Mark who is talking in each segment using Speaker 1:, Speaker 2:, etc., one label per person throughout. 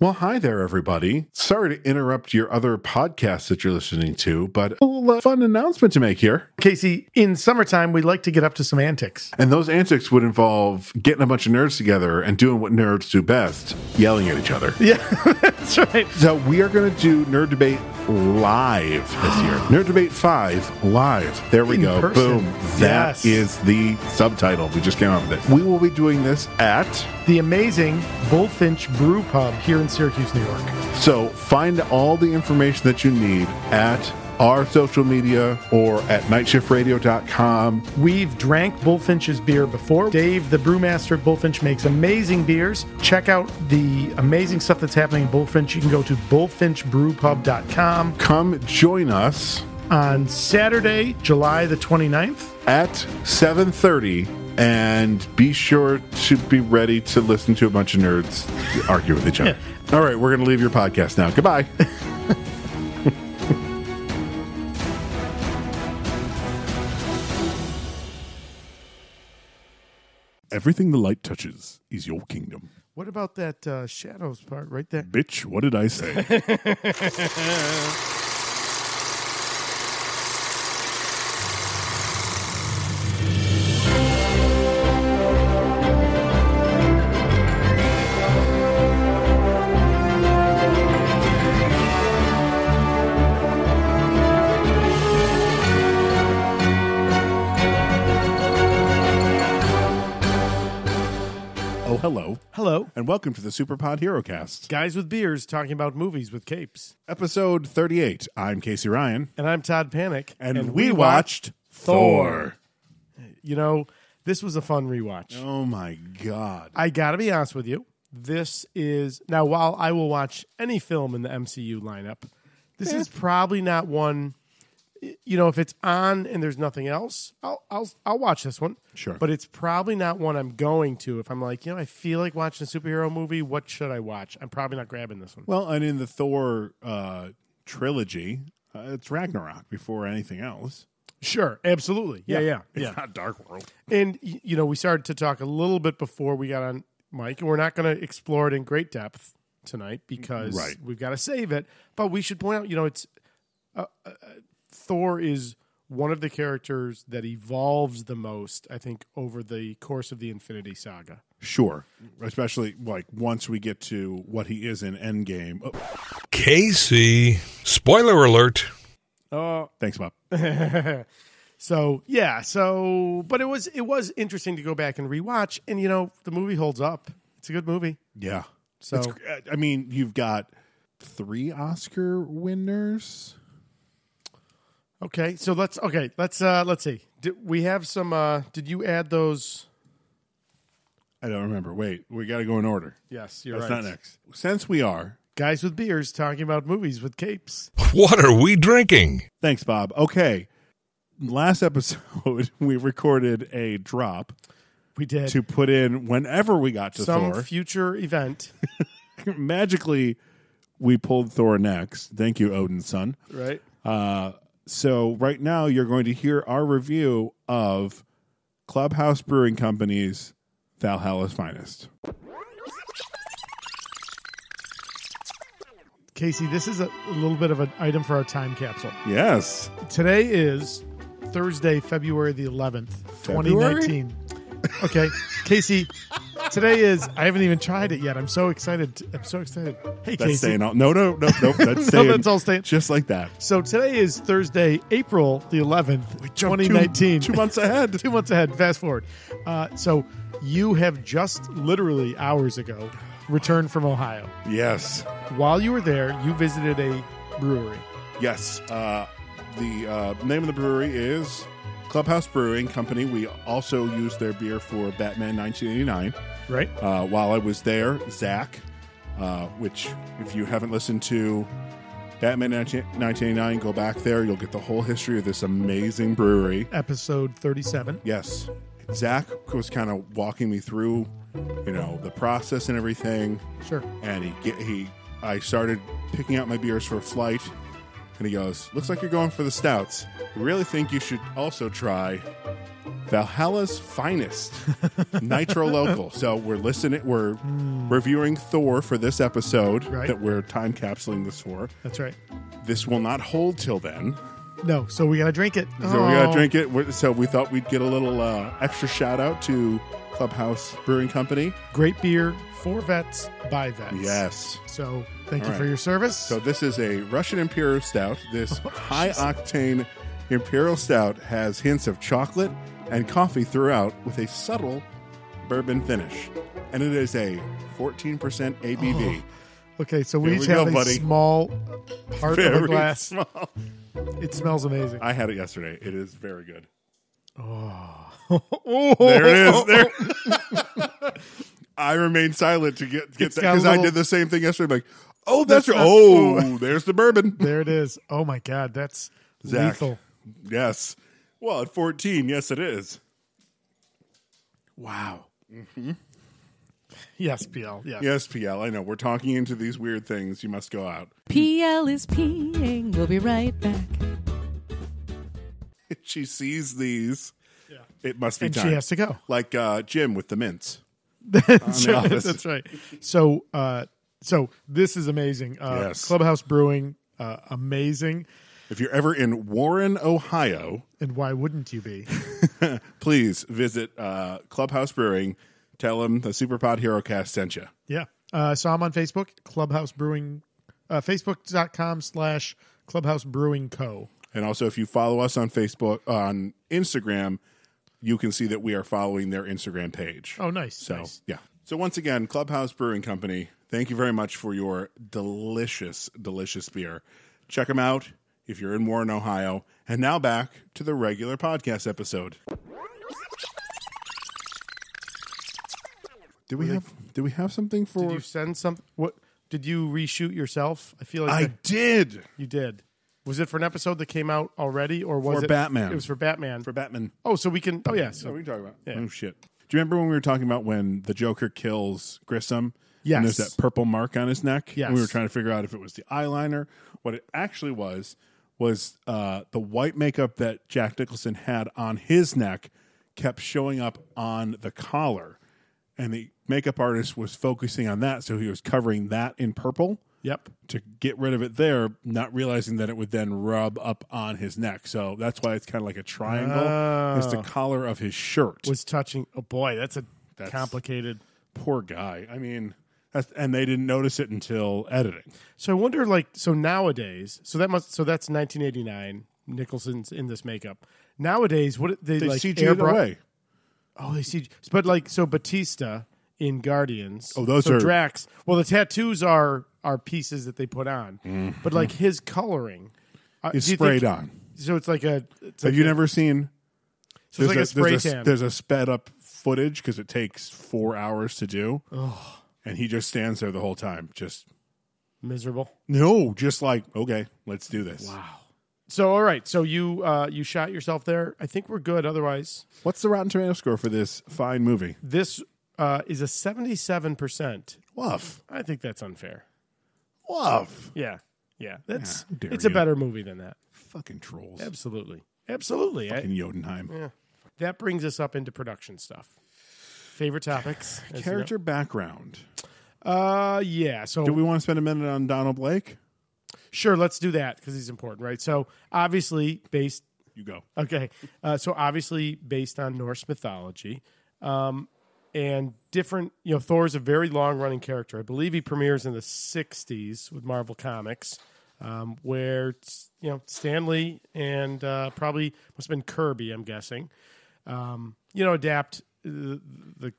Speaker 1: Well, hi there, everybody. Sorry to interrupt your other podcast that you're listening to, but a little uh, fun announcement to make here.
Speaker 2: Casey, in summertime, we like to get up to some antics.
Speaker 1: And those antics would involve getting a bunch of nerds together and doing what nerds do best yelling at each other.
Speaker 2: Yeah, that's right.
Speaker 1: So, we are going to do Nerd Debate live this year. Nerd Debate 5 live. There we
Speaker 2: In
Speaker 1: go.
Speaker 2: person.
Speaker 1: Boom. That
Speaker 2: Yes.
Speaker 1: is the subtitle. We just came up with it. We will be doing this at
Speaker 2: The amazing Bullfinch Brew Pub here in Syracuse, New York.
Speaker 1: So find all the information that you need at our social media or at nightshiftradio.com.
Speaker 2: We've drank Bullfinch's beer before. Dave, the brewmaster at Bullfinch, makes amazing beers. Check out the amazing stuff that's happening at Bullfinch. You can go to bullfinchbrewpub.com
Speaker 1: Come join us
Speaker 2: on Saturday, July the 29th.
Speaker 1: at 7:30 and be sure to be ready to listen to a bunch of nerds argue with each other. All right, we're going to leave your podcast now. Goodbye. Everything the light touches is your kingdom.
Speaker 2: What about that uh, shadows part right there?
Speaker 1: Bitch, what did I say? oh, hello.
Speaker 2: Hello.
Speaker 1: And welcome to the Superpod Hero Cast,
Speaker 2: Guys with beers talking about movies with capes.
Speaker 1: episode 38. I'm Casey Ryan,
Speaker 2: And I'm Todd Panic.
Speaker 1: Thor.
Speaker 2: You know, this was a fun rewatch.
Speaker 1: Oh my god.
Speaker 2: I got to be honest with you. This is now while I will watch any film in the MCU lineup, this is probably not one you know if it's on and there's nothing else, I'll I'll I'll watch this one.
Speaker 1: Sure.
Speaker 2: But it's probably not one I'm going to if I'm like, you know, I feel like watching a superhero movie, what should I watch? I'm probably not grabbing this one.
Speaker 1: Well, and in the Thor uh, trilogy, uh, it's Ragnarok before anything else.
Speaker 2: Sure, absolutely. Yeah, yeah.
Speaker 1: It's
Speaker 2: Yeah.
Speaker 1: not Dark World.
Speaker 2: And y- you know, we started to talk a little bit before we got on Mike, and we're not going to explore it in great depth tonight because
Speaker 1: Right.
Speaker 2: we've got to save it. But we should point out, you know, it's uh, uh, Thor is one of the characters that evolves the most, I think, over the course of the Infinity Saga.
Speaker 1: Sure. Especially like once we get to what he is in Endgame. Oh,
Speaker 3: Casey. Spoiler alert.
Speaker 2: Oh,
Speaker 1: thanks, Bob.
Speaker 2: so yeah, so but it was it was interesting to go back and rewatch, and you know, the movie holds up. It's a good movie.
Speaker 1: Yeah.
Speaker 2: So
Speaker 1: It's- uh, I mean, you've got three Oscar winners.
Speaker 2: Okay, so let's okay, let's uh let's see. Did we have some uh did you add those
Speaker 1: I don't remember. Wait, we got to go in order.
Speaker 2: Yes, you're
Speaker 1: That's not next. Since we are,
Speaker 2: Guys with beers talking about movies with capes.
Speaker 3: What are we drinking?
Speaker 1: thanks, Bob. Okay. Last episode, we recorded a drop
Speaker 2: We did
Speaker 1: to put in whenever we got to
Speaker 2: some
Speaker 1: Thor.
Speaker 2: future event,
Speaker 1: Magically, we pulled Thor next. Thank you, Odin's son.
Speaker 2: right?
Speaker 1: Uh, so right now, you're going to hear our review of Clubhouse Brewing Company's Valhalla's Finest.
Speaker 2: Casey, this is a, a little bit of an item for our time capsule.
Speaker 1: Yes.
Speaker 2: Today is Thursday, February the 11th,
Speaker 1: February?
Speaker 2: 2019. Okay, Casey, today is I haven't even tried it yet. I'm so excited. I'm so excited. Hey
Speaker 1: That's
Speaker 2: Casey.
Speaker 1: staying on. No, no, no, no. That's
Speaker 2: no,
Speaker 1: staying.
Speaker 2: that's all staying.
Speaker 1: Just like that.
Speaker 2: So today is Thursday, April the 11th,
Speaker 1: Jumped two-
Speaker 2: 2019.
Speaker 1: Two, months ahead.
Speaker 2: Two months ahead. Fast forward. Uh, so you have just literally hours ago returned from Ohio.
Speaker 1: yes.
Speaker 2: While you were there, you visited a brewery.
Speaker 1: Yes. Uh, the uh, name of the brewery is Clubhouse Brewing Company. We also used their beer for Batman 1989.
Speaker 2: Right.
Speaker 1: Uh, while I was there, Zach, uh, which, if you haven't listened to Batman 19- 1989, go back there. You'll get the whole history of this amazing brewery.
Speaker 2: Episode 37.
Speaker 1: Yes. Zach was kind of walking me through, you know, the process and everything
Speaker 2: Sure.
Speaker 1: and he ge- he I started picking out my beers for flight and he goes, "Looks like you're going for the stouts. I really think you should also try Valhalla's finest Nitro Local." So we're listening. We're reviewing Thor for this episode
Speaker 2: Hmm. Right.
Speaker 1: that we're time capsuling this for.
Speaker 2: That's right.
Speaker 1: This will not hold till then,
Speaker 2: No, so we gotta drink it.
Speaker 1: so we gotta
Speaker 2: Oh.
Speaker 1: drink it. We're- So we thought we'd get a little uh, extra shout out to Clubhouse Brewing Company.
Speaker 2: Great beer for vets by vets.
Speaker 1: Yes.
Speaker 2: So thank
Speaker 1: All
Speaker 2: you for
Speaker 1: right.
Speaker 2: your service.
Speaker 1: So this is a Russian Imperial Stout. This
Speaker 2: Oh,
Speaker 1: high octane Imperial Stout has hints of chocolate and coffee throughout with a subtle bourbon finish. And it is a 14%
Speaker 2: Oh,
Speaker 1: ABV.
Speaker 2: okay, so we
Speaker 1: Here
Speaker 2: each
Speaker 1: we
Speaker 2: have
Speaker 1: go,
Speaker 2: a
Speaker 1: buddy.
Speaker 2: small part of a
Speaker 1: Very
Speaker 2: glass.
Speaker 1: small.
Speaker 2: It smells amazing.
Speaker 1: I had it yesterday. It is very good.
Speaker 2: Oh,
Speaker 1: There it is. There. I remained silent to get get
Speaker 2: It's
Speaker 1: that
Speaker 2: got a
Speaker 1: because I
Speaker 2: little-
Speaker 1: did the same thing yesterday. I'm like, oh, that's your.
Speaker 2: not-
Speaker 1: Oh, there's the bourbon.
Speaker 2: There it is. Oh my god, that's
Speaker 1: Zach.
Speaker 2: lethal.
Speaker 1: Yes. Well, at 14, yes, it is. Wow.
Speaker 2: Mm-hmm. Yes, PL. Yes.
Speaker 1: Yes, PL. I know. We're talking into these weird things. You must go out.
Speaker 4: PL is peeing. We'll be right back.
Speaker 1: she sees these. It must be
Speaker 2: And
Speaker 1: time.
Speaker 2: she has to go.
Speaker 1: Like uh, Jim with the mints.
Speaker 2: That's
Speaker 1: the
Speaker 2: right.
Speaker 1: office.
Speaker 2: That's right. So, uh, so this is amazing. Uh,
Speaker 1: Yes.
Speaker 2: Clubhouse Brewing, uh, amazing.
Speaker 1: If you're ever in Warren, Ohio,
Speaker 2: And why wouldn't you be?
Speaker 1: please visit uh, Clubhouse Brewing. Tell them the Superpod Hero Cast sent you.
Speaker 2: Yeah. Uh, so I'm on Facebook, Clubhouse Brewing, uh, Facebook.com slash Clubhouse Brewing Co.
Speaker 1: And also, if you follow us on Facebook, on Instagram, you can see that we are following their Instagram page.
Speaker 2: Oh, nice.
Speaker 1: So
Speaker 2: nice.
Speaker 1: yeah. So once again, Clubhouse Brewing Company. Thank you very much for your delicious, delicious beer. Check them out if you're in Warren, Ohio. And now back to the regular podcast episode. Do we have? Do we have something for?
Speaker 2: Did you send something? What did you reshoot yourself? I feel like
Speaker 1: I
Speaker 2: that-
Speaker 1: did
Speaker 2: you did. Was it for an episode that came out already, or was
Speaker 1: For
Speaker 2: it
Speaker 1: Batman.
Speaker 2: It was for Batman.
Speaker 1: for Batman.
Speaker 2: oh, so we can. Oh, yeah. So
Speaker 1: we can talk about. Oh shit! Do you remember when we were talking about when the Joker kills Grissom?
Speaker 2: Yes.
Speaker 1: And there's that purple mark on his neck.
Speaker 2: Yes.
Speaker 1: And we were trying to figure out if it was the eyeliner. What it actually was was uh, the white makeup that Jack Nicholson had on his neck kept showing up on the collar, and the makeup artist was focusing on that, so he was covering that in purple
Speaker 2: Yep.
Speaker 1: to get rid of it there, not realizing that it would then rub up on his neck. So that's why it's kind of like a triangle. It's the collar of his shirt.
Speaker 2: Ah. Was touching. Oh boy, that's a
Speaker 1: That's-
Speaker 2: complicated.
Speaker 1: Poor guy. I mean, that's, and they didn't notice it until editing.
Speaker 2: So I wonder, like, so nowadays, so that must, so that's 1989. Nicholson's in this makeup. Nowadays, what they,
Speaker 1: They
Speaker 2: like
Speaker 1: CG'd it
Speaker 2: airbrush-
Speaker 1: away.
Speaker 2: Oh, they see. But like, so Batista in Guardians. Oh,
Speaker 1: those
Speaker 2: so
Speaker 1: are-
Speaker 2: Drax. Well, the tattoos are are pieces that they put on, but like his coloring uh,
Speaker 1: Mm-hmm. It's
Speaker 2: do you
Speaker 1: sprayed
Speaker 2: think-
Speaker 1: on.
Speaker 2: So it's like a. It's
Speaker 1: Have
Speaker 2: like,
Speaker 1: you never seen?
Speaker 2: so it's like a, spray
Speaker 1: there's,
Speaker 2: tan.
Speaker 1: A, there's a sped up footage because it takes four hours to do. And he just stands there the whole time. Just,
Speaker 2: Miserable.
Speaker 1: no, just like, okay, let's do this. Wow.
Speaker 2: So all right, so you uh, you shot yourself there. I think we're good. Otherwise,
Speaker 1: What's the Rotten Tomato score for this fine movie?
Speaker 2: this uh, is a seventy-seven percent.
Speaker 1: Woof.
Speaker 2: I think that's unfair.
Speaker 1: Woof.
Speaker 2: Yeah, yeah, that's
Speaker 1: Yeah, dare
Speaker 2: it's a
Speaker 1: you.
Speaker 2: better movie than that.
Speaker 1: Fucking trolls.
Speaker 2: Absolutely, absolutely. I-
Speaker 1: in Jotunheim.
Speaker 2: that brings us up into production stuff. Favorite topics? as you know.
Speaker 1: Character background.
Speaker 2: Uh, yeah. So
Speaker 1: Do we want to spend a minute on Donald Blake?
Speaker 2: sure, let's do that because he's important, right? So obviously based.
Speaker 1: You go.
Speaker 2: Okay, uh, so obviously based on Norse mythology, um, and different. You know, Thor's a very long running character. I believe he premieres in the '60s with Marvel Comics, um, where it's, you know Stanley and uh, probably must have been Kirby, I'm guessing. Um, you know, adapt the, the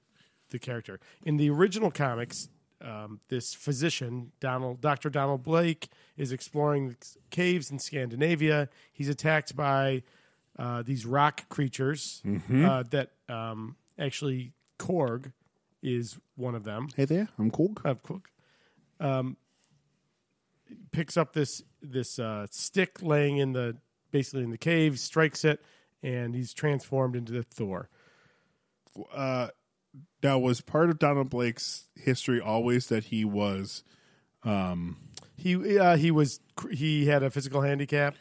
Speaker 2: the character in the original comics. Um, this physician, Donald, Doctor Donald Blake, is exploring the caves in Scandinavia. He's attacked by uh, these rock creatures uh, that um, actually Korg is one of them.
Speaker 1: Hey there, I'm Korg.
Speaker 2: Of Cook, um, picks up this this uh, stick laying in the basically in the cave, strikes it, and he's transformed into the Thor.
Speaker 1: Now, was part of Donald Blake's history always that he was
Speaker 2: He uh, he was he had a physical handicap.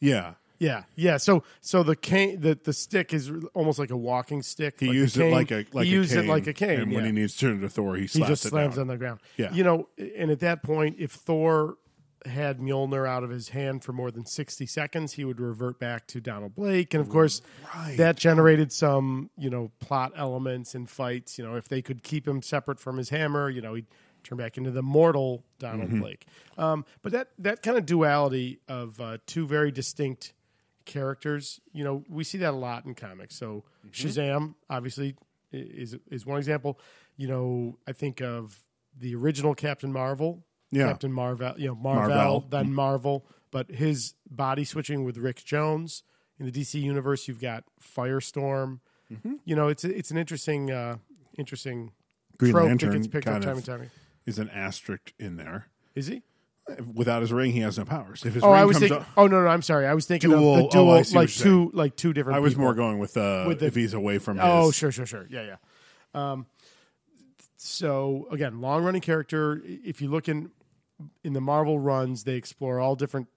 Speaker 1: Yeah.
Speaker 2: Yeah, yeah. So so the cane the, the stick is almost like a walking stick.
Speaker 1: He used it like a like
Speaker 2: he
Speaker 1: a
Speaker 2: used
Speaker 1: cane,
Speaker 2: it like a cane.
Speaker 1: And when
Speaker 2: yeah.
Speaker 1: he needs to turn to Thor, he
Speaker 2: he
Speaker 1: slaps
Speaker 2: just
Speaker 1: it
Speaker 2: slams
Speaker 1: down.
Speaker 2: on the ground.
Speaker 1: Yeah.
Speaker 2: You know, and at that point, if Thor had Mjolnir out of his hand for more than 60 seconds, he would revert back to Donald Blake. And of course,
Speaker 1: Right.
Speaker 2: that generated some, you know, plot elements and fights. You know, if they could keep him separate from his hammer, you know, he'd turn back into the mortal Donald
Speaker 1: Mm-hmm.
Speaker 2: Blake. Um, but that, that kind of duality of uh, two very distinct characters. You know, we see that a lot in comics. So
Speaker 1: Mm-hmm.
Speaker 2: Shazam, obviously, i- is is one example. You know, I think of the original Captain Marvel.
Speaker 1: Yeah.
Speaker 2: Captain Marvel. You know, Marvel,
Speaker 1: Marvel. Mm-hmm.
Speaker 2: then Marvel. But his body switching with Rick Jones in the DC universe. You've got Firestorm.
Speaker 1: Mm-hmm.
Speaker 2: You know, it's it's an interesting uh, interesting
Speaker 1: Green
Speaker 2: trope
Speaker 1: Lantern
Speaker 2: that gets picked up
Speaker 1: kind
Speaker 2: time
Speaker 1: of-
Speaker 2: and time. again.
Speaker 1: Is an asterisk in there.
Speaker 2: Is he?
Speaker 1: Without his ring, he has no powers. If his
Speaker 2: Oh,
Speaker 1: ring
Speaker 2: I was
Speaker 1: comes
Speaker 2: thinking.
Speaker 1: up-
Speaker 2: Oh no, no, I'm sorry. I was thinking of
Speaker 1: Dual-
Speaker 2: the
Speaker 1: oh,
Speaker 2: dual,
Speaker 1: I see what
Speaker 2: like
Speaker 1: you're saying.
Speaker 2: two, like two different.
Speaker 1: I was
Speaker 2: people.
Speaker 1: more going with, uh,
Speaker 2: With the-
Speaker 1: if he's away from
Speaker 2: Oh,
Speaker 1: his.
Speaker 2: sure, sure, sure. Yeah, yeah. Um, so again, long running character. If you look in in the Marvel runs, they explore all different.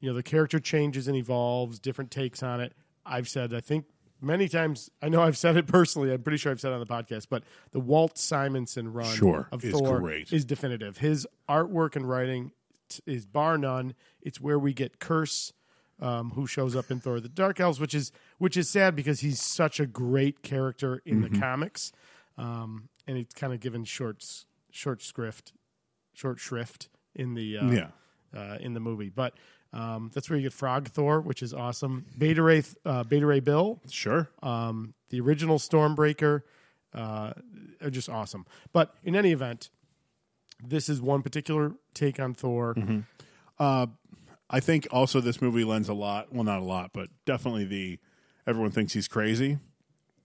Speaker 2: You know, the character changes and evolves, different takes on it. I've said, I think many times. I know I've said it personally. I'm pretty sure I've said it on the podcast, but the Walt Simonson run
Speaker 1: Sure,
Speaker 2: of
Speaker 1: is
Speaker 2: Thor
Speaker 1: great.
Speaker 2: is definitive. His artwork and writing t- is bar none. It's where we get Curse, um, who shows up in Thor: The Dark Elves, which is which is sad because he's such a great character in
Speaker 1: Mm-hmm.
Speaker 2: the comics, um, and it's kind of given short s- short script, short shrift in the uh,
Speaker 1: Yeah.
Speaker 2: uh, in the movie, but. Um, that's where you get Frog Thor, which is awesome. Beta Ray, uh, Beta Ray Bill,
Speaker 1: Sure.
Speaker 2: um, the original Stormbreaker uh, are just awesome. But in any event, this is one particular take on Thor.
Speaker 1: Mm-hmm. I think also this movie lends a lot, well, not a lot, but definitely the everyone thinks he's crazy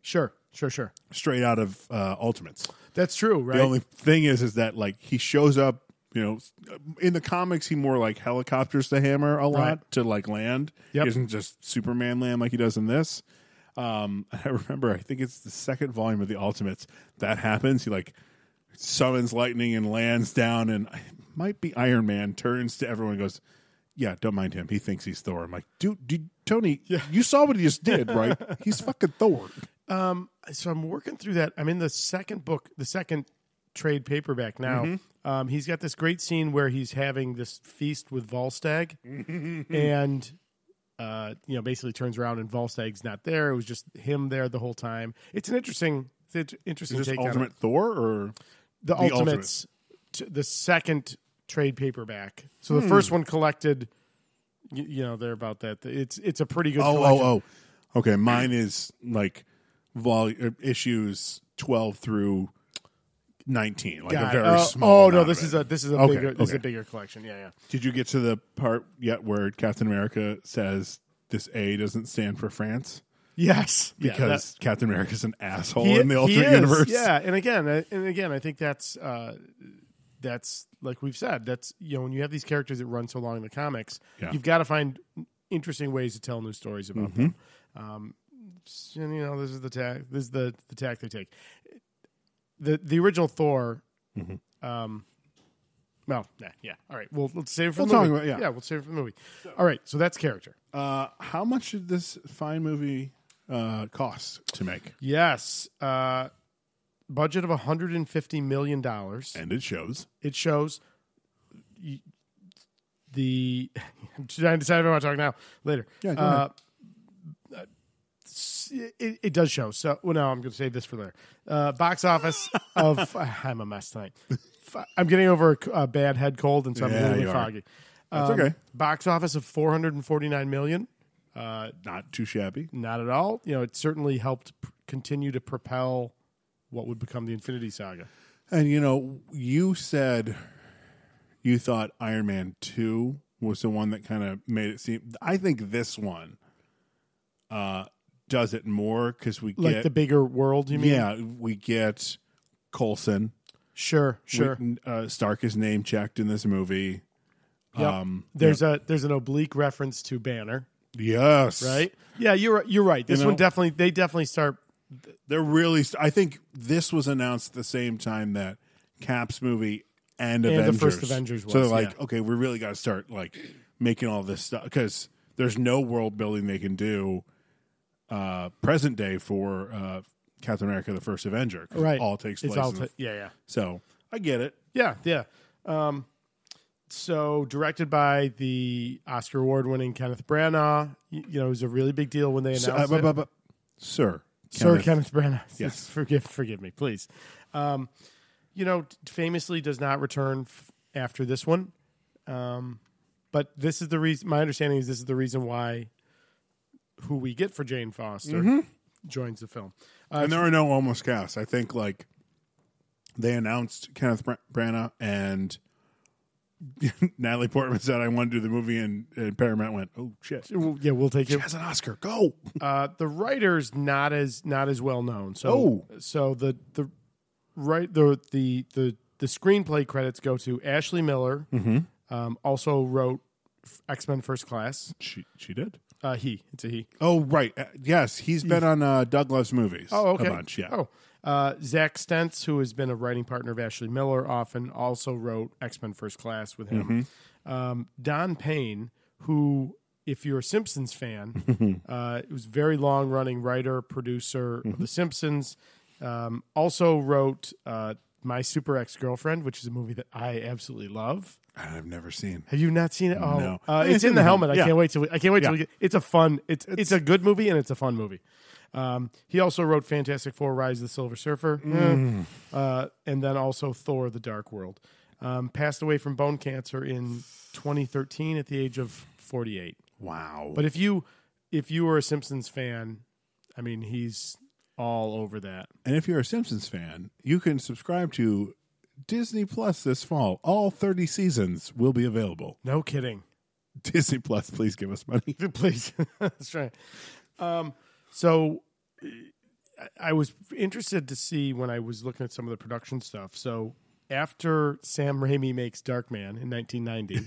Speaker 2: Sure, sure, sure.
Speaker 1: straight out of uh, Ultimates.
Speaker 2: That's true, right?
Speaker 1: The only thing is, is that like he shows up, you know, uh, in the comics, he more like helicopters the hammer a lot
Speaker 2: Right.
Speaker 1: to like land.
Speaker 2: Yep.
Speaker 1: He doesn't just Superman land like he does in this. Um, I remember, I think it's the second volume of the Ultimates that happens. He like summons lightning and lands down, and it might be Iron Man turns to everyone and goes, "Yeah, don't mind him. He thinks he's Thor." I'm like, "Dude, dude Tony, you saw what he just did, right? he's fucking Thor."
Speaker 2: so I'm working through that. I'm in the second book, the second trade paperback now.
Speaker 1: Mm-hmm.
Speaker 2: Um, he's got this great scene where he's having this feast with Volstagg, and uh, you know, basically turns around and Volstagg's not there. It was just him there the whole time. It's an interesting, it's an interesting
Speaker 1: Is this
Speaker 2: take on it.
Speaker 1: Ultimate Thor or
Speaker 2: the,
Speaker 1: The
Speaker 2: ultimates t- the second trade paperback so
Speaker 1: Hmm.
Speaker 2: the first one collected you, you know they're about that it's it's a pretty good
Speaker 1: Oh,
Speaker 2: collection.
Speaker 1: oh, oh. Okay, mine is like vol- er, issues 12 through 19, like
Speaker 2: Got
Speaker 1: a
Speaker 2: it.
Speaker 1: very
Speaker 2: Uh,
Speaker 1: small.
Speaker 2: oh no
Speaker 1: amount
Speaker 2: this
Speaker 1: of
Speaker 2: is
Speaker 1: it.
Speaker 2: a this is a
Speaker 1: Okay,
Speaker 2: bigger this is a
Speaker 1: okay.
Speaker 2: bigger collection yeah yeah
Speaker 1: Did you get to the part yet where Captain America says this A doesn't stand for France
Speaker 2: yes Yeah, that-
Speaker 1: because Captain America's an asshole
Speaker 2: He-
Speaker 1: in the
Speaker 2: he
Speaker 1: alternate
Speaker 2: is,
Speaker 1: universe?
Speaker 2: Yeah, and again, I- and again, I think that's uh, that's like we've said. That's you know when you have these characters that run so long in the comics,
Speaker 1: Yeah. Mm-hmm.
Speaker 2: you've got to find interesting ways to tell new stories about them. Um, s- and you know this is the tack. This is the the tack they take. The the original Thor.
Speaker 1: Mm-hmm.
Speaker 2: Um, well, nah, yeah. All right. Well, let's save it for
Speaker 1: We'll
Speaker 2: the
Speaker 1: talk
Speaker 2: movie.
Speaker 1: about- yeah.
Speaker 2: yeah, we'll save it for the movie. All right. So that's character.
Speaker 1: Uh, how much did this fine movie uh, cost to make?
Speaker 2: Yes. Uh, budget of 150 million dollars.
Speaker 1: And it shows.
Speaker 2: it shows y- the I'm trying to decide if I want to talk now later.
Speaker 1: Yeah, go
Speaker 2: uh, s- it, it does show. So well, no, I'm going to save this for later. Uh, box office of I'm a mess tonight. F- I'm getting over a c- a, bad head cold, and so I'm
Speaker 1: Yeah,
Speaker 2: a little bit
Speaker 1: you are.
Speaker 2: foggy.
Speaker 1: That's
Speaker 2: Um,
Speaker 1: okay.
Speaker 2: Box office of 449 million. Uh,
Speaker 1: Not too shabby.
Speaker 2: not at all. You know, it certainly helped p- continue to propel what would become the Infinity Saga.
Speaker 1: And you know, you said you thought Iron Man 2 was the one that kind of made it seem I think this one uh does it more cuz we
Speaker 2: Like
Speaker 1: get
Speaker 2: the bigger world, you mean?
Speaker 1: yeah, we get Colson.
Speaker 2: Sure, sure.
Speaker 1: We- uh, Stark is name checked in this movie.
Speaker 2: Yep.
Speaker 1: Um,
Speaker 2: there's a there's an oblique reference to Banner,
Speaker 1: Yes.
Speaker 2: right? Yeah, you're you're right. This
Speaker 1: You know?
Speaker 2: one definitely they definitely start.
Speaker 1: They're really st- I think this was announced at the same time that Cap's movie and,
Speaker 2: And
Speaker 1: Avengers.
Speaker 2: the first Avengers was,
Speaker 1: so they're like,
Speaker 2: yeah.
Speaker 1: okay, we really got to start like making all this stuff because there's no world building they can do uh, present day for uh, Captain America: The First Avenger. 'cause
Speaker 2: Right.
Speaker 1: all takes
Speaker 2: It's
Speaker 1: place.
Speaker 2: all
Speaker 1: in
Speaker 2: ta-
Speaker 1: the-
Speaker 2: yeah, yeah.
Speaker 1: so I get it.
Speaker 2: Yeah, yeah. Um, so directed by the Oscar award winning Kenneth Branagh. You, you know, it was a really big deal when they announced
Speaker 1: So, uh,
Speaker 2: it.
Speaker 1: bu- bu- bu- sir,
Speaker 2: Sir
Speaker 1: Kenneth,
Speaker 2: Kenneth Branagh.
Speaker 1: Yes.
Speaker 2: forgive forgive me, please. Um, you know, t- famously does not return f- after this one. Um, but this is the reason. My understanding is this is the reason why who we get for Jane Foster
Speaker 1: Mm-hmm.
Speaker 2: joins the film. Uh,
Speaker 1: and there are no almost casts. I think like they announced Kenneth Bra- Branagh and Natalie Portman said, "I want to do the movie," and, and Paramount went, "Oh shit,
Speaker 2: well, yeah, we'll take it.
Speaker 1: has an Oscar, go!"
Speaker 2: Uh, the writer's not as not as well known. So
Speaker 1: Oh.
Speaker 2: so the the right the the the the screenplay credits go to Ashley Miller.
Speaker 1: Mm-hmm.
Speaker 2: Um, also wrote X Men First Class.
Speaker 1: She she did.
Speaker 2: Uh, he it's a he.
Speaker 1: Oh right, Uh, yes, he's been on uh, Doug Loves Movies.
Speaker 2: Oh, okay.
Speaker 1: a bunch, yeah.
Speaker 2: Oh, uh, Zach Stentz, who has been a writing partner of Ashley Miller, often also wrote X Men First Class with him. Um, Don Payne, who, if you're a Simpsons fan, uh, was a very long running writer producer of The Simpsons. Um, also wrote uh, My Super Ex Girlfriend, which is a movie that I absolutely love.
Speaker 1: I've never seen.
Speaker 2: Have you not seen it? Oh,
Speaker 1: No.
Speaker 2: uh, it's, in the helmet.
Speaker 1: Yeah.
Speaker 2: I can't wait till we, I can't wait till
Speaker 1: Yeah.
Speaker 2: we get. It's a fun. It's, it's a good movie and it's a fun movie. Um, he also wrote Fantastic Four: Rise of the Silver Surfer, Eh. uh, and then also Thor: The Dark World. Um, passed away from bone cancer in 2013 at the age of 48.
Speaker 1: Wow,
Speaker 2: But if you if you were a Simpsons fan, I mean, he's all over that.
Speaker 1: and if you're a Simpsons fan, you can subscribe to Disney Plus this fall. All 30 seasons will be available.
Speaker 2: No kidding.
Speaker 1: Disney Plus, please give us money.
Speaker 2: please. That's right. Um, so uh, I was interested to see when I was looking at some of the production stuff. So after Sam Raimi makes Darkman in 1990,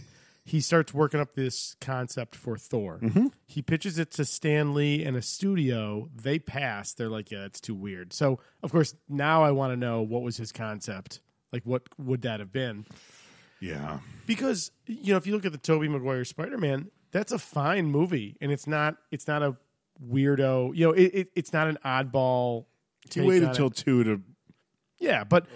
Speaker 2: he starts working up this concept for Thor. He pitches it to Stan Lee and a studio. They pass. They're like, yeah, that's too weird. So of course now I want to know what was his concept. Like, what would that have been?
Speaker 1: Yeah.
Speaker 2: because you know if you look at the Toby Maguire Spider Man, that's a fine movie, and it's not it's not a weirdo. You know, it, it it's not an oddball.
Speaker 1: He
Speaker 2: take
Speaker 1: waited
Speaker 2: on
Speaker 1: till
Speaker 2: it.
Speaker 1: two to
Speaker 2: yeah, but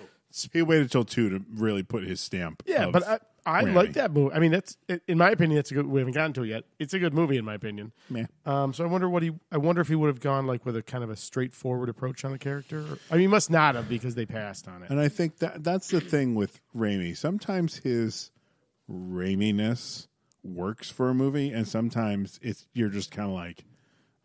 Speaker 1: he waited till two to really put his stamp.
Speaker 2: yeah,
Speaker 1: of-
Speaker 2: but I, I
Speaker 1: Raimi.
Speaker 2: like that movie. I mean, that's in my opinion, that's a good. We haven't gotten to it yet. It's a good movie in my opinion.
Speaker 1: Meh.
Speaker 2: Um, so I wonder what he. I wonder if he would have gone like with a kind of a straightforward approach on the character. Or, I mean, he must not have because they passed on it.
Speaker 1: and I think that that's the thing with Raimi. Sometimes his Raiminess works for a movie, and sometimes it's you're just kind of like,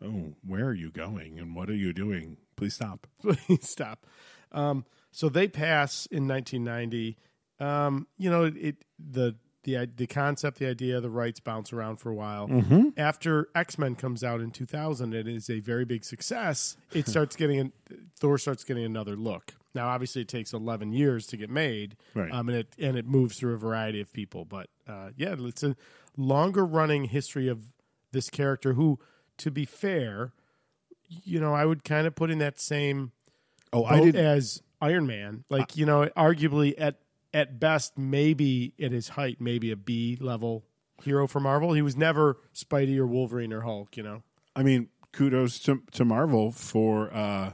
Speaker 1: oh, where are you going and what are you doing? Please stop.
Speaker 2: Please stop. Um, so they pass in 1990. Um, you know, it, it the the the concept, the idea, the rights bounce around for a while. After X Men comes out in 2000, it is a very big success. It starts getting an, Thor starts getting another look. Now, obviously, it takes 11 years to get made,
Speaker 1: Right.
Speaker 2: um, and it and it moves through a variety of people. But uh, yeah, it's a longer running history of this character who, to be fair, you know, I would kind of put in that same
Speaker 1: Oh, I
Speaker 2: boat
Speaker 1: did.
Speaker 2: as Iron Man. Like you know, arguably at at best, maybe at his height, maybe a B level hero for Marvel. He was never Spidey or Wolverine or Hulk. You know,
Speaker 1: I mean, kudos to to Marvel for uh,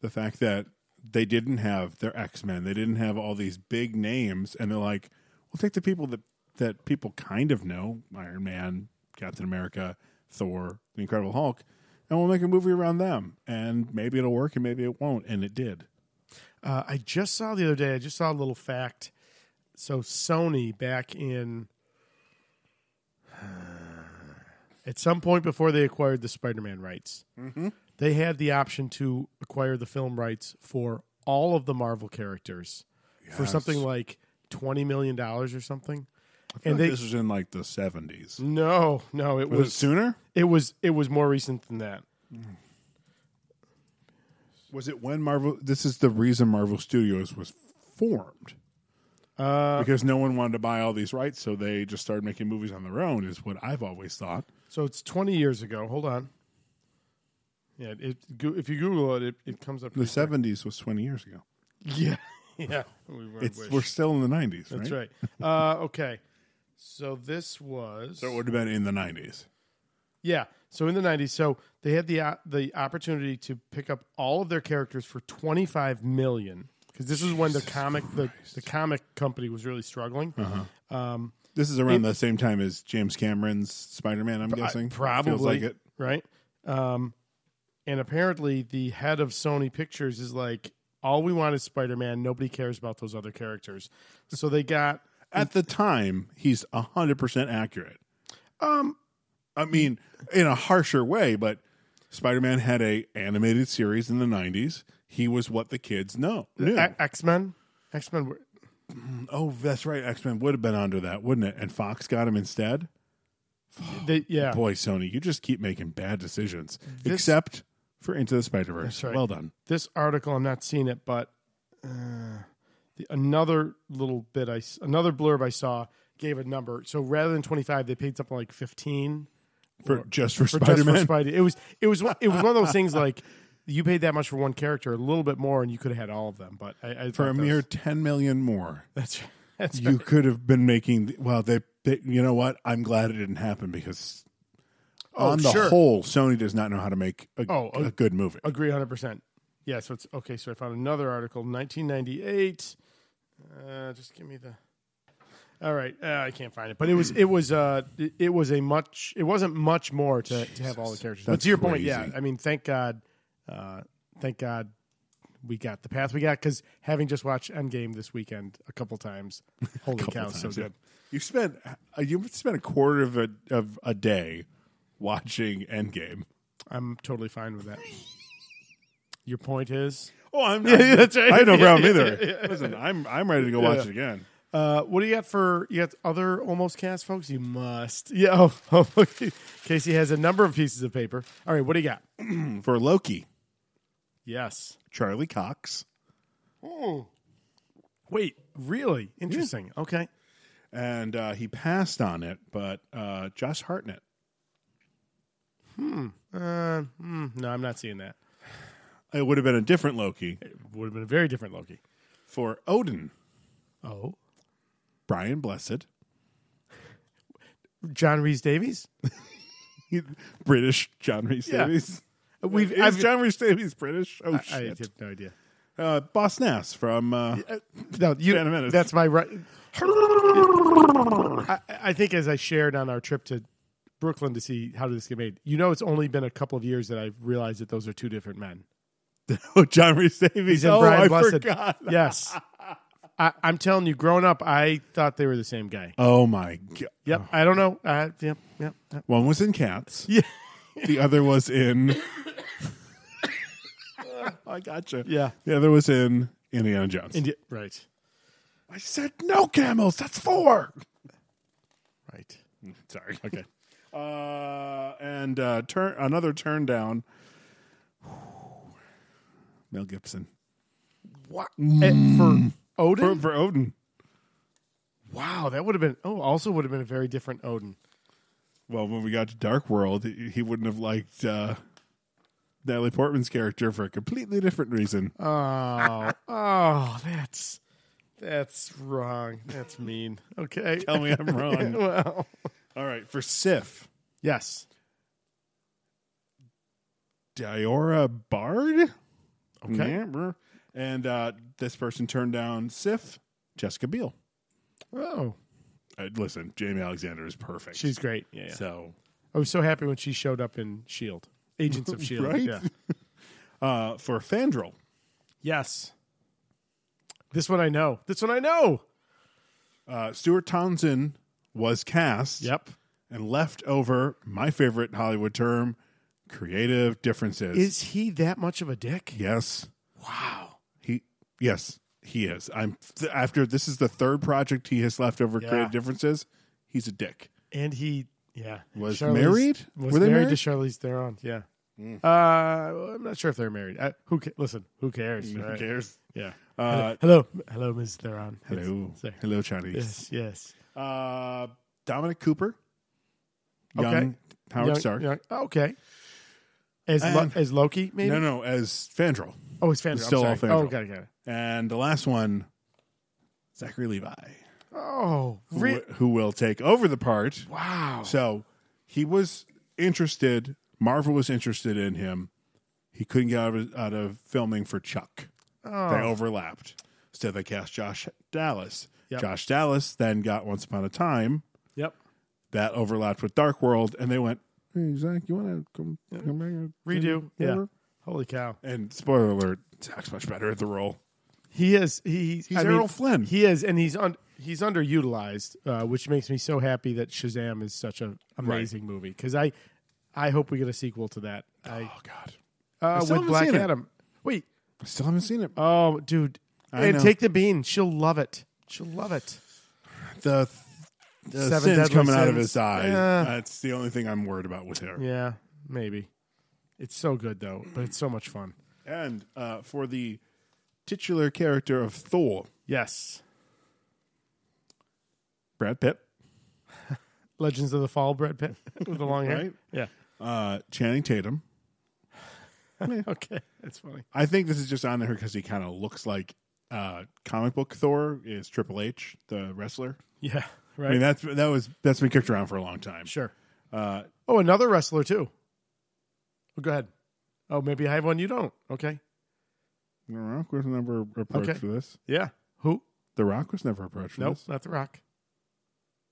Speaker 1: the fact that they didn't have their X Men. They didn't have all these big names, and they're like, we'll take the people that that people kind of know: Iron Man, Captain America, Thor, the Incredible Hulk, and we'll make a movie around them. And maybe it'll work, and maybe it won't. And it did.
Speaker 2: uh, I just saw the other day. I just saw a little fact. So Sony back in. At some point before they acquired the Spider-Man rights, they had the option to acquire the film rights for all of the Marvel characters for something like twenty million dollars or something.
Speaker 1: And
Speaker 2: And they
Speaker 1: this was in like the seventies.
Speaker 2: no, no, it
Speaker 1: Was, it
Speaker 2: was
Speaker 1: sooner?
Speaker 2: it was it was more recent than that.
Speaker 1: Was it when Marvel? This is the reason Marvel Studios was formed. Uh, because no one wanted to buy all these rights, so they just started making movies on their own. Is what I've always thought.
Speaker 2: So it's twenty years ago. Hold on. Yeah, it, go- if you Google it, it, it comes up.
Speaker 1: The seventies was twenty years ago.
Speaker 2: Yeah, yeah, we were.
Speaker 1: It's, we're still in the 90s,
Speaker 2: That's
Speaker 1: right?
Speaker 2: right. Uh, okay, so this was
Speaker 1: So it would have been in the 90s.
Speaker 2: yeah. So in the '90s, so they had the uh, the opportunity to pick up all of their characters for 25 million because this is when the comic the, the comic company was really struggling.
Speaker 1: Uh-huh. This is around the same time as James Cameron's Spider Man, I'm guessing.
Speaker 2: Probably
Speaker 1: Feels like it.
Speaker 2: right? Um, and apparently, the head of Sony Pictures is like, "All we want is Spider Man. Nobody cares about those other characters." So they got
Speaker 1: At the time, he's 100% accurate. Um, I mean, in a harsher way, but Spider Man had a animated series in the 90s. He was what the kids know. knew.
Speaker 2: X Men. X Men. E-, were
Speaker 1: oh, that's right. X Men would have been under that, wouldn't it? And Fox got him instead.
Speaker 2: They, yeah,
Speaker 1: Boy, Sony, you just keep making bad decisions, except for Into the Spider Verse.
Speaker 2: right.
Speaker 1: Well done.
Speaker 2: this article I'm not seeing it, but uh, the, another little bit I s- another blurb I saw gave a number. So rather than 25, they paid something like 15.
Speaker 1: For just for
Speaker 2: for just
Speaker 1: Spider
Speaker 2: for
Speaker 1: Man.
Speaker 2: Spidey. It was it was one- it was one of those things like you paid that much for one character, a little bit more, and you could have had all of them. But I, I thought
Speaker 1: for a
Speaker 2: that
Speaker 1: mere
Speaker 2: was-
Speaker 1: 10 million more
Speaker 2: that's that's
Speaker 1: you could have been making the- well they, they you know what i'm glad it didn't happen because on the
Speaker 2: Oh, sure.
Speaker 1: whole sony does not know how to make a,
Speaker 2: Oh,
Speaker 1: a,
Speaker 2: uh,
Speaker 1: good movie
Speaker 2: agree hundred percent. Yeah, so it's okay. So I found another article, 1998. Uh, just give me the. All right, uh, I can't find it, but it was it was uh it, it was a much it wasn't much more to, to have all the characters. But
Speaker 1: that's
Speaker 2: to your point, yeah,
Speaker 1: crazy.
Speaker 2: I mean, thank God, uh, thank God, we got the path we got because having just watched Endgame this weekend a couple times, holy cow,
Speaker 1: Couple
Speaker 2: so
Speaker 1: times, yeah.
Speaker 2: good.
Speaker 1: you spent uh, you spent a quarter of a, of a day watching endgame
Speaker 2: I'm totally fine with that. Your point is,
Speaker 1: oh i'm
Speaker 2: yeah, that's right.
Speaker 1: i have no problem
Speaker 2: Yeah,
Speaker 1: either
Speaker 2: yeah, yeah, yeah.
Speaker 1: listen i'm i'm ready to go watch it again
Speaker 2: uh, what do you got for you got other almost cast folks? You must, yeah. Oh, oh, okay. Casey has a number of pieces of paper. All right, what do you got?
Speaker 1: for loki
Speaker 2: Yes.
Speaker 1: charlie cox Hmm.
Speaker 2: Wait, really interesting. Okay,
Speaker 1: and uh, he passed on it but uh, josh hartnett
Speaker 2: uh, mm, no, I'm not seeing that.
Speaker 1: it would have been a different loki
Speaker 2: Would have been a very different Loki.
Speaker 1: for odin
Speaker 2: Oh,
Speaker 1: brian blessed
Speaker 2: John Reese Davies.
Speaker 1: British John Rhys
Speaker 2: Yeah.
Speaker 1: Davies.
Speaker 2: We've
Speaker 1: Is
Speaker 2: I've,
Speaker 1: John Rhys Davies British? Oh
Speaker 2: I
Speaker 1: shit!
Speaker 2: have no idea.
Speaker 1: Uh, Boss Nass from uh,
Speaker 2: No, you.
Speaker 1: Phantom Menace.
Speaker 2: That's my right. I, I think as I shared on our trip to Brooklyn to see how did this get made. You know, it's only been a couple of years that I've realized that those are two different men.
Speaker 1: oh, John Rhys Davies.
Speaker 2: He's in
Speaker 1: oh,
Speaker 2: Brian
Speaker 1: I
Speaker 2: Blessed.
Speaker 1: forgot.
Speaker 2: Yes, I, I'm telling you. Growing up, I thought they were the same guy.
Speaker 1: Oh my god!
Speaker 2: Yep. I don't know. Uh, yep. Yep. yep.
Speaker 1: One was in Cats.
Speaker 2: Yeah.
Speaker 1: The other was in. I gotcha.
Speaker 2: Yeah.
Speaker 1: The other was in Indiana Jones.
Speaker 2: Indi- right.
Speaker 1: I said no camels. That's four.
Speaker 2: Right.
Speaker 1: Sorry. Okay. Uh, and uh, turn another turn down. Mel Gibson
Speaker 2: And for
Speaker 1: for,
Speaker 2: Odin.
Speaker 1: Mm. for Odin.
Speaker 2: wow, that would have been. Oh, also would have been a very different Odin.
Speaker 1: Well, when we got to Dark World, he he wouldn't have liked uh, Natalie Portman's character for a completely different reason.
Speaker 2: Oh, oh, that's that's wrong. That's mean. Okay.
Speaker 1: Tell me I'm wrong.
Speaker 2: well,
Speaker 1: All right, for Sif,
Speaker 2: yes.
Speaker 1: Diora Bard.
Speaker 2: Okay.
Speaker 1: Yeah. And uh, this person turned down Sif, Jessica Biel.
Speaker 2: Oh,
Speaker 1: Uh, listen, Jamie Alexander is perfect.
Speaker 2: she's great. Yeah, yeah.
Speaker 1: so
Speaker 2: I was so happy when she showed up in Shield, E Agents of Shield.
Speaker 1: Right?
Speaker 2: E Yeah.
Speaker 1: uh, for Fandral,
Speaker 2: Yes. This one I know. This one I know.
Speaker 1: uh, Stuart Townsend was cast
Speaker 2: Yep.
Speaker 1: and left over my favorite Hollywood term, creative differences.
Speaker 2: Is he that much of a dick?
Speaker 1: yes.
Speaker 2: Wow.
Speaker 1: He yes, he is. I'm th- after this is the third project he has left over
Speaker 2: Yeah.
Speaker 1: creative differences. He's a dick.
Speaker 2: And he, yeah,
Speaker 1: Was
Speaker 2: Charlize-
Speaker 1: married?
Speaker 2: Was
Speaker 1: Were they
Speaker 2: married, Hmm.
Speaker 1: married?
Speaker 2: to Charlize Theron? Yeah. Uh, I'm not sure if they're married. Uh, who ca- listen? Mm, Who cares?
Speaker 1: Who
Speaker 2: right?
Speaker 1: cares?
Speaker 2: Yeah.
Speaker 1: Uh,
Speaker 2: Hello, hello, Ms. Theron.
Speaker 1: hello,
Speaker 2: Yes, sir.
Speaker 1: hello, Chinese.
Speaker 2: Yes, yes.
Speaker 1: Uh, Dominic Cooper,
Speaker 2: Okay.
Speaker 1: young Howard
Speaker 2: Young-
Speaker 1: Stark.
Speaker 2: young- oh, okay. As Lo-
Speaker 1: And-
Speaker 2: as Loki, maybe.
Speaker 1: No, no, as Fandral.
Speaker 2: Oh, it's Fandral.
Speaker 1: It's still
Speaker 2: I'm
Speaker 1: all
Speaker 2: sorry. Oh,
Speaker 1: Fandral.
Speaker 2: got it, got it.
Speaker 1: And the last one, Zachary Levi,
Speaker 2: Oh,
Speaker 1: who,
Speaker 2: re-
Speaker 1: who will take over the part.
Speaker 2: wow.
Speaker 1: So he was interested. Marvel was interested in him. He couldn't get out of, out of filming for Chuck.
Speaker 2: Oh.
Speaker 1: They overlapped. So they cast Josh Dallas.
Speaker 2: Yep.
Speaker 1: Josh Dallas then got Once Upon a Time.
Speaker 2: Yep.
Speaker 1: That overlapped with Dark World, and they went, "Hey Zach, you want to come, come back and
Speaker 2: Redo. Yeah.
Speaker 1: whatever?"
Speaker 2: Holy cow.
Speaker 1: And spoiler alert, Zach's much better at the role.
Speaker 2: He is. He, he's
Speaker 1: He's Errol Flynn.
Speaker 2: He is, and he's un, he's underutilized, uh, which makes me so happy that Shazam is such an amazing movie. 'Cause movie. Because I, I hope we get a sequel to that. I,
Speaker 1: oh God, still
Speaker 2: uh, with
Speaker 1: haven't
Speaker 2: Black
Speaker 1: seen it.
Speaker 2: Adam. Wait.
Speaker 1: I still haven't seen it.
Speaker 2: Oh, dude.
Speaker 1: I
Speaker 2: and
Speaker 1: know.
Speaker 2: take the bean. She'll love it. She'll love it.
Speaker 1: the the
Speaker 2: Seven
Speaker 1: sins
Speaker 2: deadly
Speaker 1: coming out of
Speaker 2: sins.
Speaker 1: his eye.
Speaker 2: Yeah.
Speaker 1: That's the only thing I'm worried about with her.
Speaker 2: Yeah, maybe. It's so good though, but it's so much fun.
Speaker 1: And uh, for the titular character of Thor,
Speaker 2: Yes.
Speaker 1: Brad Pitt,
Speaker 2: Legends of the Fall, Brad Pitt with the long hair.
Speaker 1: Right?
Speaker 2: Yeah.
Speaker 1: uh, Channing Tatum.
Speaker 2: Okay, that's funny.
Speaker 1: I think this is just on there because he kind of looks like uh, comic book Thor is Triple H, the wrestler.
Speaker 2: Yeah. Right.
Speaker 1: I mean that's that was that's been kicked around for a long time.
Speaker 2: sure.
Speaker 1: Uh,
Speaker 2: Oh, another wrestler too. Oh, go ahead. Oh, maybe I have one you don't. Okay.
Speaker 1: the Rock was never approached
Speaker 2: Okay.
Speaker 1: for this.
Speaker 2: Yeah. Who?
Speaker 1: The Rock was never approached for
Speaker 2: Nope.
Speaker 1: this.
Speaker 2: Not The Rock.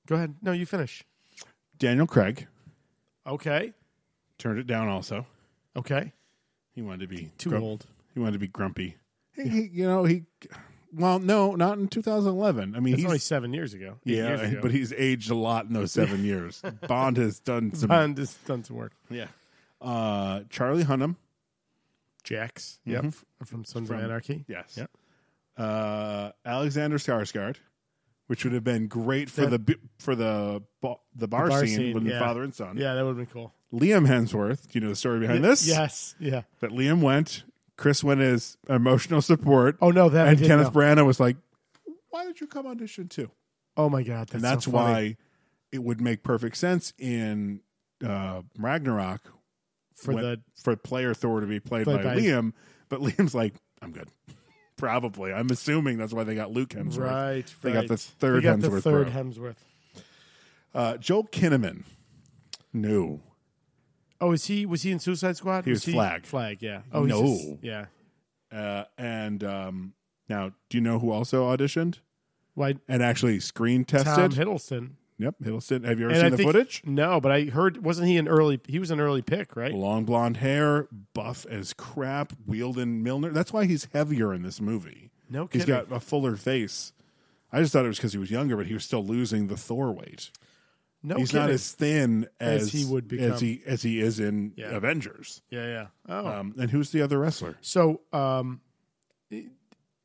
Speaker 2: Go ahead. No, you finish.
Speaker 1: Daniel Craig
Speaker 2: Okay.
Speaker 1: turned it down. Also,
Speaker 2: Okay.
Speaker 1: he wanted to be
Speaker 2: Too
Speaker 1: grump-
Speaker 2: old.
Speaker 1: He wanted to be grumpy. He, he- you know, he. Well, no, not in 2011. I mean,
Speaker 2: That's
Speaker 1: he's
Speaker 2: only seven years ago. eight
Speaker 1: yeah,
Speaker 2: years ago.
Speaker 1: but he's aged a lot in those seven years. Bond has done some.
Speaker 2: Bond has done some work.
Speaker 1: Yeah, uh, Charlie Hunnam.
Speaker 2: Jax. Yep. From Sons
Speaker 1: From-
Speaker 2: of Anarchy.
Speaker 1: Yes.
Speaker 2: Yep.
Speaker 1: Uh, Alexander Skarsgård, which would have been great for
Speaker 2: That-
Speaker 1: the bi- for the ba- the bar,
Speaker 2: bar
Speaker 1: scene,
Speaker 2: scene,
Speaker 1: with
Speaker 2: yeah.
Speaker 1: father and son.
Speaker 2: Yeah, that would have been cool.
Speaker 1: Liam Hemsworth. Do you know the story behind this?
Speaker 2: Yes. Yeah.
Speaker 1: That Liam went. Chris went as emotional support.
Speaker 2: Oh no, that I
Speaker 1: and
Speaker 2: did
Speaker 1: Kenneth
Speaker 2: know.
Speaker 1: Branagh was like, "Why did you come audition too?"
Speaker 2: Oh my god, that's
Speaker 1: and that's
Speaker 2: so funny.
Speaker 1: why it would make perfect sense in uh, Ragnarok
Speaker 2: for
Speaker 1: when-
Speaker 2: the
Speaker 1: for player Thor to be played
Speaker 2: Played
Speaker 1: by,
Speaker 2: by-
Speaker 1: Liam, but Liam's like, I'm good. Probably, I'm assuming that's why they got Luke Hemsworth.
Speaker 2: right.
Speaker 1: They got
Speaker 2: right.
Speaker 1: the third
Speaker 2: They got
Speaker 1: Hemsworth.
Speaker 2: The third
Speaker 1: bro.
Speaker 2: Hemsworth.
Speaker 1: uh, Joel Kinnaman. No,
Speaker 2: Oh, is he? Was he in Suicide Squad?
Speaker 1: He was Flag.
Speaker 2: Flag. Yeah. Oh he's
Speaker 1: No.
Speaker 2: just- yeah.
Speaker 1: uh, and um, now do you know who also auditioned
Speaker 2: Why?
Speaker 1: and actually screen
Speaker 2: Tom
Speaker 1: tested?
Speaker 2: Hiddleston.
Speaker 1: yep, Hiddleston. Have you ever
Speaker 2: And
Speaker 1: seen
Speaker 2: I
Speaker 1: the
Speaker 2: think-
Speaker 1: footage?
Speaker 2: No, but I heard. Wasn't he an early? He was an early pick, right?
Speaker 1: Long blonde hair, buff as crap, wheeled in Milner. That's why he's heavier in this movie.
Speaker 2: no
Speaker 1: He's
Speaker 2: kidding.
Speaker 1: got a fuller face. I just thought it was because he was younger, but he was still losing the Thor weight.
Speaker 2: no
Speaker 1: He's
Speaker 2: kidding.
Speaker 1: not as thin as,
Speaker 2: As he would become.
Speaker 1: as he as he is in
Speaker 2: Yeah.
Speaker 1: Avengers.
Speaker 2: yeah, yeah. Oh,
Speaker 1: Um, and who's the other wrestler?
Speaker 2: so um, i-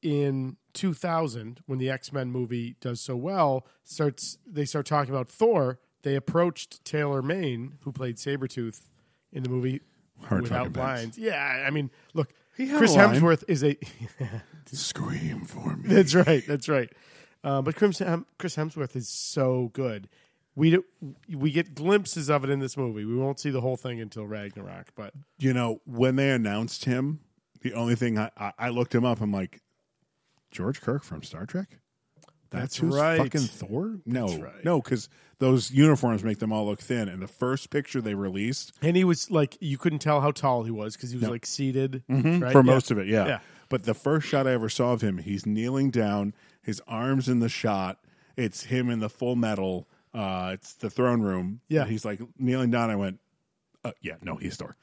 Speaker 2: in 2000, when the X Men movie does so well, starts they start talking about Thor. They approached Taylor Maine, who played Sabretooth in the movie
Speaker 1: Hard
Speaker 2: without lines. Yeah, I mean, look,
Speaker 1: had
Speaker 2: Chris
Speaker 1: a line.
Speaker 2: Hemsworth is a.
Speaker 1: Scream for me.
Speaker 2: that's right. That's right. Uh, but Chris, Hem- Chris Hemsworth is so good. We do, we get glimpses of it in this movie. We won't see the whole thing until Ragnarok. But
Speaker 1: you know, when they announced him, the only thing I, I, I looked him up, I'm like, George Kirk from Star Trek? That's,
Speaker 2: That's
Speaker 1: who's
Speaker 2: right.
Speaker 1: fucking Thor? No,
Speaker 2: right.
Speaker 1: no, because those uniforms make them all look thin. And the first picture they released
Speaker 2: and he was like, you couldn't tell how tall he was because he was like seated right?
Speaker 1: Mm-hmm. for
Speaker 2: Yeah.
Speaker 1: most of it, yeah.
Speaker 2: Yeah.
Speaker 1: But the first shot I ever saw of him, he's kneeling down, his arms in the shot. It's him in the full metal. Uh, it's the throne room.
Speaker 2: Yeah.
Speaker 1: And he's like kneeling down. I went, uh, yeah, no, he's Thor.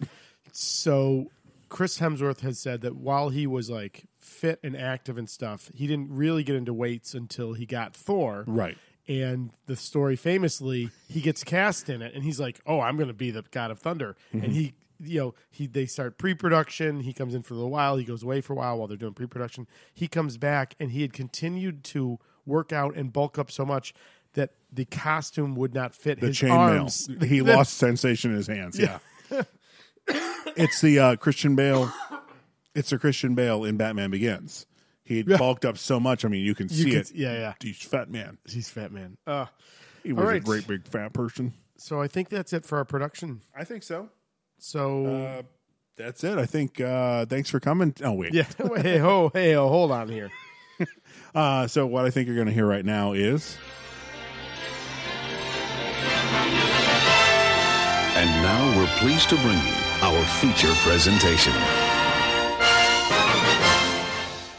Speaker 2: So Chris Hemsworth has said that while he was like fit and active and stuff, he didn't really get into weights until he got Thor.
Speaker 1: Right.
Speaker 2: And the story famously, he gets cast in it and he's like, "Oh, I'm going to be the God of Thunder."
Speaker 1: Mm-hmm.
Speaker 2: And he you know, he they start pre-production, he comes in for a little while, he goes away for a while while they're doing pre-production. He comes back and he had continued to work out and bulk up so much that the costume would not fit
Speaker 1: The
Speaker 2: his arms.
Speaker 1: chainmail. He lost sensation in his hands. Yeah. it's the uh, Christian Bale. It's the Christian Bale in Batman Begins. He had bulked up so much. I mean, you can
Speaker 2: You
Speaker 1: see
Speaker 2: could-
Speaker 1: it.
Speaker 2: Yeah, yeah.
Speaker 1: He's a fat man.
Speaker 2: He's fat man. Uh,
Speaker 1: He
Speaker 2: All
Speaker 1: was a
Speaker 2: right.
Speaker 1: great big fat person.
Speaker 2: So I think that's it for our production.
Speaker 1: I think so.
Speaker 2: So
Speaker 1: Uh, That's it. I think. Uh, thanks for coming. Oh wait.
Speaker 2: Yeah. hey ho, hey ho, hold on here.
Speaker 1: Uh, so what I think you're going to hear right now is
Speaker 5: And now we're pleased to bring you our feature presentation.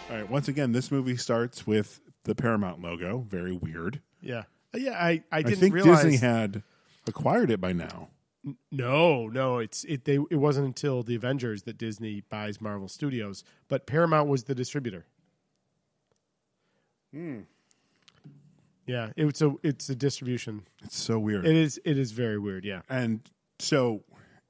Speaker 1: all right. Once again, this movie starts with the Paramount logo. Very weird.
Speaker 2: Yeah. Yeah, I, I
Speaker 1: I
Speaker 2: didn't
Speaker 1: think
Speaker 2: realize
Speaker 1: Disney had acquired it by now.
Speaker 2: No, no, it's it. They it wasn't until the Avengers that Disney buys Marvel Studios, but Paramount was the distributor. Hmm. Yeah, it's a it's a distribution.
Speaker 1: It's so weird.
Speaker 2: It is it is very weird. Yeah,
Speaker 1: and so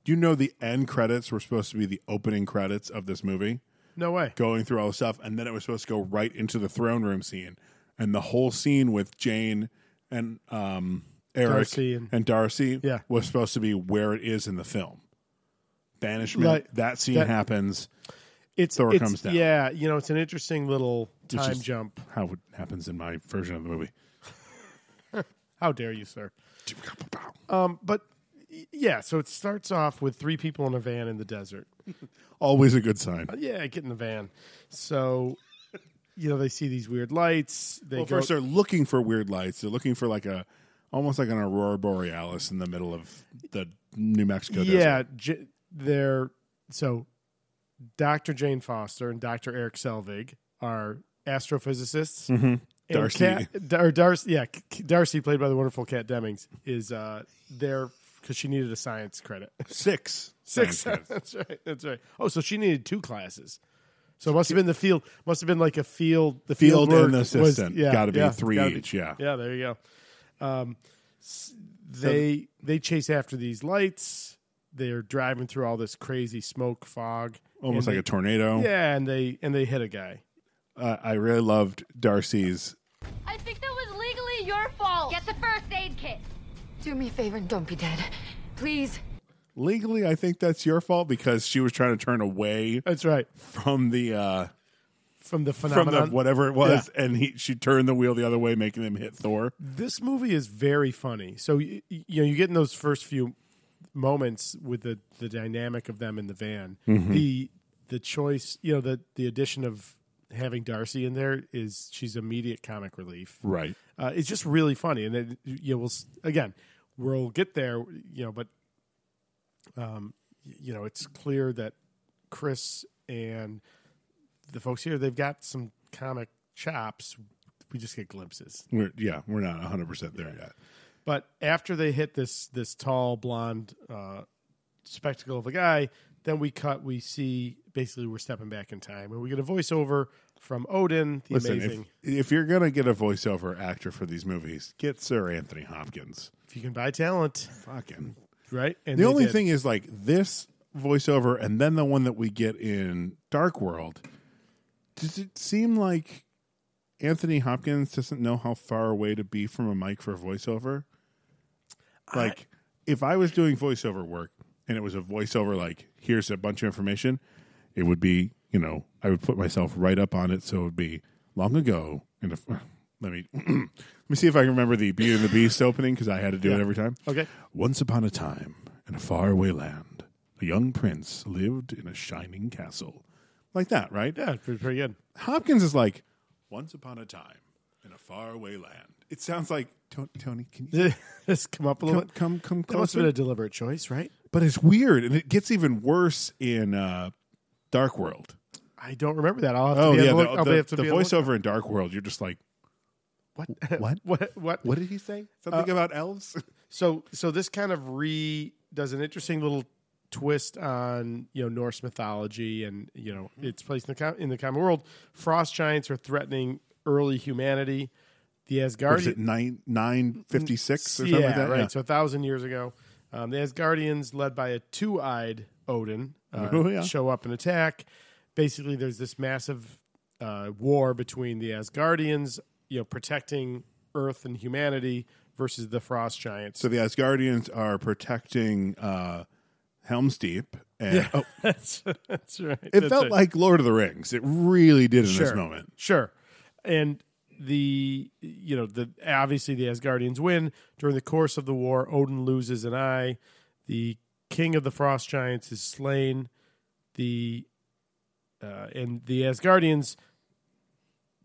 Speaker 1: you know the end credits were supposed to be the opening credits of this movie.
Speaker 2: no way.
Speaker 1: going through all the stuff, and then it was supposed to go right into the throne room scene, and the whole scene with Jane and um, Eric
Speaker 2: Darcy and-
Speaker 1: Darcy
Speaker 2: Yeah.
Speaker 1: was supposed to be where it is in the film. Banishment.
Speaker 2: Right.
Speaker 1: That scene
Speaker 2: That-
Speaker 1: happens.
Speaker 2: It's
Speaker 1: Thor
Speaker 2: it's-
Speaker 1: comes down.
Speaker 2: Yeah, you know, it's an interesting little
Speaker 1: Which
Speaker 2: time
Speaker 1: is-
Speaker 2: jump.
Speaker 1: How it happens in my version of the movie.
Speaker 2: How dare you, sir? Um, but y- yeah, so it starts off with three people in a van in the desert.
Speaker 1: Always a good sign.
Speaker 2: Yeah, get in the van. So. You know they see these weird lights. They
Speaker 1: Well,
Speaker 2: go,
Speaker 1: first they're looking for weird lights. They're looking for like a almost like an aurora borealis in the middle of the New Mexico
Speaker 2: yeah,
Speaker 1: desert.
Speaker 2: J- they're so Dr. Jane Foster and Dr. Eric Selvig are astrophysicists. And
Speaker 1: Darcy.
Speaker 2: Kat- Dar- or Darcy, yeah, K- K- Darcy, played by the wonderful Kat Demings, is uh, there because she needed a science credit.
Speaker 1: Six.
Speaker 2: Six.
Speaker 1: science credits.
Speaker 2: that's right. That's right. Oh, so she needed two classes. So it must have been the field. Must have been like a field. The
Speaker 1: Field
Speaker 2: field,
Speaker 1: and
Speaker 2: work
Speaker 1: the
Speaker 2: was-
Speaker 1: assistant.
Speaker 2: yeah,
Speaker 1: Gotta be
Speaker 2: yeah,
Speaker 1: three
Speaker 2: gotta be-
Speaker 1: each, yeah.
Speaker 2: Yeah. There you go. Um, s- they they chase after these lights. They're driving through all this crazy smoke fog.
Speaker 1: Almost
Speaker 2: and
Speaker 1: like a tornado.
Speaker 2: they, yeah, and they and they hit a guy.
Speaker 1: uh, I really loved Darcy's.
Speaker 6: I think that was legally your fault. Get the first aid kit.
Speaker 7: Do me a favor and don't be dead. Please.
Speaker 1: Legally, I think that's your fault because she was trying to turn away
Speaker 2: That's right.
Speaker 1: from the uh,
Speaker 2: From the
Speaker 1: from the
Speaker 2: phenomenon.
Speaker 1: whatever it was, and he she turned the wheel the other way, making him hit Thor.
Speaker 2: this movie is very funny. So you, you know, you get in those first few moments with the the dynamic of them in the van. The the choice, you know, the the addition of having Darcy in there is she's immediate comic relief.
Speaker 1: Right.
Speaker 2: Uh, it's just really funny, and then you know, we'll s- again we'll get there, you know, but um, you know, it's clear that Chris and the folks here they've got some comic chops. We just get glimpses.
Speaker 1: We're, yeah, we're not 100 percent there yet.
Speaker 2: But after they hit this this tall blonde uh, spectacle of a guy, then we cut. We see basically we're stepping back in time, and we get a voiceover from Odin, the
Speaker 1: Listen,
Speaker 2: amazing.
Speaker 1: if, if you're gonna get a voiceover actor for these movies, get Sir Anthony Hopkins.
Speaker 2: If, you can buy talent,
Speaker 1: Fucking.
Speaker 2: right? And
Speaker 1: The
Speaker 2: they
Speaker 1: only
Speaker 2: did.
Speaker 1: thing is like this voiceover, and then the one that we get in Dark World. Does it seem like Anthony Hopkins doesn't know how far away to be from a mic for a voiceover? Like, if I was doing voiceover work and it was a voiceover, like here's a bunch of information, it would be you know I would put myself right up on it, so it would be long ago. And if, let me let me see if I can remember the Beauty and the Beast opening because I had to do it every time.
Speaker 2: Okay.
Speaker 1: Once upon a time, in a faraway land, a young prince lived in a shining castle. Like that, right?
Speaker 2: yeah, it's pretty, pretty good.
Speaker 1: Hopkins is like, Once upon a time, in a faraway land. It sounds like, "Ton- Tony, can you
Speaker 2: Did this come up a little
Speaker 1: come,
Speaker 2: bit?
Speaker 1: come, come
Speaker 2: That must
Speaker 1: closer?
Speaker 2: have been a deliberate choice, right?
Speaker 1: but it's weird. And it gets even worse in uh, Dark World.
Speaker 2: I don't remember that. I'll have to
Speaker 1: Oh,
Speaker 2: be on
Speaker 1: yeah.
Speaker 2: the,
Speaker 1: The,
Speaker 2: look- I'll
Speaker 1: the-
Speaker 2: have to
Speaker 1: the
Speaker 2: be on look-
Speaker 1: voiceover in Dark World, you're just like,
Speaker 2: What?
Speaker 1: What? Uh,
Speaker 2: what? What?
Speaker 1: What did he say? Something about elves?
Speaker 2: So so this kind of re does an interesting little twist on you know Norse mythology and you know
Speaker 1: Mm-hmm.
Speaker 2: its place in the com- in the common world. Frost giants are threatening early humanity. The
Speaker 1: Or is it
Speaker 2: Asgardians,
Speaker 1: nine, 956 or something
Speaker 2: yeah,
Speaker 1: like that?
Speaker 2: right. So a thousand years ago, um, the Asgardians, led by a two-eyed Odin, uh,
Speaker 1: Oh, yeah.
Speaker 2: show up and attack. Basically, there's this massive uh, war between the Asgardians, you know, protecting Earth and humanity versus the Frost giants.
Speaker 1: So the Asgardians are protecting uh, Helm's Deep, and oh,
Speaker 2: that's, that's right.
Speaker 1: it felt like Lord of the Rings. It really did in this moment.
Speaker 2: Sure. And the you know the obviously the Asgardians win during the course of the war. Odin loses an eye. The king of the frost giants is slain. the uh, and the Asgardians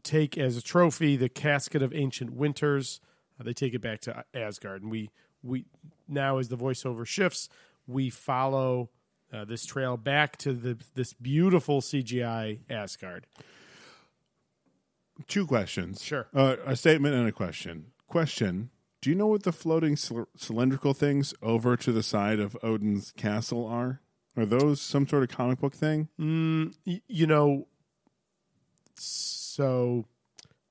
Speaker 2: take as a trophy the casket of ancient winters. Uh, they take it back to Asgard, and we we now as the voiceover shifts, we follow uh, this trail back to the this beautiful CGI Asgard.
Speaker 1: Two questions.
Speaker 2: Sure.
Speaker 1: Uh, a statement and a question. Question Do you know what the floating cyl- cylindrical things over to the side of Odin's castle are? Are those some sort of comic book thing?
Speaker 2: Y- you know, so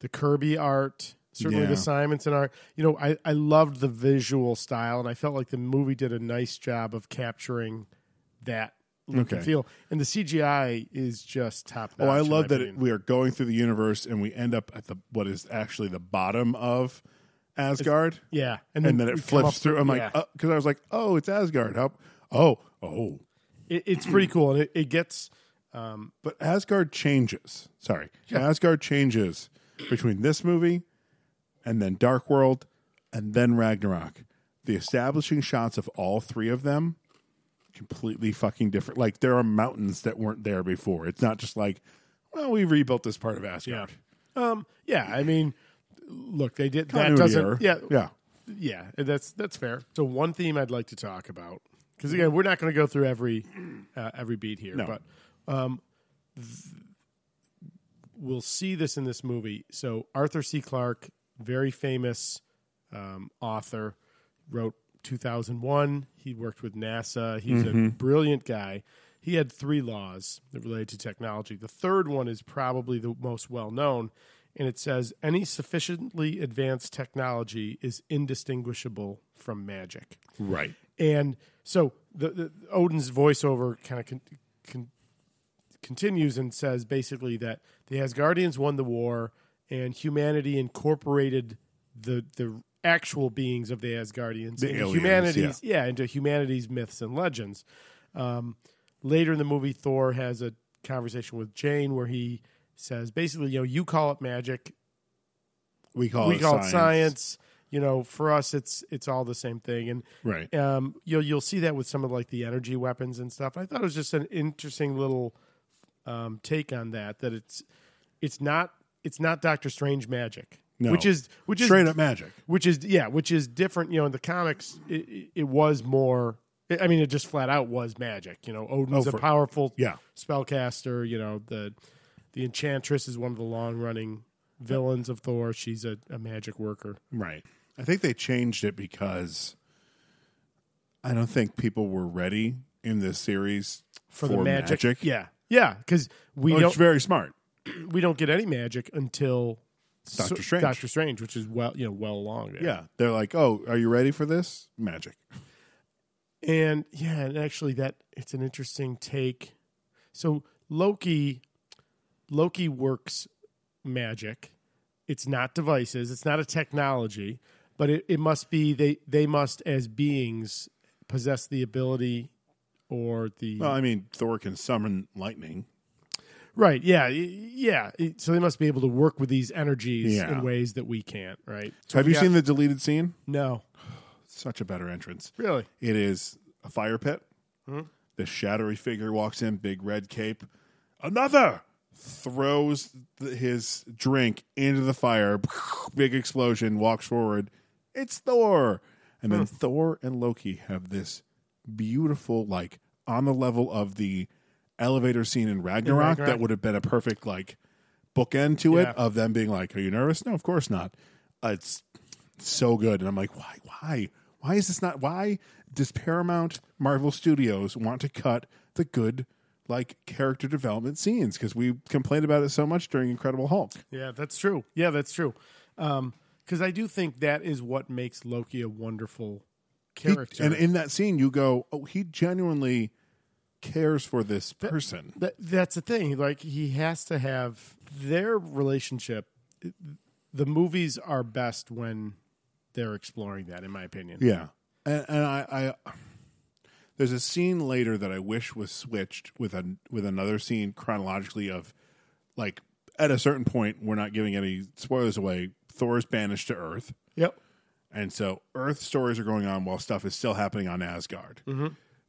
Speaker 2: the Kirby art, certainly
Speaker 1: Yeah.
Speaker 2: the Simonson art. You know, I, I loved the visual style, and I felt like the movie did a nice job of capturing that look
Speaker 1: Okay.
Speaker 2: and feel. And the CGI is just top.
Speaker 1: Oh, I love that it,
Speaker 2: It,
Speaker 1: we are going through the universe and we end up at the what is actually the bottom of Asgard,
Speaker 2: yeah,
Speaker 1: and, then
Speaker 2: we
Speaker 1: it
Speaker 2: Mm, come up
Speaker 1: flips through. I'm
Speaker 2: yeah.
Speaker 1: like, because I was like, oh, it's Asgard. How, oh, oh,
Speaker 2: It- it's
Speaker 1: uh,
Speaker 2: pretty cool, and it, it gets. Um,
Speaker 1: but Asgard changes. Sorry, Asgard changes between this movie and then Dark World and then Ragnarok. The establishing shots of all three of them completely fucking different. Like there are mountains that weren't there before. It's not just like, well, we rebuilt this part of Asgard.
Speaker 2: um, yeah, I mean, look, they did that
Speaker 1: Continuity error.
Speaker 2: doesn't. Yeah,
Speaker 1: yeah.
Speaker 2: Yeah, that's that's fair. So one theme I'd like to talk about because again, we're not going to go through every uh, every beat here,
Speaker 1: No.
Speaker 2: but um, th- we'll see this in this movie. So Arthur C. Clarke, very famous um, author, wrote 2001. He worked with NASA. He's a brilliant guy. He had three laws that related to technology. The third one is probably the most well known, and it says any sufficiently advanced technology is indistinguishable from magic.
Speaker 1: Right.
Speaker 2: And so the, the Odin's voiceover kind of con, con, continues and says basically that the Asgardians won the war and humanity incorporated the the actual beings of the Asgardians
Speaker 1: The
Speaker 2: into
Speaker 1: aliens,
Speaker 2: humanity's yeah. into humanity's myths and legends. Um, later in the movie, Thor has a conversation with Jane where he says basically, you know, you call it magic,
Speaker 1: We call
Speaker 2: we
Speaker 1: it
Speaker 2: call
Speaker 1: science.
Speaker 2: it science. You know, for us, it's it's all the same thing, and
Speaker 1: Right.
Speaker 2: um, you'll you'll see that with some of like the energy weapons and stuff. I thought it was just an interesting little um, take on that. That it's it's not it's not Doctor Strange magic,
Speaker 1: No.
Speaker 2: which is which is
Speaker 1: Straight up magic.
Speaker 2: which is yeah, which is different. You know, in the comics, it, it, it was more. I- I mean, it just flat out was magic. You know, Odin's
Speaker 1: Oh,
Speaker 2: a
Speaker 1: for-
Speaker 2: powerful
Speaker 1: yeah.
Speaker 2: spellcaster. You know, the the Enchantress is one of the long running villains of Thor. She's a, a magic worker.
Speaker 1: Right. I think they changed it because I don't think people were ready in this series for, Oh,
Speaker 2: the yeah, yeah, because we
Speaker 1: Which
Speaker 2: don't
Speaker 1: is very smart.
Speaker 2: we don't get any magic until
Speaker 1: Doctor Strange.
Speaker 2: Doctor Strange, which is well, you know, well along there.
Speaker 1: Yeah. They're like, oh, are you ready for this? Magic.
Speaker 2: and yeah, and actually, that it's an interesting take. So Loki, Loki works magic. It's not devices. It's not a technology, but it, it must be they they must as beings possess the ability or the
Speaker 1: Well, I mean, Thor can summon lightning.
Speaker 2: right. Yeah, y- yeah. It- So they must be able to work with these energies
Speaker 1: Yeah.
Speaker 2: in ways that we can't. Right. So
Speaker 1: Have
Speaker 2: we
Speaker 1: you
Speaker 2: got-
Speaker 1: seen the deleted scene?
Speaker 2: No.
Speaker 1: Such a better entrance.
Speaker 2: Really? Hmm?
Speaker 1: It is a fire pit. The shadowy figure walks in, big red cape. Another throws th- his drink into the fire. Big explosion. Walks forward. It's Thor. And then
Speaker 2: Hmm.
Speaker 1: Thor and Loki have this beautiful, like on the level of the elevator scene in Ragnarok,
Speaker 2: Ragnarok.
Speaker 1: that would have been a perfect like bookend to it
Speaker 2: Yeah.
Speaker 1: of them being like, "Are you nervous?" No, of course not. Uh, it's so good. And I'm like, why, why, why is this not? Why does Paramount Marvel Studios want to cut the good, like character development scenes? Because we complained about it so much during Incredible Hulk.
Speaker 2: Yeah, that's true. Yeah, that's true. Because I do think that is what makes Loki a wonderful
Speaker 1: He-
Speaker 2: character.
Speaker 1: and in that scene, you go, oh, he genuinely cares for this person.
Speaker 2: That, that's the thing. Like he has to have their relationship. The movies are best when they're exploring that, in my opinion.
Speaker 1: Yeah, and, and I, I there's a scene later that I wish was switched with a with another scene chronologically of like at a certain point we're not giving any spoilers away. Thor's banished to Earth,
Speaker 2: Yep.
Speaker 1: and so Earth stories are going on while stuff is still happening on Asgard.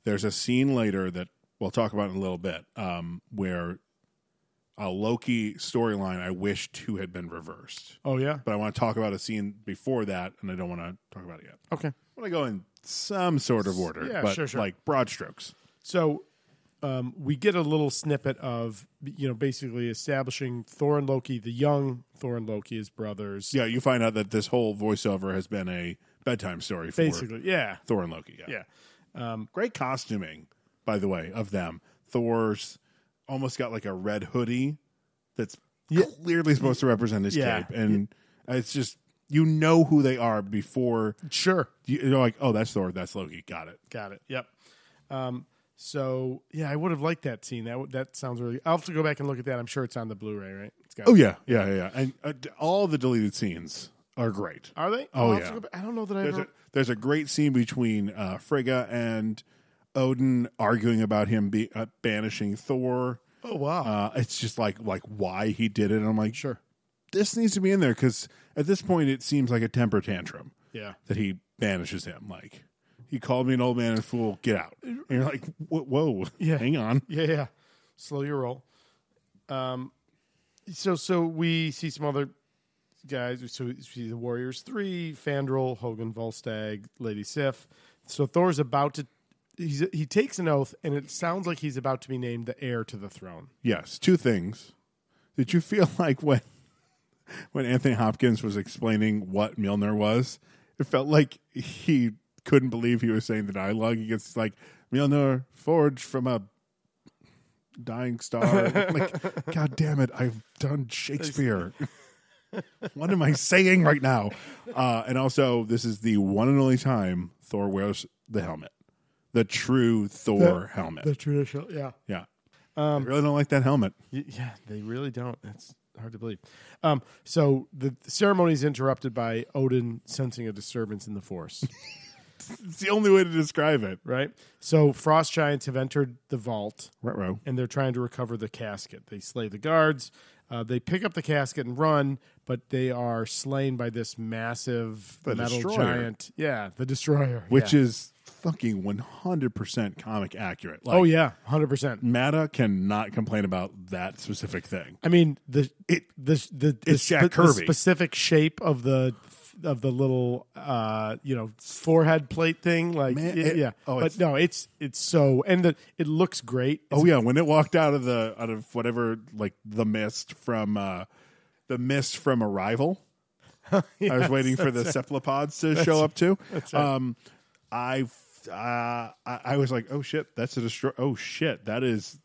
Speaker 1: There's a scene later that we'll talk about in a little bit, um, where a Loki storyline I wish two had been reversed.
Speaker 2: Oh yeah.
Speaker 1: But I want to talk about a scene before that, and I don't want to talk about it yet.
Speaker 2: Okay.
Speaker 1: I want to go in some sort of order,
Speaker 2: Yeah,
Speaker 1: but
Speaker 2: sure, sure.
Speaker 1: like broad strokes.
Speaker 2: So um, we get a little snippet of you know basically establishing Thor and Loki, the young Thor and Loki, as brothers.
Speaker 1: Yeah, you find out that this whole voiceover has been a bedtime story for
Speaker 2: Basically, yeah,
Speaker 1: Thor and Loki. Yeah. Um,
Speaker 2: yeah.
Speaker 1: Great costuming, by the way, of them. Thor's almost got like a red hoodie that's clearly supposed to represent his
Speaker 2: Yeah.
Speaker 1: cape. And it's just, you know who they are before
Speaker 2: Sure.
Speaker 1: you- you're like, oh, that's Thor, that's Loki. Got it.
Speaker 2: Got it. Yep. Um, so yeah, I would have liked that scene. That w- that sounds really. I'll have to go back and look at that. I'm sure it's on the Blu-ray, right? It's got
Speaker 1: Oh, yeah. Yeah. Yeah. yeah. And uh, d- all the deleted scenes are great.
Speaker 2: Are they?
Speaker 1: Oh,
Speaker 2: I'll have to
Speaker 1: yeah.
Speaker 2: go back- I don't know that I
Speaker 1: There's
Speaker 2: ever.
Speaker 1: a, there's a great scene between uh, Frigga and Odin arguing about him be, uh, banishing Thor.
Speaker 2: oh wow.
Speaker 1: Uh, it's just like like why he did it. And I'm like,
Speaker 2: Sure.
Speaker 1: this needs to be in there because at this point it seems like a temper tantrum
Speaker 2: yeah.
Speaker 1: that he banishes him. Like he called me an old man and fool. Get out. And you're like, whoa, whoa
Speaker 2: Yeah.
Speaker 1: hang on.
Speaker 2: Yeah, yeah. Slow your roll. Um, so so we see some other guys. So we see the Warriors three, Fandral, Hogan, Volstagg, Lady Sif. So Thor's about to. He's, he takes an oath, and it sounds like he's about to be named the heir to the throne.
Speaker 1: Yes, two things. Did you feel like when when Anthony Hopkins was explaining what Milner was, it felt like he couldn't believe he was saying the dialogue. He gets like Milner forged from a dying star. like, God damn it, I've done Shakespeare. what am I saying right now? Uh, and also, this is the one and only time Thor wears the helmet, the true Thor helmet.
Speaker 2: traditional, yeah,
Speaker 1: yeah, I really don't like that helmet.
Speaker 2: yeah. They really don't. That's hard to believe. Um, so the ceremony is interrupted by Odin sensing a disturbance in the force.
Speaker 1: It's the only way to describe it.
Speaker 2: right. So frost giants have entered the vault.
Speaker 1: Retro.
Speaker 2: and they're trying to recover the casket. They slay the guards. Uh, they pick up the casket and run, but they are slain by this massive
Speaker 1: The
Speaker 2: metal
Speaker 1: destroyer.
Speaker 2: giant. Yeah, the destroyer.
Speaker 1: Which is fucking 100% comic accurate. Like,
Speaker 2: oh yeah, hundred percent.
Speaker 1: Matta cannot complain about that specific thing.
Speaker 2: I mean the it the the, the,
Speaker 1: It's Jack
Speaker 2: spe- the
Speaker 1: Kirby.
Speaker 2: specific shape of the of the little uh you know forehead plate thing like
Speaker 1: Man,
Speaker 2: y-
Speaker 1: it-
Speaker 2: yeah
Speaker 1: oh,
Speaker 2: but
Speaker 1: it's-
Speaker 2: no it's it's so and the it looks great It's-
Speaker 1: Oh yeah, when it walked out of the out of whatever like the mist from uh the mist from Arrival.
Speaker 2: Oh,
Speaker 1: I was waiting for the cephalopods to show up too. Um I uh I, I was like, "Oh shit, that's a destroy Oh shit, that is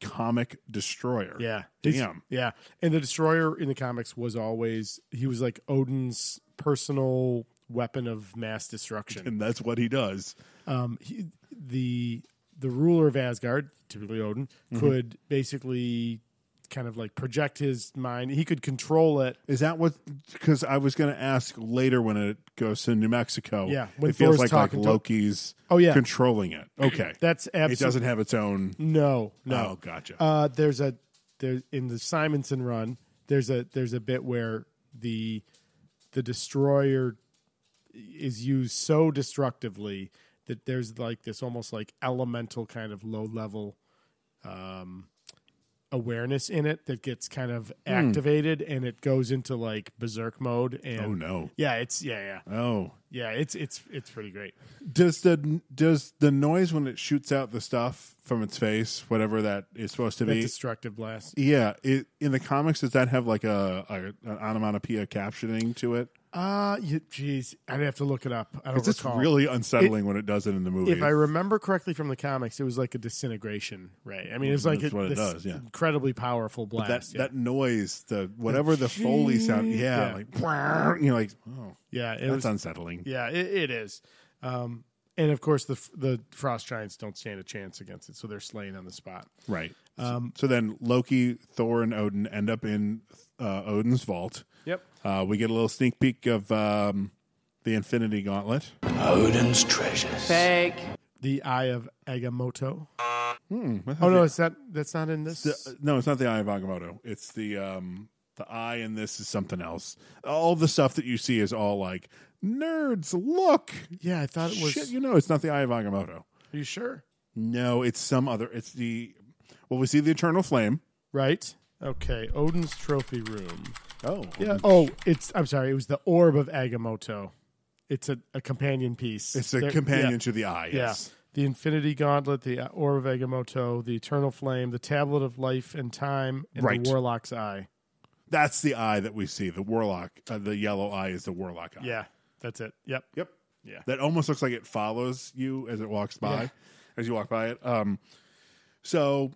Speaker 1: comic destroyer."
Speaker 2: Yeah.
Speaker 1: Damn.
Speaker 2: Yeah. And the destroyer in the comics was always he was like Odin's personal weapon of mass destruction.
Speaker 1: and that's what he does.
Speaker 2: Um he, the the ruler of Asgard, typically Odin,
Speaker 1: Mm-hmm.
Speaker 2: could basically kind of like project his mind. He could control it.
Speaker 1: Is that what? Because I was going to ask later when it goes to New Mexico.
Speaker 2: Yeah, when
Speaker 1: it feels like,
Speaker 2: Thor's
Speaker 1: like
Speaker 2: talking to-
Speaker 1: Loki's.
Speaker 2: Oh, yeah.
Speaker 1: controlling it. Okay,
Speaker 2: That's absolutely
Speaker 1: it doesn't have its own.
Speaker 2: No, no.
Speaker 1: Oh, gotcha.
Speaker 2: Uh, there's a there in the Simonson run. There's a there's a bit where the the destroyer is used so destructively that there's like this almost like elemental kind of low level um, awareness in it that gets kind of
Speaker 1: Hmm.
Speaker 2: activated and it goes into like berserk mode. And
Speaker 1: Oh, no.
Speaker 2: Yeah, it's yeah yeah
Speaker 1: oh,
Speaker 2: yeah. It's it's it's pretty great.
Speaker 1: does the does the noise when it shoots out the stuff from its face, whatever that is supposed to
Speaker 2: That
Speaker 1: be?
Speaker 2: destructive blast.
Speaker 1: yeah, it, in the comics, does that have like a, a an onomatopoeia captioning to it?
Speaker 2: Uh, you, geez, I'd have to look it up. I don't
Speaker 1: It's just
Speaker 2: recall.
Speaker 1: really unsettling when it does it in the movie.
Speaker 2: if I remember correctly from the comics, it was like a disintegration ray. I mean, it was like
Speaker 1: Mm, That's
Speaker 2: a,
Speaker 1: what it
Speaker 2: this
Speaker 1: does, yeah.
Speaker 2: incredibly powerful blast.
Speaker 1: that
Speaker 2: yeah.
Speaker 1: that noise, the whatever the foley sound, yeah,
Speaker 2: Yeah.
Speaker 1: like you're like, oh,
Speaker 2: yeah, it
Speaker 1: that's
Speaker 2: was,
Speaker 1: unsettling.
Speaker 2: yeah, it, it is. Um, and of course, the f- the frost giants don't stand a chance against it, so they're slain on the spot.
Speaker 1: Right.
Speaker 2: Um,
Speaker 1: so then Loki, Thor, and Odin end up in uh, Odin's vault.
Speaker 2: Yep.
Speaker 1: Uh, we get a little sneak peek of um, the Infinity Gauntlet.
Speaker 5: Odin's treasures.
Speaker 2: The Eye of Agamotto.
Speaker 1: Hmm, What
Speaker 2: Oh
Speaker 1: the-
Speaker 2: no, it's that that's not in this.
Speaker 1: the- uh, no, it's not the Eye of Agamotto. It's the um, the eye, and this is something else. All the stuff that you see is all like nerds. Look,
Speaker 2: yeah, I thought it was.
Speaker 1: shit. You know, it's not the Eye of Agamotto.
Speaker 2: Are you sure?
Speaker 1: No, it's some other. It's the well, we see the eternal flame.
Speaker 2: right? Okay, Odin's trophy room.
Speaker 1: Oh,
Speaker 2: Yeah. Oh, it's. I'm sorry. It was the orb of Agamotto. It's a, a companion piece.
Speaker 1: it's a
Speaker 2: There-
Speaker 1: companion
Speaker 2: yeah.
Speaker 1: to the eye.
Speaker 2: Yeah.
Speaker 1: Yes.
Speaker 2: The Infinity Gauntlet, the uh, Orb of Agamotto, the Eternal Flame, the Tablet of Life and Time, and
Speaker 1: Right.
Speaker 2: the Warlock's Eye.
Speaker 1: That's the eye that we see. The warlock, uh, the yellow eye is the warlock eye.
Speaker 2: Yeah, that's it. Yep.
Speaker 1: Yep.
Speaker 2: Yeah.
Speaker 1: That almost looks like it follows you as it walks by, as you walk by it. Um, so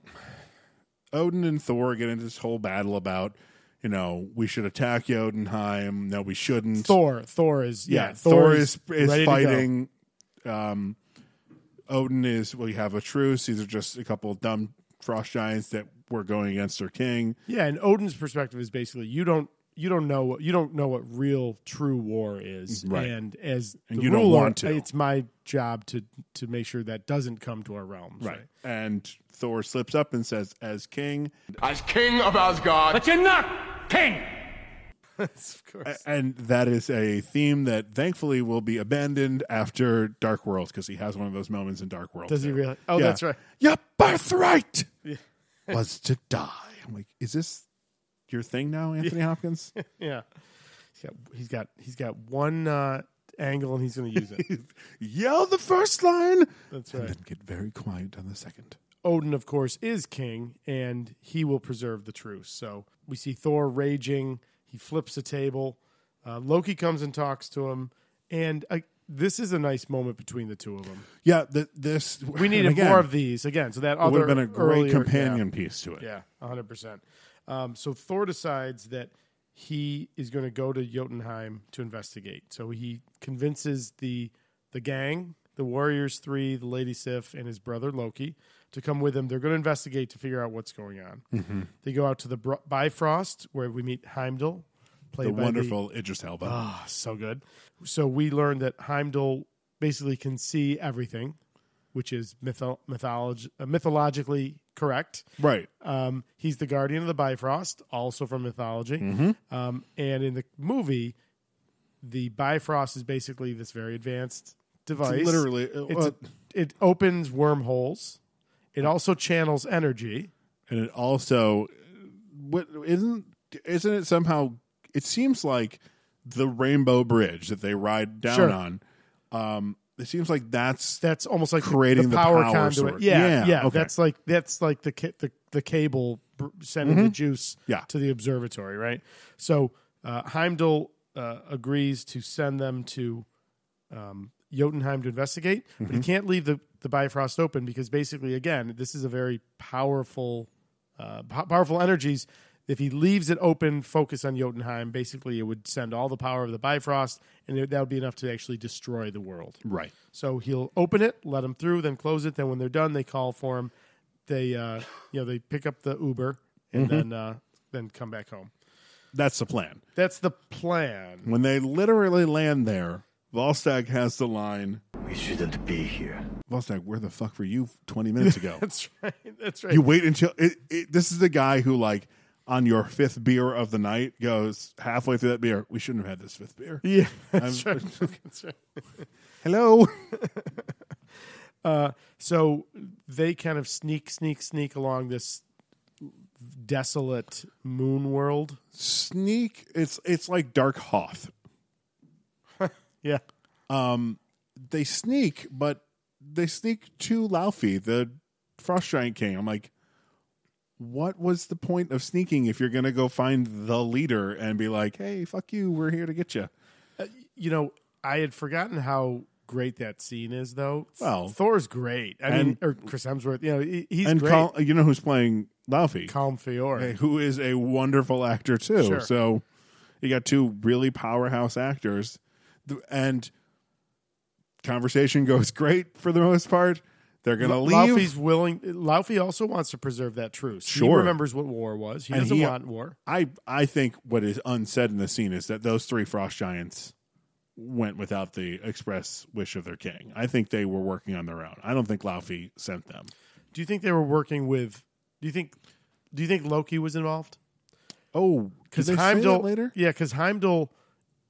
Speaker 1: Odin and Thor get into this whole battle about, you know, we should attack Jotunheim. No, we shouldn't.
Speaker 2: Thor. Thor is.
Speaker 1: yeah,
Speaker 2: Yeah.
Speaker 1: Thor, is,
Speaker 2: ready
Speaker 1: is
Speaker 2: to go.
Speaker 1: fighting. Um, Odin is, we have a truce. These are just a couple of dumb frost giants that were going against their king.
Speaker 2: Yeah, and Odin's perspective is basically you don't you don't know what you don't know what real true war is,
Speaker 1: Right.
Speaker 2: and as
Speaker 1: And
Speaker 2: the
Speaker 1: you don't
Speaker 2: ruler,
Speaker 1: want to.
Speaker 2: it's my job to to make sure that doesn't come to our realms.
Speaker 1: And Thor slips up and says, as king,
Speaker 8: As king of Asgard. But you're not king!
Speaker 2: of course.
Speaker 1: A- and that is a theme that thankfully will be abandoned after Dark World because he has one of those moments in Dark World.
Speaker 2: Does he
Speaker 1: too.
Speaker 2: really? Oh,
Speaker 1: Yeah.
Speaker 2: that's right.
Speaker 1: Your birthright was to die. I'm like, is this your thing now, Anthony Hopkins?
Speaker 2: Yeah, he's got he's got he's got one uh, angle, and he's going to use it.
Speaker 1: Yell the first line,
Speaker 2: That's
Speaker 1: and
Speaker 2: right.
Speaker 1: then get very quiet on the second.
Speaker 2: Odin, of course, is king, and he will preserve the truce. So we see Thor raging. He flips a table. Uh, Loki comes and talks to him, and uh, this is a nice moment between the two of them.
Speaker 1: Yeah, th- this
Speaker 2: We needed more of these again. So that
Speaker 1: Would
Speaker 2: other
Speaker 1: have been a great
Speaker 2: earlier-
Speaker 1: companion piece to it.
Speaker 2: Yeah, hundred percent. Um, so Thor decides that he is going to go to Jotunheim to investigate. So he convinces the the gang, the Warriors Three, the Lady Sif, and his brother Loki to come with him. They're going to investigate to figure out what's going on.
Speaker 1: Mm-hmm.
Speaker 2: They go out to the Bro- Bifrost where we meet Heimdall, played
Speaker 1: The
Speaker 2: by
Speaker 1: wonderful Idris Elba.
Speaker 2: Ah, so good. So we learned that Heimdall basically can see everything, which is mytho- mytholog- uh, mythologically correct.
Speaker 1: right.
Speaker 2: Um, he's the guardian of the Bifrost, also from mythology.
Speaker 1: Mm-hmm.
Speaker 2: Um, and in the movie, the Bifrost is basically this very advanced device.
Speaker 1: literally-
Speaker 2: It's a-
Speaker 1: uh,
Speaker 2: it opens wormholes. It also channels energy.
Speaker 1: and it also what isn't isn't it somehow it seems like the rainbow bridge that they ride down
Speaker 2: Sure.
Speaker 1: on um it seems like that's
Speaker 2: That's almost like the-
Speaker 1: Creating
Speaker 2: the
Speaker 1: the
Speaker 2: power,
Speaker 1: power
Speaker 2: conduit.
Speaker 1: source.
Speaker 2: Yeah,
Speaker 1: Yeah,
Speaker 2: yeah.
Speaker 1: okay.
Speaker 2: That's like that's like the ca- the, the cable br- sending the juice
Speaker 1: Mm-hmm. Yeah.
Speaker 2: to the observatory, right? So uh, Heimdall uh, agrees to send them to um, Jotunheim to investigate, but
Speaker 1: Mm-hmm.
Speaker 2: he can't leave the, the Bifrost open because basically, again, this is a very powerful, uh, po- powerful energies. If he leaves it open, focus on Jotunheim, basically it would send all the power of the Bifrost, and it, that would be enough to actually destroy the world.
Speaker 1: right
Speaker 2: So he'll open it, let them through, then close it. Then when they're done, they call for him. They, uh, you know, they pick up the Uber and
Speaker 1: Mm-hmm.
Speaker 2: then uh, then come back home.
Speaker 1: that's the plan
Speaker 2: That's the plan.
Speaker 1: when they literally land there Volstagg has the line
Speaker 9: We shouldn't be here.
Speaker 1: Volstagg where the fuck were you 20 minutes ago
Speaker 2: That's right. That's right.
Speaker 1: you wait until it, it, this is the guy who like on your fifth beer of the night goes halfway through that beer we shouldn't have had this fifth beer
Speaker 2: yeah.
Speaker 1: I'm-
Speaker 2: That's right.
Speaker 1: hello
Speaker 2: Uh, So they kind of sneak, sneak, sneak along this desolate moon world.
Speaker 1: sneak it's it's like dark hoth
Speaker 2: Yeah.
Speaker 1: they sneak, but they sneak to Laufey, the Frost Giant King. I'm like, what was the point of sneaking if you're going to go find the leader and be like, hey, fuck you, we're here to get you?
Speaker 2: You know, I had forgotten how great that scene is, though.
Speaker 1: Well-
Speaker 2: Thor's great. I mean,
Speaker 1: And-
Speaker 2: or Chris Hemsworth. You know, he- he's
Speaker 1: and
Speaker 2: great.
Speaker 1: Col- you know who's playing Laufey?
Speaker 2: Calm Fiore.
Speaker 1: who is a wonderful actor, too.
Speaker 2: Sure.
Speaker 1: So you got two really powerhouse actors. Th- And conversation goes great for the most part. They're going to
Speaker 2: L-
Speaker 1: leave.
Speaker 2: Laufey's willing. Laufey also wants to preserve that truce. He
Speaker 1: Sure.
Speaker 2: remembers what war was. He
Speaker 1: And
Speaker 2: doesn't
Speaker 1: he-
Speaker 2: want war.
Speaker 1: I I think what is unsaid in the scene is that those three frost giants went without the express wish of their king. I think they were working on their own. I don't think Laufey sent them.
Speaker 2: Do you think they were working with? Do you think? Do you think Loki was involved?
Speaker 1: Oh, because they say
Speaker 2: Heimdall
Speaker 1: that later.
Speaker 2: Yeah, because Heimdall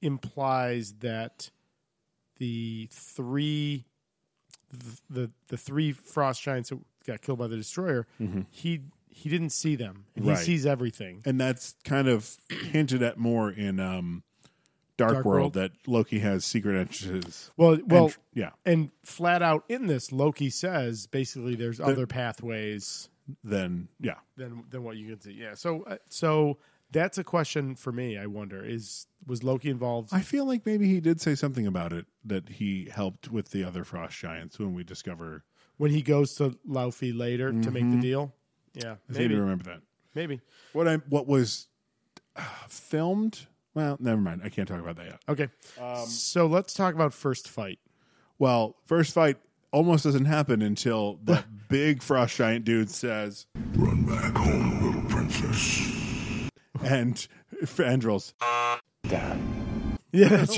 Speaker 2: implies that the three th- the the three frost giants that got killed by the destroyer, he he didn't see them. And
Speaker 1: Mm-hmm. Right.
Speaker 2: He sees everything.
Speaker 1: and that's kind of hinted at more in um, Dark,
Speaker 2: Dark
Speaker 1: World,
Speaker 2: World.
Speaker 1: that Loki has secret entrances.
Speaker 2: Well, well,
Speaker 1: Entr- yeah,
Speaker 2: And flat out in this, Loki says basically there's other pathways
Speaker 1: then yeah,
Speaker 2: than than what you can see. Yeah. So uh, so that's a question for me. I wonder is was Loki involved?
Speaker 1: I feel like maybe he did say something about it that he helped with the other frost giants when we discover.
Speaker 2: when he goes to Laufey later to
Speaker 1: Mm-hmm.
Speaker 2: make the deal. Yeah,
Speaker 1: I seem to
Speaker 2: maybe,
Speaker 1: remember that.
Speaker 2: maybe.
Speaker 1: What I what was uh, filmed? Well, never mind. I can't talk about that yet.
Speaker 2: Okay,
Speaker 1: Um,
Speaker 2: so let's talk about first fight.
Speaker 1: Well, first fight almost doesn't happen until that big frost giant dude says,
Speaker 9: Run back home, little princess.
Speaker 1: and Fandrels.
Speaker 2: Yeah, that's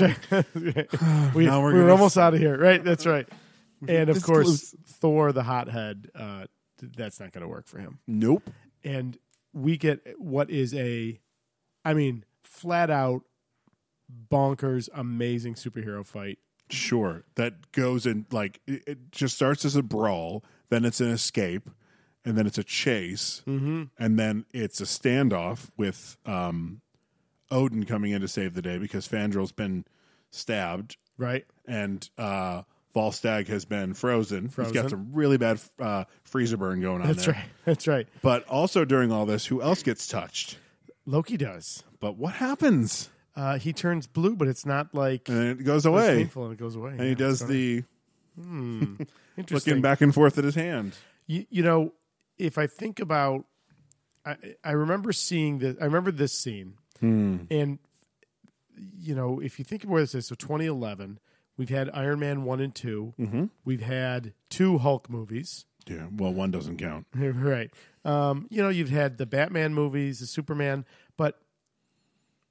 Speaker 2: right. we,
Speaker 1: Now we're
Speaker 2: we're
Speaker 1: gonna-
Speaker 2: almost out of here, right? That's right. And of
Speaker 1: Just
Speaker 2: course,
Speaker 1: lose.
Speaker 2: Thor, the hothead, uh, th- that's not going to work for him.
Speaker 1: Nope.
Speaker 2: And we get what is a, I mean, flat out bonkers, amazing superhero fight.
Speaker 1: Sure. That goes in like it, it just starts as a brawl, then it's an escape, and then it's a chase, mm-hmm. and then it's a standoff with um, Odin coming in to save the day because Fandrel's been stabbed
Speaker 2: Right?
Speaker 1: and uh, Volstagg has been frozen. He's
Speaker 2: Frozen.
Speaker 1: got some really bad uh, freezer burn going on
Speaker 2: That's
Speaker 1: there.
Speaker 2: right. That's right.
Speaker 1: But also during all this, who else gets touched?
Speaker 2: Loki does.
Speaker 1: But what happens?
Speaker 2: Uh, he turns blue, but it's not like
Speaker 1: And
Speaker 2: it's
Speaker 1: then it goes away.
Speaker 2: painful and it goes away.
Speaker 1: And he does the
Speaker 2: interesting
Speaker 1: looking back and forth at his hand.
Speaker 2: you, you know, if I think about, I, I remember seeing this. I remember this scene, and you know, if you think of where this is, so 2011, we've had Iron Man one and 2 Mm-hmm. We've had two Hulk movies,
Speaker 1: Yeah, well, one doesn't count.
Speaker 2: right? Um, you know, you've had the Batman movies, the Superman, but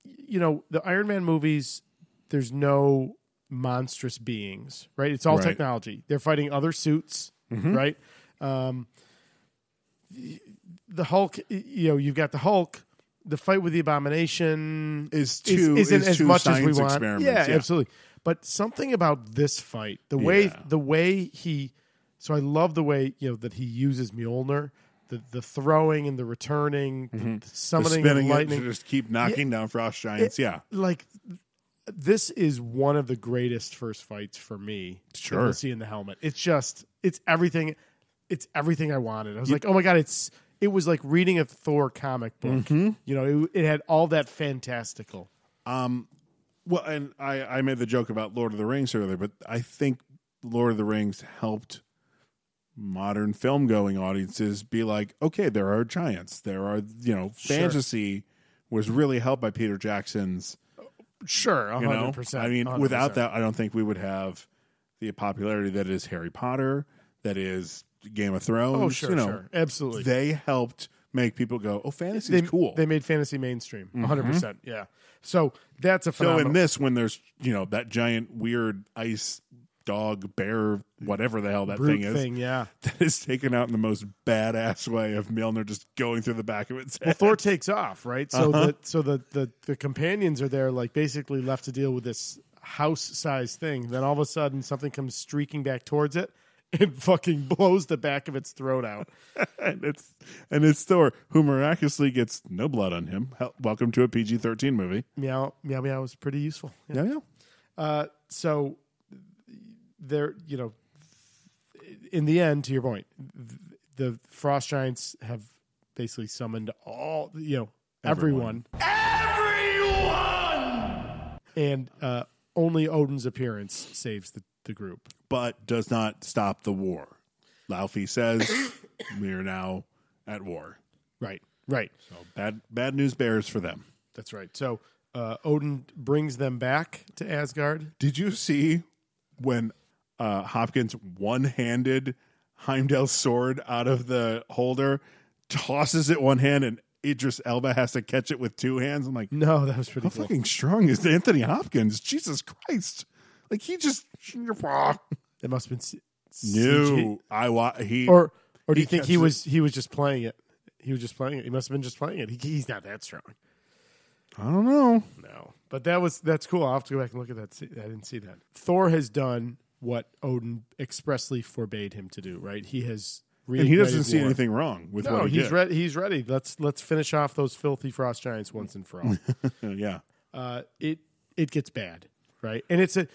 Speaker 2: you know, the Iron Man movies. There's no monstrous beings, right? It's all
Speaker 1: Right. Mm-hmm.
Speaker 2: technology. They're fighting other suits, right? Um, the Hulk, y- you know, you've got the Hulk. The fight with the Abomination
Speaker 1: Is two-
Speaker 2: isn't
Speaker 1: is
Speaker 2: as
Speaker 1: two
Speaker 2: much as we
Speaker 1: science
Speaker 2: want.
Speaker 1: experiments,
Speaker 2: Yeah,
Speaker 1: yeah.
Speaker 2: absolutely. But something about this fight, the way
Speaker 1: Yeah.
Speaker 2: the way he, so I love the way you know that he uses Mjolnir, the the throwing and the returning, the- the,
Speaker 1: Mm-hmm. The
Speaker 2: summoning,
Speaker 1: spinning
Speaker 2: of
Speaker 1: it to
Speaker 2: lightning.
Speaker 1: just keep knocking down frost giants. yeah,
Speaker 2: like this is one of the greatest first fights for me. that
Speaker 1: Sure.
Speaker 2: we'll see in the helmet. It's just it's everything. It's everything I wanted. I was like, oh my god, it's it was like reading a Thor comic book.
Speaker 1: Mm-hmm.
Speaker 2: You know, it, it had all that fantastical.
Speaker 1: Well, and I, I made the joke about Lord of the Rings earlier, but I think Lord of the Rings helped modern film going audiences be like, okay, there are giants. There are, you know, fantasy was really helped by Peter Jackson's,
Speaker 2: Sure,
Speaker 1: you know.
Speaker 2: hundred percent.
Speaker 1: I mean, without that, I don't think we would have the popularity that is Harry Potter, that is Game of Thrones.
Speaker 2: oh sure,
Speaker 1: you know,
Speaker 2: sure, absolutely.
Speaker 1: They helped make people go, oh, fantasy's
Speaker 2: They-
Speaker 1: cool.
Speaker 2: They made fantasy mainstream, 100 percent. Yeah, so that's a
Speaker 1: So
Speaker 2: phenomenal.
Speaker 1: in this, when there's you know that giant weird ice dog bear, whatever the hell that thing
Speaker 2: brute
Speaker 1: is,
Speaker 2: thing, yeah.
Speaker 1: that is taken out in the most badass way of Milner just going through the back of its head.
Speaker 2: Well, Thor takes off, right? So
Speaker 1: Uh-huh.
Speaker 2: the so the, the the companions are there, like basically left to deal with this house sized thing. Then all of a sudden, something comes streaking back towards it and fucking blows the back of its throat out.
Speaker 1: and it's and it's Thor who miraculously gets no blood on him. Hel- Welcome to a PG thirteen movie.
Speaker 2: meow meow meow was pretty useful. Yeah.
Speaker 1: Yeah, yeah.
Speaker 2: Uh, so there, you know, in the end, to your point, th- the frost giants have basically summoned all you know everyone, everyone, and uh, only Odin's appearance saves the, the group.
Speaker 1: But does not stop the war. Laufey says we are now at war.
Speaker 2: Right, right,
Speaker 1: So bad bad news bears for them.
Speaker 2: that's right. So uh, Odin brings them back to Asgard.
Speaker 1: Did you see when uh, Hopkins one handed Heimdall's sword out of the holder, tosses it one hand, and Idris Elba has to catch it with two hands? I'm like,
Speaker 2: No, that was pretty
Speaker 1: how
Speaker 2: cool.
Speaker 1: fucking strong is Anthony Hopkins? Jesus Christ. Like, he just.
Speaker 2: It must have been C- CG.
Speaker 1: No, I wa- he
Speaker 2: or or do you
Speaker 1: He
Speaker 2: think he
Speaker 1: catches-
Speaker 2: was he was just playing it? He was just playing it. He must have been just playing it. He, he's not that strong.
Speaker 1: I don't know.
Speaker 2: No, but that was that's cool. I'll have to go back and look at that. See, I didn't see that. Thor has done what Odin expressly forbade him to do. Right? He has
Speaker 1: and he doesn't
Speaker 2: reignited
Speaker 1: see
Speaker 2: war.
Speaker 1: anything wrong with
Speaker 2: No,
Speaker 1: what he
Speaker 2: he's
Speaker 1: did.
Speaker 2: ready. He's ready. Let's let's finish off those filthy frost giants once and for all.
Speaker 1: yeah,
Speaker 2: uh, it it gets bad, right? And it's a,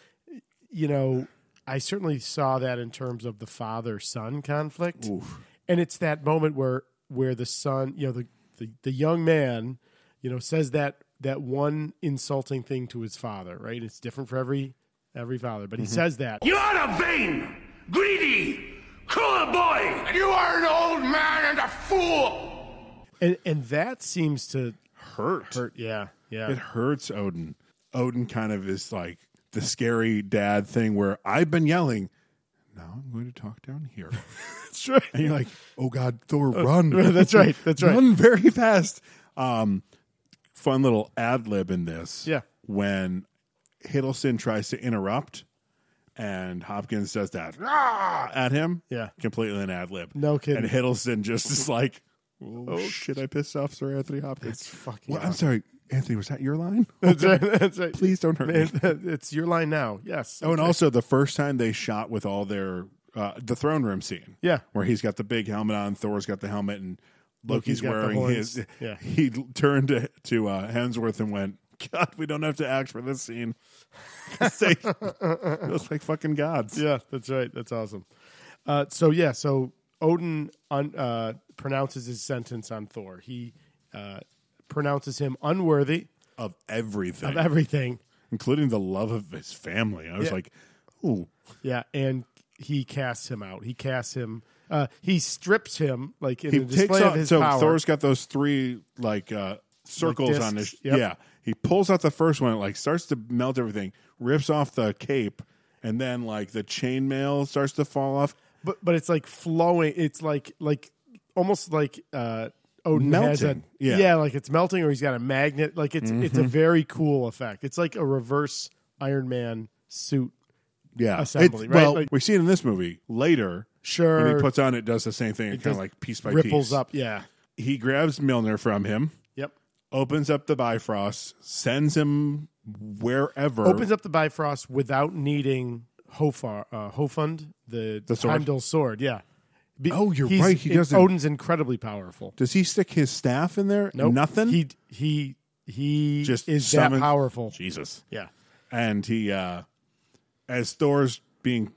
Speaker 2: you know, I certainly saw that in terms of the father son conflict, and it's that moment where where the son, you know, the, the the young man, you know, says that that one insulting thing to his father, right? It's different for every every father, but he says that,
Speaker 8: You are a vain, greedy, cruel boy. And you are an old man and a fool.
Speaker 2: and and that seems to
Speaker 1: hurt.
Speaker 2: hurt. Yeah, yeah.
Speaker 1: It hurts Odin. Odin kind of is like the scary dad thing where I've been yelling. Now I'm going to talk down here.
Speaker 2: That's right.
Speaker 1: and you're like, oh God, Thor, run.
Speaker 2: Uh, That's right. That's right.
Speaker 1: Run very fast. Um, fun little ad lib in this.
Speaker 2: Yeah.
Speaker 1: When Hiddleston tries to interrupt and Hopkins does that "Rah!" at him.
Speaker 2: Yeah.
Speaker 1: Completely an ad lib.
Speaker 2: No kidding.
Speaker 1: And Hiddleston just is like, oh, shit, I pissed off Sir Anthony Hopkins.
Speaker 2: fucking
Speaker 1: well, I'm sorry, Anthony, was that your line?
Speaker 2: That's right. That's right.
Speaker 1: Please don't hurt me.
Speaker 2: It's your line now. Yes.
Speaker 1: Oh, and also the first time they shot with all their uh, the throne room scene.
Speaker 2: Yeah.
Speaker 1: where he's got the big helmet on, Thor's got the helmet, and Loki's
Speaker 2: Loki's got the
Speaker 1: wearing
Speaker 2: horns.
Speaker 1: his.
Speaker 2: Yeah.
Speaker 1: He l- turned to, to uh, Hemsworth and went, "God, we don't have to act for this scene." 'Cause they look like fucking gods.
Speaker 2: Yeah, that's right. That's awesome. Uh, so yeah, so Odin un, uh, pronounces his sentence on Thor. He uh, pronounces him unworthy
Speaker 1: Of everything,
Speaker 2: of everything.
Speaker 1: including the love of his family. I was
Speaker 2: Yeah.
Speaker 1: like, "Ooh,
Speaker 2: Yeah, and he casts him out. He casts him. Uh, he strips him like in
Speaker 1: he
Speaker 2: the
Speaker 1: takes
Speaker 2: display of
Speaker 1: off."
Speaker 2: his
Speaker 1: So
Speaker 2: power.
Speaker 1: Thor's got those three like uh, circles on his.
Speaker 2: discs. Yep.
Speaker 1: Yeah, he pulls out the first one. It like starts to melt everything. Rips off the cape, and then like the chainmail starts to fall off.
Speaker 2: but but it's like flowing. It's like like almost like uh, Odin has a
Speaker 1: Melting. Yeah. Mm-hmm.
Speaker 2: like it's melting or he's got a magnet. Like it's it's a very cool effect. It's like a reverse Iron Man suit.
Speaker 1: Yeah,
Speaker 2: assembly,
Speaker 1: It-
Speaker 2: right?
Speaker 1: Well,
Speaker 2: Like-
Speaker 1: we see it in this movie later.
Speaker 2: Sure,
Speaker 1: When he puts on, it does the same thing. It kind
Speaker 2: does-
Speaker 1: of like piece by
Speaker 2: ripples
Speaker 1: piece.
Speaker 2: up. Yeah.
Speaker 1: He grabs Milner from him,
Speaker 2: Yep.
Speaker 1: opens up the Bifrost, sends him wherever.
Speaker 2: Opens up the Bifrost without needing Hofar, uh, Hofund, the,
Speaker 1: The sword?
Speaker 2: Heimdall sword. Yeah. Be-
Speaker 1: Oh, you're
Speaker 2: he's-
Speaker 1: right, he
Speaker 2: it-
Speaker 1: doesn't-
Speaker 2: Odin's incredibly powerful.
Speaker 1: Does he stick his staff in there?
Speaker 2: Nope.
Speaker 1: Nothing.
Speaker 2: He he he
Speaker 1: Just
Speaker 2: is
Speaker 1: summons-
Speaker 2: that powerful.
Speaker 1: Jesus.
Speaker 2: Yeah.
Speaker 1: And he, uh as Thor's being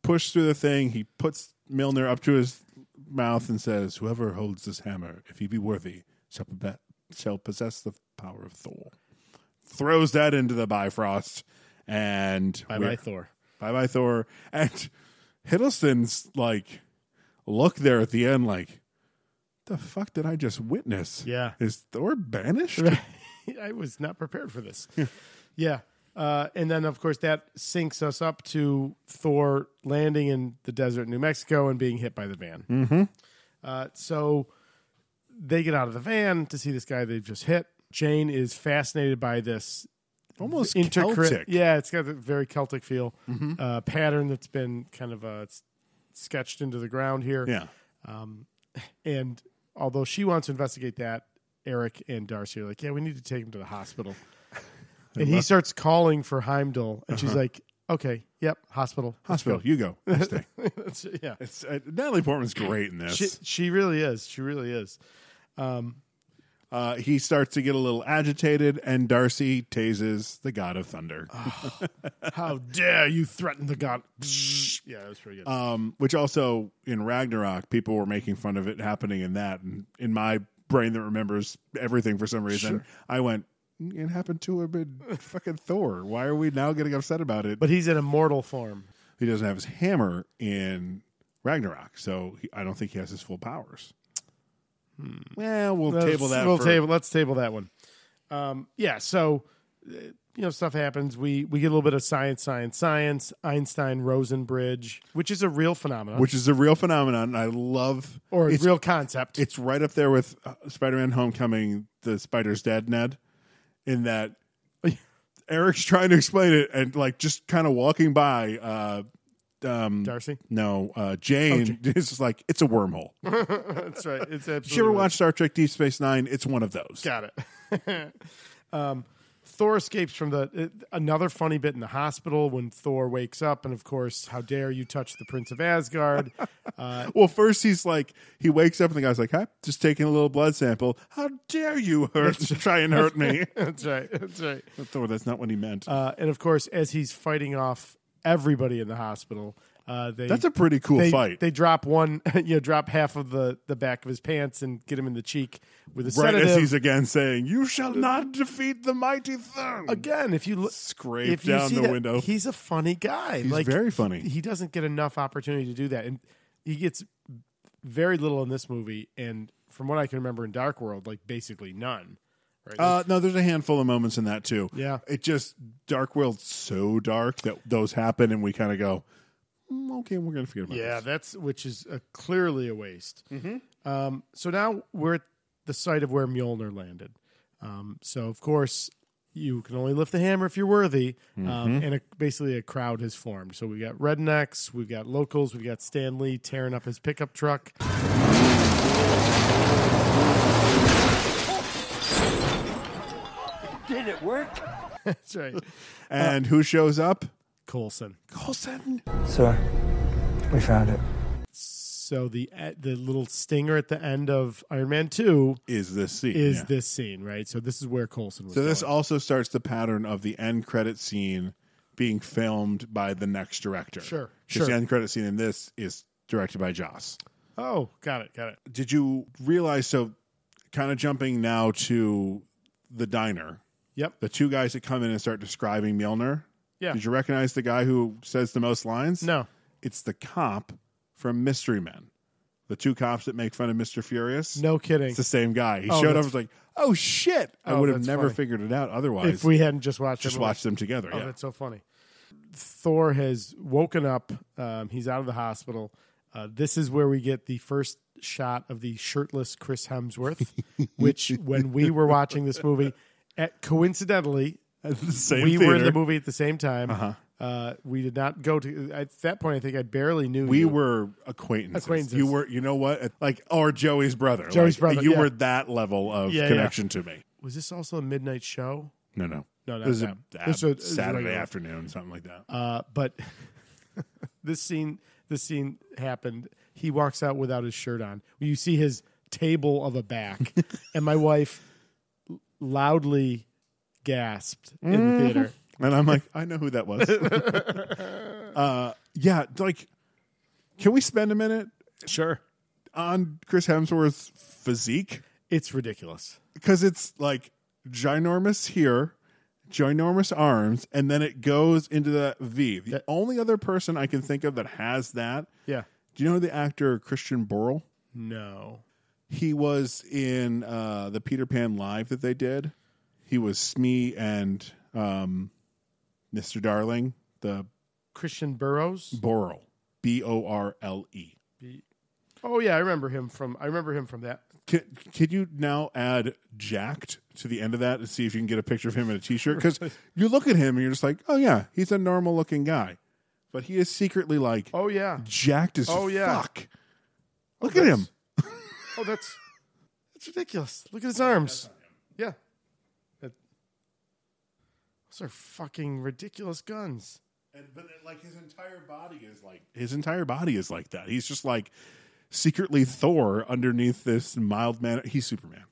Speaker 1: pushed through the thing, he puts Milner up to his mouth and says, "Whoever holds this hammer, if he be worthy, shall, pobe- shall possess the power of Thor." Throws that into the Bifrost, and
Speaker 2: Bye
Speaker 1: we're-
Speaker 2: bye Thor.
Speaker 1: Bye bye Thor. And Hiddleston's like look there at the end like the fuck did I just witness?
Speaker 2: Yeah.
Speaker 1: Is Thor banished?
Speaker 2: I was not prepared for this. yeah. Uh, and then, of course, that sinks us up to Thor landing in the desert in New Mexico and being hit by the van. Mm-hmm. Uh, so they get out of the van to see this guy they've just hit. Jane is fascinated by this
Speaker 1: Almost
Speaker 2: intercri-
Speaker 1: Celtic. Mm-hmm.
Speaker 2: Yeah, it's got a very Celtic feel uh, pattern that's been kind of uh, s- sketched into the ground here.
Speaker 1: Yeah.
Speaker 2: And although she wants to investigate that, Eric and Darcy are like, yeah, we need to take him to the hospital. and he starts calling for Heimdall. And
Speaker 1: Uh-huh.
Speaker 2: she's like, okay, yep, hospital.
Speaker 1: Hospital, you go. Next thing.
Speaker 2: That's- yeah.
Speaker 1: It's, uh, Natalie Portman's great in this.
Speaker 2: She, she really is. She really is.
Speaker 1: uh, he starts to get a little agitated, and Darcy tases the God of Thunder,
Speaker 2: How dare you threaten the god? yeah, that was pretty good.
Speaker 1: um, which also in Ragnarok, people were making fun of it happening in that. And in my brain that remembers everything for some reason, I went, it happened to him in fucking Thor. Why are we now getting upset about it?
Speaker 2: but he's in immortal form.
Speaker 1: he doesn't have his hammer in Ragnarok, so he, I don't think he has his full powers. Well, we'll table that.
Speaker 2: Hmm. We'll
Speaker 1: for-
Speaker 2: table. Let's table that one. Um, yeah. So, uh, you know, stuff happens. We we get a little bit of science, science, science. Einstein Rosen bridge, which is a real phenomenon,
Speaker 1: which is a real phenomenon. I love
Speaker 2: or a
Speaker 1: it's
Speaker 2: real concept.
Speaker 1: it's right up there with uh, Spider-Man: Homecoming, the Spider's Dad Ned, in that Eric's trying to explain it and like just kind of walking by. Uh, um,
Speaker 2: Darcy.
Speaker 1: no, uh, Jane
Speaker 2: Oh,
Speaker 1: is just like it's a wormhole. Did
Speaker 2: That's right. It's absolutely.
Speaker 1: you ever watch Star Trek: Deep Space Nine? It's one of those.
Speaker 2: Got it. um, Thor escapes from the uh, another funny bit in the hospital when Thor wakes up, and of course, how dare you touch the Prince of Asgard?
Speaker 1: Well, first he's like, he wakes up and the guy's like, huh? Just taking a little blood sample. How dare you hurt, try and hurt me?
Speaker 2: that's right. That's right.
Speaker 1: Thor, that's not what he meant.
Speaker 2: Uh, and of course, as he's fighting off everybody in the hospital, uh, they
Speaker 1: that's a pretty cool
Speaker 2: they,
Speaker 1: fight.
Speaker 2: They drop one, you know, drop half of the the back of his pants and get him in the cheek with a
Speaker 1: right as
Speaker 2: sedative.
Speaker 1: he's again saying, you shall not defeat the mighty Thor.
Speaker 2: Again, if you look,
Speaker 1: Scrape
Speaker 2: if you
Speaker 1: down
Speaker 2: see
Speaker 1: the
Speaker 2: that,
Speaker 1: window.
Speaker 2: he's a funny guy. He's like
Speaker 1: very funny.
Speaker 2: He doesn't get enough opportunity to do that, and he gets very little in this movie. And from what I can remember in Dark World, like basically none. Right?
Speaker 1: Uh, no, there's a handful of moments in that too.
Speaker 2: Yeah.
Speaker 1: it just Dark World's so dark that those happen, and we kind of go, "Mm, okay, we're gonna forget about
Speaker 2: Yeah,
Speaker 1: this.
Speaker 2: that's which is uh clearly a waste. Um, so now we're at the site of where Mjolnir landed. Um, so of course, you can only lift the hammer if you're worthy, um, and a, basically a crowd has formed. So we got rednecks, we've got locals, we've got Stanley tearing up his pickup truck.
Speaker 8: Did it work?
Speaker 2: That's right,
Speaker 1: And who shows up?
Speaker 2: Colson.
Speaker 1: Coulson.
Speaker 10: Sir, we found it.
Speaker 2: So the eh, the little stinger at the end of Iron Man Two
Speaker 1: Is this scene?
Speaker 2: is
Speaker 1: yeah.
Speaker 2: this scene, right? So this is where Colson was.
Speaker 1: So this
Speaker 2: going.
Speaker 1: also starts the pattern of the end credit scene being filmed by the next director.
Speaker 2: Sure,
Speaker 1: 'Cause
Speaker 2: sure.
Speaker 1: The end credit scene in this is directed by Joss.
Speaker 2: oh, got it, got it.
Speaker 1: Did you realize? So, kind of jumping now to the diner.
Speaker 2: Yep.
Speaker 1: the two guys that come in and start describing Milner.
Speaker 2: Yeah.
Speaker 1: Did you recognize the guy who says the most lines?
Speaker 2: No.
Speaker 1: It's the cop from Mystery Men. The two cops that make fun of Mr. Furious.
Speaker 2: No kidding.
Speaker 1: It's the same guy. He
Speaker 2: Oh,
Speaker 1: showed up and
Speaker 2: that's-
Speaker 1: was like, oh shit. I
Speaker 2: Oh,
Speaker 1: would have
Speaker 2: that's
Speaker 1: never
Speaker 2: funny.
Speaker 1: figured it out otherwise.
Speaker 2: if we hadn't just watched
Speaker 1: just
Speaker 2: everyone-
Speaker 1: watched them together.
Speaker 2: Oh,
Speaker 1: yeah.
Speaker 2: that's so funny. Thor has woken up. Um, he's out of the hospital. Uh, this is where we get the first shot of the shirtless Chris Hemsworth, which when we were watching this movie, at, coincidentally,
Speaker 1: the same
Speaker 2: we were in
Speaker 1: theater.
Speaker 2: the movie at the same time. Uh-huh. we did not go to at that point. I think I barely knew
Speaker 1: We
Speaker 2: you.
Speaker 1: were acquaintances.
Speaker 2: Acquaintances.
Speaker 1: You were, you know what? Like, or Joey's brother.
Speaker 2: Joey's
Speaker 1: Like,
Speaker 2: brother,
Speaker 1: You
Speaker 2: yeah.
Speaker 1: were that level of
Speaker 2: Yeah, yeah.
Speaker 1: connection to me.
Speaker 2: Was this also a midnight show?
Speaker 1: No, no.
Speaker 2: No, not
Speaker 1: This is a,
Speaker 2: that. This was- this was
Speaker 1: Saturday
Speaker 2: regular.
Speaker 1: afternoon, something like that.
Speaker 2: Uh, but this scene, this scene happened. He walks out without his shirt on. You see his table of a back, and my wife l- loudly gasped in the theater.
Speaker 1: And I'm like, I know who that was. uh, yeah, like, can we spend a minute
Speaker 2: Sure,
Speaker 1: on Chris Hemsworth's physique?
Speaker 2: it's ridiculous.
Speaker 1: Because it's like ginormous here, ginormous arms, and then it goes into the V. The
Speaker 2: That-
Speaker 1: only other person I can think of that has that.
Speaker 2: Yeah,
Speaker 1: Do you know the actor Christian Borle?
Speaker 2: no,
Speaker 1: He was in uh, the Peter Pan live that they did. He was Smee and um, Mr. Darling, the
Speaker 2: Christian Burrows.
Speaker 1: Borle. B O R L E.
Speaker 2: Oh yeah, I remember him from. I remember him from that.
Speaker 1: Could, could you now add jacked to the end of that and see if you can get a picture of him in a t shirt? Because you look at him and you're just like, oh, yeah, he's a normal looking guy. But he is secretly like
Speaker 2: Oh yeah.
Speaker 1: jacked as
Speaker 2: Oh, yeah.
Speaker 1: fuck. Look at him.
Speaker 2: Oh, that's that's ridiculous. Look at his arms. Yeah. That- those are fucking ridiculous guns.
Speaker 1: And, but like his entire body is like his entire body is like that. He's just like secretly Thor underneath this mild man. He's Superman.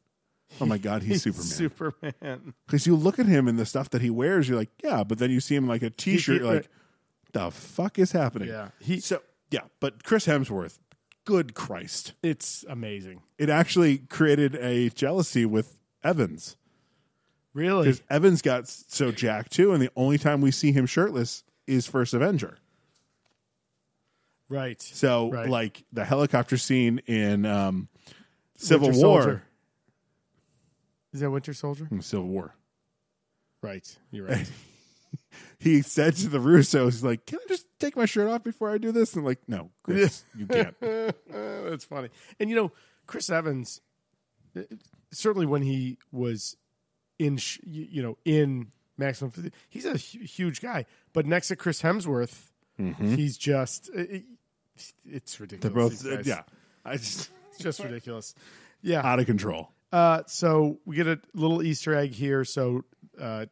Speaker 1: Oh my god, he's Superman.
Speaker 2: Superman.
Speaker 1: Because you look at him and the stuff that he wears, you're like, yeah, but then you see him in, like a t-shirt, you're like, the fuck is happening?
Speaker 2: Yeah. He-
Speaker 1: so yeah, but Chris Hemsworth, good Christ,
Speaker 2: It's amazing.
Speaker 1: it actually created a jealousy with Evans
Speaker 2: Really?
Speaker 1: because Evans got s- so jacked too, and the only time we see him shirtless is First Avenger.
Speaker 2: Right.
Speaker 1: So
Speaker 2: Right.
Speaker 1: like the helicopter scene in um, Civil
Speaker 2: Winter
Speaker 1: War, Mm,
Speaker 2: Soldier. Is that Winter Soldier?
Speaker 1: Civil War.
Speaker 2: Right. You're right.
Speaker 1: he said to the Russos, he's like, "Can I just take my shirt off before I do this?" And like, no, Chris, you can't.
Speaker 2: That's funny. And you know, Chris Evans uh, certainly when he was in sh- you you know, in maximum Physique, he's a hu- huge guy, but next to Chris Hemsworth, he's just uh, it- it's ridiculous.
Speaker 1: Mm-hmm. They're both, uh,
Speaker 2: These guys.
Speaker 1: yeah, I just
Speaker 2: It's just ridiculous. Yeah.
Speaker 1: out of control.
Speaker 2: Uh, so we get a little Easter egg here. So uh,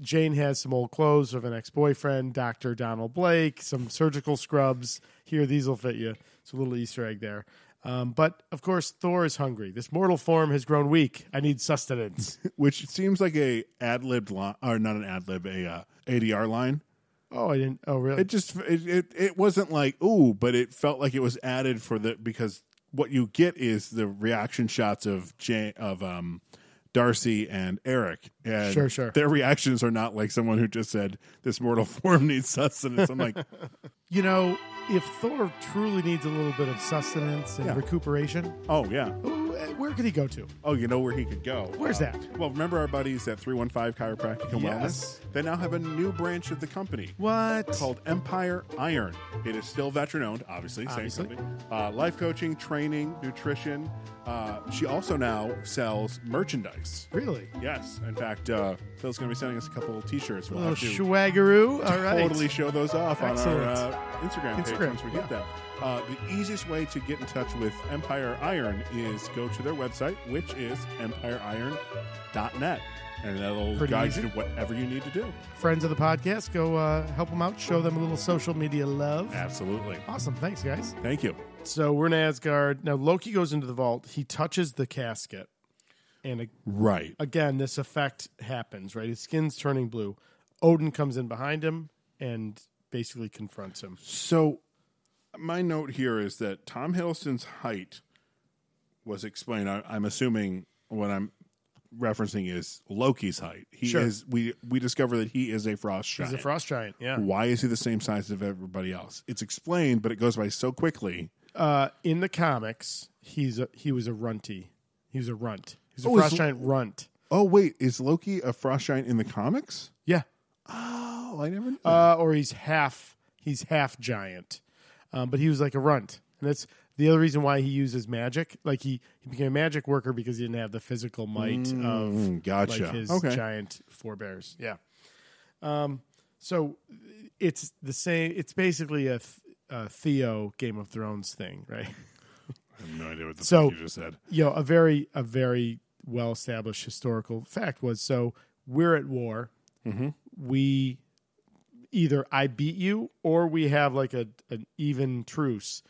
Speaker 2: Jane has some old clothes of an ex boyfriend, Dr. Donald Blake, some surgical scrubs. Here, these will fit you. It's a little Easter egg there. Um, but of course, Thor is hungry. This mortal form has grown weak. I need sustenance.
Speaker 1: which seems like a ad libbed line, or not an ad lib, a uh, ADR line.
Speaker 2: oh, I didn't. Oh, really?
Speaker 1: It just it, it it wasn't like ooh, but it felt like it was added for the because what you get is the reaction shots of Jane of um Darcy and Eric, and
Speaker 2: Sure, sure.
Speaker 1: their reactions are not like someone who just said this mortal form needs sustenance. I'm like,
Speaker 2: you know, if Thor truly needs a little bit of sustenance and
Speaker 1: Yeah.
Speaker 2: recuperation,
Speaker 1: oh yeah,
Speaker 2: who- eh, where could he go to?
Speaker 1: oh you know where he could go.
Speaker 2: Where's
Speaker 1: Uh,
Speaker 2: that?
Speaker 1: Well, remember our buddies at 315 Chiropractic and
Speaker 2: Yes.
Speaker 1: Wellness? They now have a new branch of the company.
Speaker 2: What?
Speaker 1: called Empire Iron. It is still veteran owned, obviously.
Speaker 2: Obviously.
Speaker 1: Same company. Uh, life coaching, training, nutrition. Uh, she also now sells merchandise.
Speaker 2: Really?
Speaker 1: Yes, in fact, uh, Phil's going to be sending us a couple of T-shirts. We'll
Speaker 2: Oh,
Speaker 1: have to
Speaker 2: swaggaroo. All right.
Speaker 1: totally show those off
Speaker 2: Excellent.
Speaker 1: on our uh, Instagram page
Speaker 2: Instagram,
Speaker 1: once we get them. Uh, the easiest way to get in touch with Empire Iron is go to their website, which is empire-iron.net, and that'll
Speaker 2: Pretty
Speaker 1: guide
Speaker 2: easy.
Speaker 1: you to whatever you need to do.
Speaker 2: Friends of the podcast, go uh, help them out. Show them a little social media love.
Speaker 1: Absolutely.
Speaker 2: Awesome. Thanks, guys.
Speaker 1: Thank you.
Speaker 2: So we're in Asgard. Now Loki goes into the vault. He touches the casket. And a-
Speaker 1: Right.
Speaker 2: again, this effect happens, right? His skin's turning blue. Odin comes in behind him and basically confronts him.
Speaker 1: So, my note here is that Tom Hiddleston's height was explained. I, I'm assuming what I'm referencing is Loki's height. He
Speaker 2: Sure.
Speaker 1: is. We we discover that he is a frost
Speaker 2: He's
Speaker 1: giant.
Speaker 2: a frost giant. Yeah.
Speaker 1: Why is he the same size as everybody else? It's explained, but it goes by so quickly.
Speaker 2: Uh, in the comics, he's a, he was a runty. He was a runt. He's a
Speaker 1: Oh,
Speaker 2: frost
Speaker 1: is-
Speaker 2: giant runt.
Speaker 1: Oh wait, is Loki a frost giant in the comics?
Speaker 2: Yeah.
Speaker 1: Oh, I never knew. that.
Speaker 2: Uh, or he's half he's half giant, um, but he was like a runt, and that's the other reason why he uses magic. Like he he became a magic worker because he didn't have the physical might of
Speaker 1: Mm, gotcha.
Speaker 2: like his
Speaker 1: okay.
Speaker 2: giant forebears. Yeah. Um, so it's the same. It's basically a, th- a Theo Game of Thrones thing, right?
Speaker 1: I have no idea what the
Speaker 2: So-
Speaker 1: fuck you just said.
Speaker 2: you know, a very a very well established historical fact was so we're at war.
Speaker 1: Mm-hmm.
Speaker 2: We either I beat you or we have like a an even truce.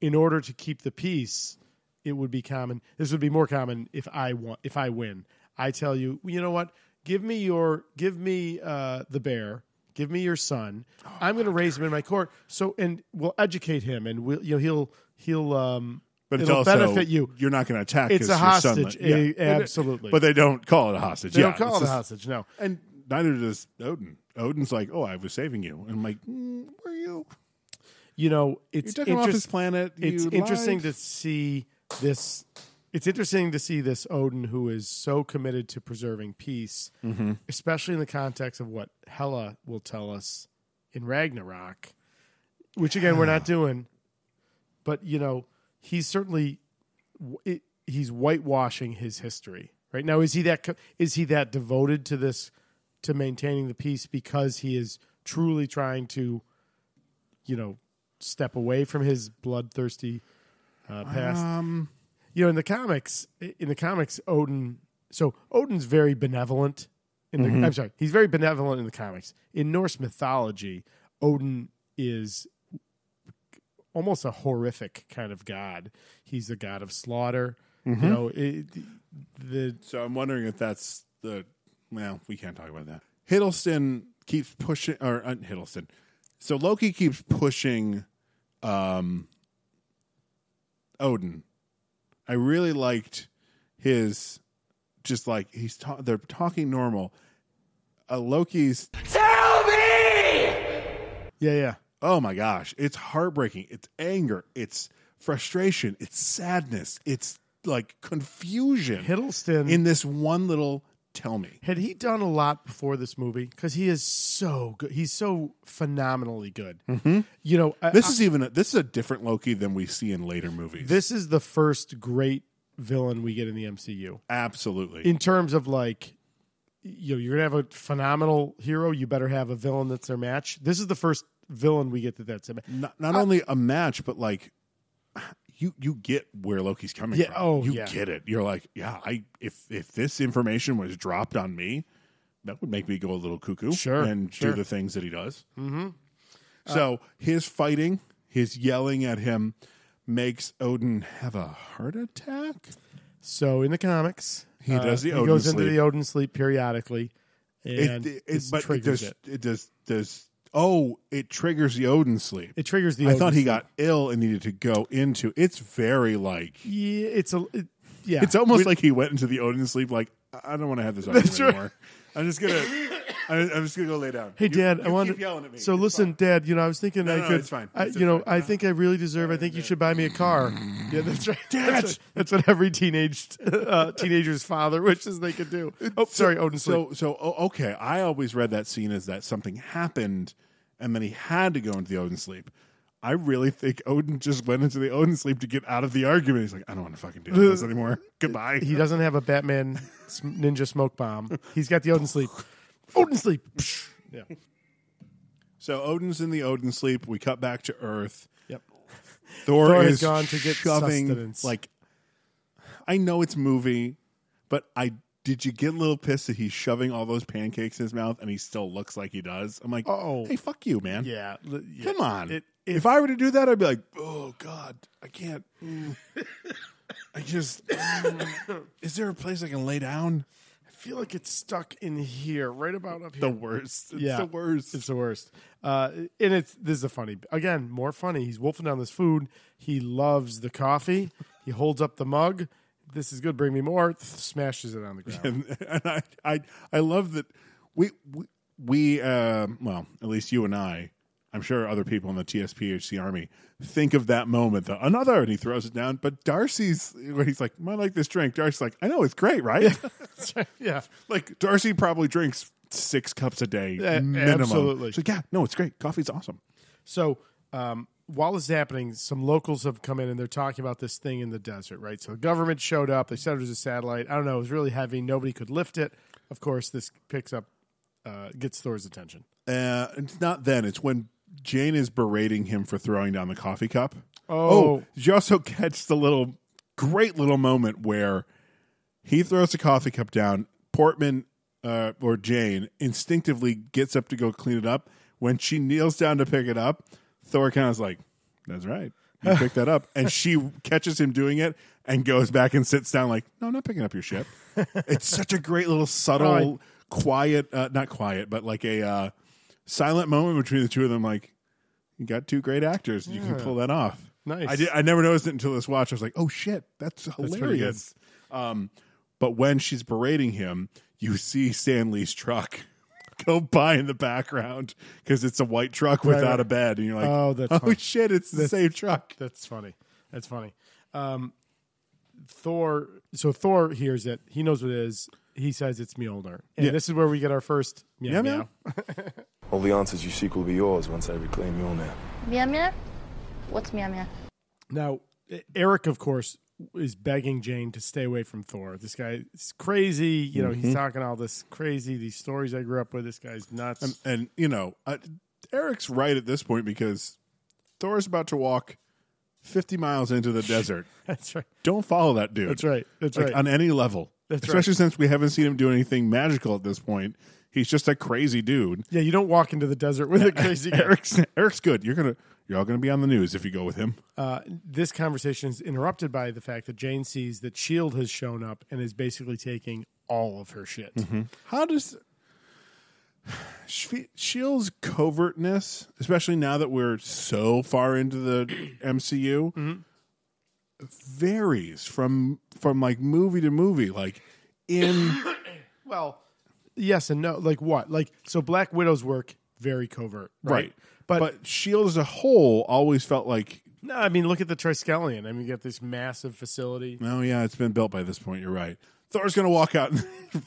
Speaker 2: In order to keep the peace, it would be common. This would be more common if I want if I win. I tell you, you know what? Give me your give me uh, the bear. Give me your son.
Speaker 1: Oh,
Speaker 2: I'm going to raise him in my court. So and we'll educate him and we'll you know he'll he'll um
Speaker 1: But it's
Speaker 2: it'll
Speaker 1: also
Speaker 2: benefit you.
Speaker 1: You're not going to attack.
Speaker 2: It's
Speaker 1: 'cause
Speaker 2: a
Speaker 1: your son-
Speaker 2: hostage,
Speaker 1: yeah.
Speaker 2: a-
Speaker 1: It-
Speaker 2: absolutely.
Speaker 1: But they don't call it a hostage.
Speaker 2: They
Speaker 1: yeah,
Speaker 2: don't call
Speaker 1: it's
Speaker 2: it a
Speaker 1: just-
Speaker 2: hostage. No.
Speaker 1: And neither does Odin. Odin's like, "Oh, I was saving you," and I'm like, mm, "Were you?
Speaker 2: You know,
Speaker 1: You
Speaker 2: it's
Speaker 1: took him off
Speaker 2: interest-
Speaker 1: his planet.
Speaker 2: It's
Speaker 1: you
Speaker 2: interesting
Speaker 1: lied."
Speaker 2: to see this. It's interesting to see this Odin who is so committed to preserving peace,
Speaker 1: Mm-hmm.
Speaker 2: especially in the context of what Hela will tell us in Ragnarok, which again we're not doing. But you know, he's certainly it, he's whitewashing his history right now. Is he that co- is he that devoted to this to maintaining the peace because he is truly trying to, you know, step away from his bloodthirsty uh, past?
Speaker 1: Um,
Speaker 2: you know, in the comics, in the comics, Odin. So Odin's very benevolent. In the,
Speaker 1: Mm-hmm.
Speaker 2: I'm sorry, he's very benevolent in the comics. In Norse mythology, Odin is almost a horrific kind of god. He's the god of slaughter.
Speaker 1: Mm-hmm.
Speaker 2: You know, it, the
Speaker 1: so I'm wondering if that's the. Well, we can't talk about that. Hiddleston keeps pushing, or uh, Hiddleston. So Loki keeps pushing, um, Odin. I really liked his, just like he's ta- they're talking normal. Uh, Loki's
Speaker 8: Tell me!
Speaker 2: yeah, yeah.
Speaker 1: Oh my gosh, it's heartbreaking. It's anger. It's frustration. It's sadness. It's like confusion
Speaker 2: Hiddleston
Speaker 1: in this one little tell me.
Speaker 2: had he done a lot before this movie because he is so good. He's so phenomenally good. You know, I-
Speaker 1: Mm-hmm. This is even a, this is a different Loki than we see in later movies.
Speaker 2: This is the first great villain we get in the MCU
Speaker 1: Absolutely.
Speaker 2: in terms of like, you know, you're gonna have a phenomenal hero. You better have a villain that's their match. This is the first villain we get that that's a match.
Speaker 1: not not only a match, but like you you get where Loki's coming
Speaker 2: Yeah,
Speaker 1: from.
Speaker 2: oh,
Speaker 1: you
Speaker 2: yeah.
Speaker 1: get it. You're like, yeah, I if if this information was dropped on me, that would make me go a little cuckoo
Speaker 2: Sure,
Speaker 1: and
Speaker 2: sure.
Speaker 1: do the things that he does. Mm-hmm. So his fighting, his yelling at him makes Odin have a heart attack.
Speaker 2: So in the comics, uh,
Speaker 1: He does the
Speaker 2: he
Speaker 1: Odin
Speaker 2: goes into
Speaker 1: sleep.
Speaker 2: the Odin sleep periodically, and it,
Speaker 1: but it
Speaker 2: triggers
Speaker 1: does,
Speaker 2: it.
Speaker 1: it. does does oh it triggers the Odin sleep.
Speaker 2: It triggers the.
Speaker 1: I thought
Speaker 2: Odin
Speaker 1: he
Speaker 2: sleep.
Speaker 1: got ill and needed to go into. It's very like
Speaker 2: Yeah, it's a. it- yeah,
Speaker 1: it's almost
Speaker 2: We-
Speaker 1: like he went into the Odin sleep. Like I I don't want to have this argument
Speaker 2: right.
Speaker 1: anymore. I'm just gonna I'm, I'm just gonna go lay down.
Speaker 2: Hey,
Speaker 1: You-
Speaker 2: Dad,
Speaker 1: you
Speaker 2: I wanted.
Speaker 1: keep yelling at me.
Speaker 2: So
Speaker 1: It's
Speaker 2: listen,
Speaker 1: fine.
Speaker 2: Dad, you know, I was thinking
Speaker 1: No,
Speaker 2: I
Speaker 1: no,
Speaker 2: could.
Speaker 1: it's fine.
Speaker 2: I,
Speaker 1: It's
Speaker 2: you know,
Speaker 1: fine.
Speaker 2: I think I really deserve. I think you should buy me a car. Yeah, that's right. That's, what- that's what every teenage uh, teenager's father wishes they could do. Oh, sorry, Odin. So
Speaker 1: So so oh, okay. I always read that scene as that something happened, and then he had to go into the Odin sleep. I really think Odin just went into the Odin sleep to get out of the argument. He's like, I don't want to fucking deal with this anymore. Goodbye.
Speaker 2: he doesn't have a Batman s- ninja smoke bomb. He's got the Odin sleep. Odin sleep. Yeah.
Speaker 1: So Odin's in the Odin sleep. We cut back to Earth.
Speaker 2: Yep.
Speaker 1: Thor,
Speaker 2: Thor has
Speaker 1: is
Speaker 2: gone to get
Speaker 1: shoving
Speaker 2: sustenance.
Speaker 1: like I know it's movie, but I did you get a little pissed that he's shoving all those pancakes in his mouth and he still looks like he does? I'm like,
Speaker 2: Uh-oh.
Speaker 1: hey, fuck you, man.
Speaker 2: Yeah. l- yeah.
Speaker 1: Come on.
Speaker 2: It-
Speaker 1: if I were to do that, I'd be like, oh God, I can't. mm. I just mm. is there a place I can lay down?
Speaker 2: I feel like it's stuck in here, right about up here.
Speaker 1: The worst. It's
Speaker 2: Yeah.
Speaker 1: the worst.
Speaker 2: It's the worst. Uh, and it's this is a funny again, more funny. He's wolfing down this food. He loves the coffee. he holds up the mug. This is good. Bring me more. Th- Smashes it on the ground.
Speaker 1: and, and I, I I love that we we, we um, well at least you and I I'm sure other people in the TSPHC army think of that moment the another and he throws it down but Darcy's where he's like "Mm, I like this drink Darcy's like I know it's great right
Speaker 2: yeah,
Speaker 1: like Darcy probably drinks six cups a day
Speaker 2: Yeah,
Speaker 1: minimum
Speaker 2: absolutely.
Speaker 1: She's like yeah no it's great coffee's awesome
Speaker 2: So um, while this is happening, some locals have come in and they're talking about this thing in the desert, right? So the government showed up. They said it was a satellite. I don't know. It was really heavy. Nobody could lift it. Of course, this picks up, uh, gets Thor's attention.
Speaker 1: uh, it's not then. It's when Jane is berating him for throwing down the coffee cup.
Speaker 2: Oh.
Speaker 1: did you also catch the little great little moment where he throws the coffee cup down. Portman uh, or Jane instinctively gets up to go clean it up. When she kneels down to pick it up, Thor kind of is like, "That's right, you picked that up." And she catches him doing it and goes back and sits down, like, "No, I'm not picking up your shit." it's such a great little subtle, quiet, uh, not quiet, but like a uh, silent moment between the two of them. Like, you got two great actors, and you can pull that off.
Speaker 2: Nice.
Speaker 1: I did. I never noticed it until this watch. I was like, "Oh shit, that's
Speaker 2: pretty
Speaker 1: hilarious." um, but when she's berating him, you see Stanley's truck go by in the background because it's a white truck without
Speaker 2: right.
Speaker 1: a bed, and you're like,
Speaker 2: Oh, that's funny.
Speaker 1: shit, it's the same truck."
Speaker 2: That's funny. That's funny. Um, Thor. So Thor hears it. He knows what it is. He says it's Mjolnir, and
Speaker 1: Yeah.
Speaker 2: this is where we get our first meow,
Speaker 1: Yeah,
Speaker 2: meow.
Speaker 1: meow.
Speaker 10: All the answers you seek will be yours once I reclaim your name.
Speaker 6: Mia Mia? What's Mia Mia?
Speaker 2: Now E, Eric, of course, is begging Jane to stay away from Thor. This guy is crazy. You know,
Speaker 1: Mm-hmm.
Speaker 2: he's talking all this crazy. These stories I grew up with. This guy's nuts.
Speaker 1: And, and you know, I, Eric's right at this point because Thor's about to walk 50 miles into the desert.
Speaker 2: that's right.
Speaker 1: Don't follow that dude.
Speaker 2: That's right. That's
Speaker 1: Like,
Speaker 2: right.
Speaker 1: On any level.
Speaker 2: That's
Speaker 1: Especially since we haven't seen him do anything magical at this point. He's just a crazy dude.
Speaker 2: yeah, you don't walk into the desert with a crazy guy.
Speaker 1: Eric's Eric's good. You're gonna you're all gonna be on the news if you go with him.
Speaker 2: uh, this conversation is interrupted by the fact that Jane sees that Shield E has shown up and is basically taking all of her shit.
Speaker 1: How does Sh- Shield's covertness, especially now that we're so far into the MCU, Mm-hmm. varies from from like movie to movie. Like in
Speaker 2: Well, yes and no. Like what? Like so, Black Widow's work very covert, right? But,
Speaker 1: but but Shield as a whole always felt like
Speaker 2: no, I mean, look at the Triskelion. I mean, you got this massive facility.
Speaker 1: oh yeah, it's been built by this point. You're right. Thor's gonna walk out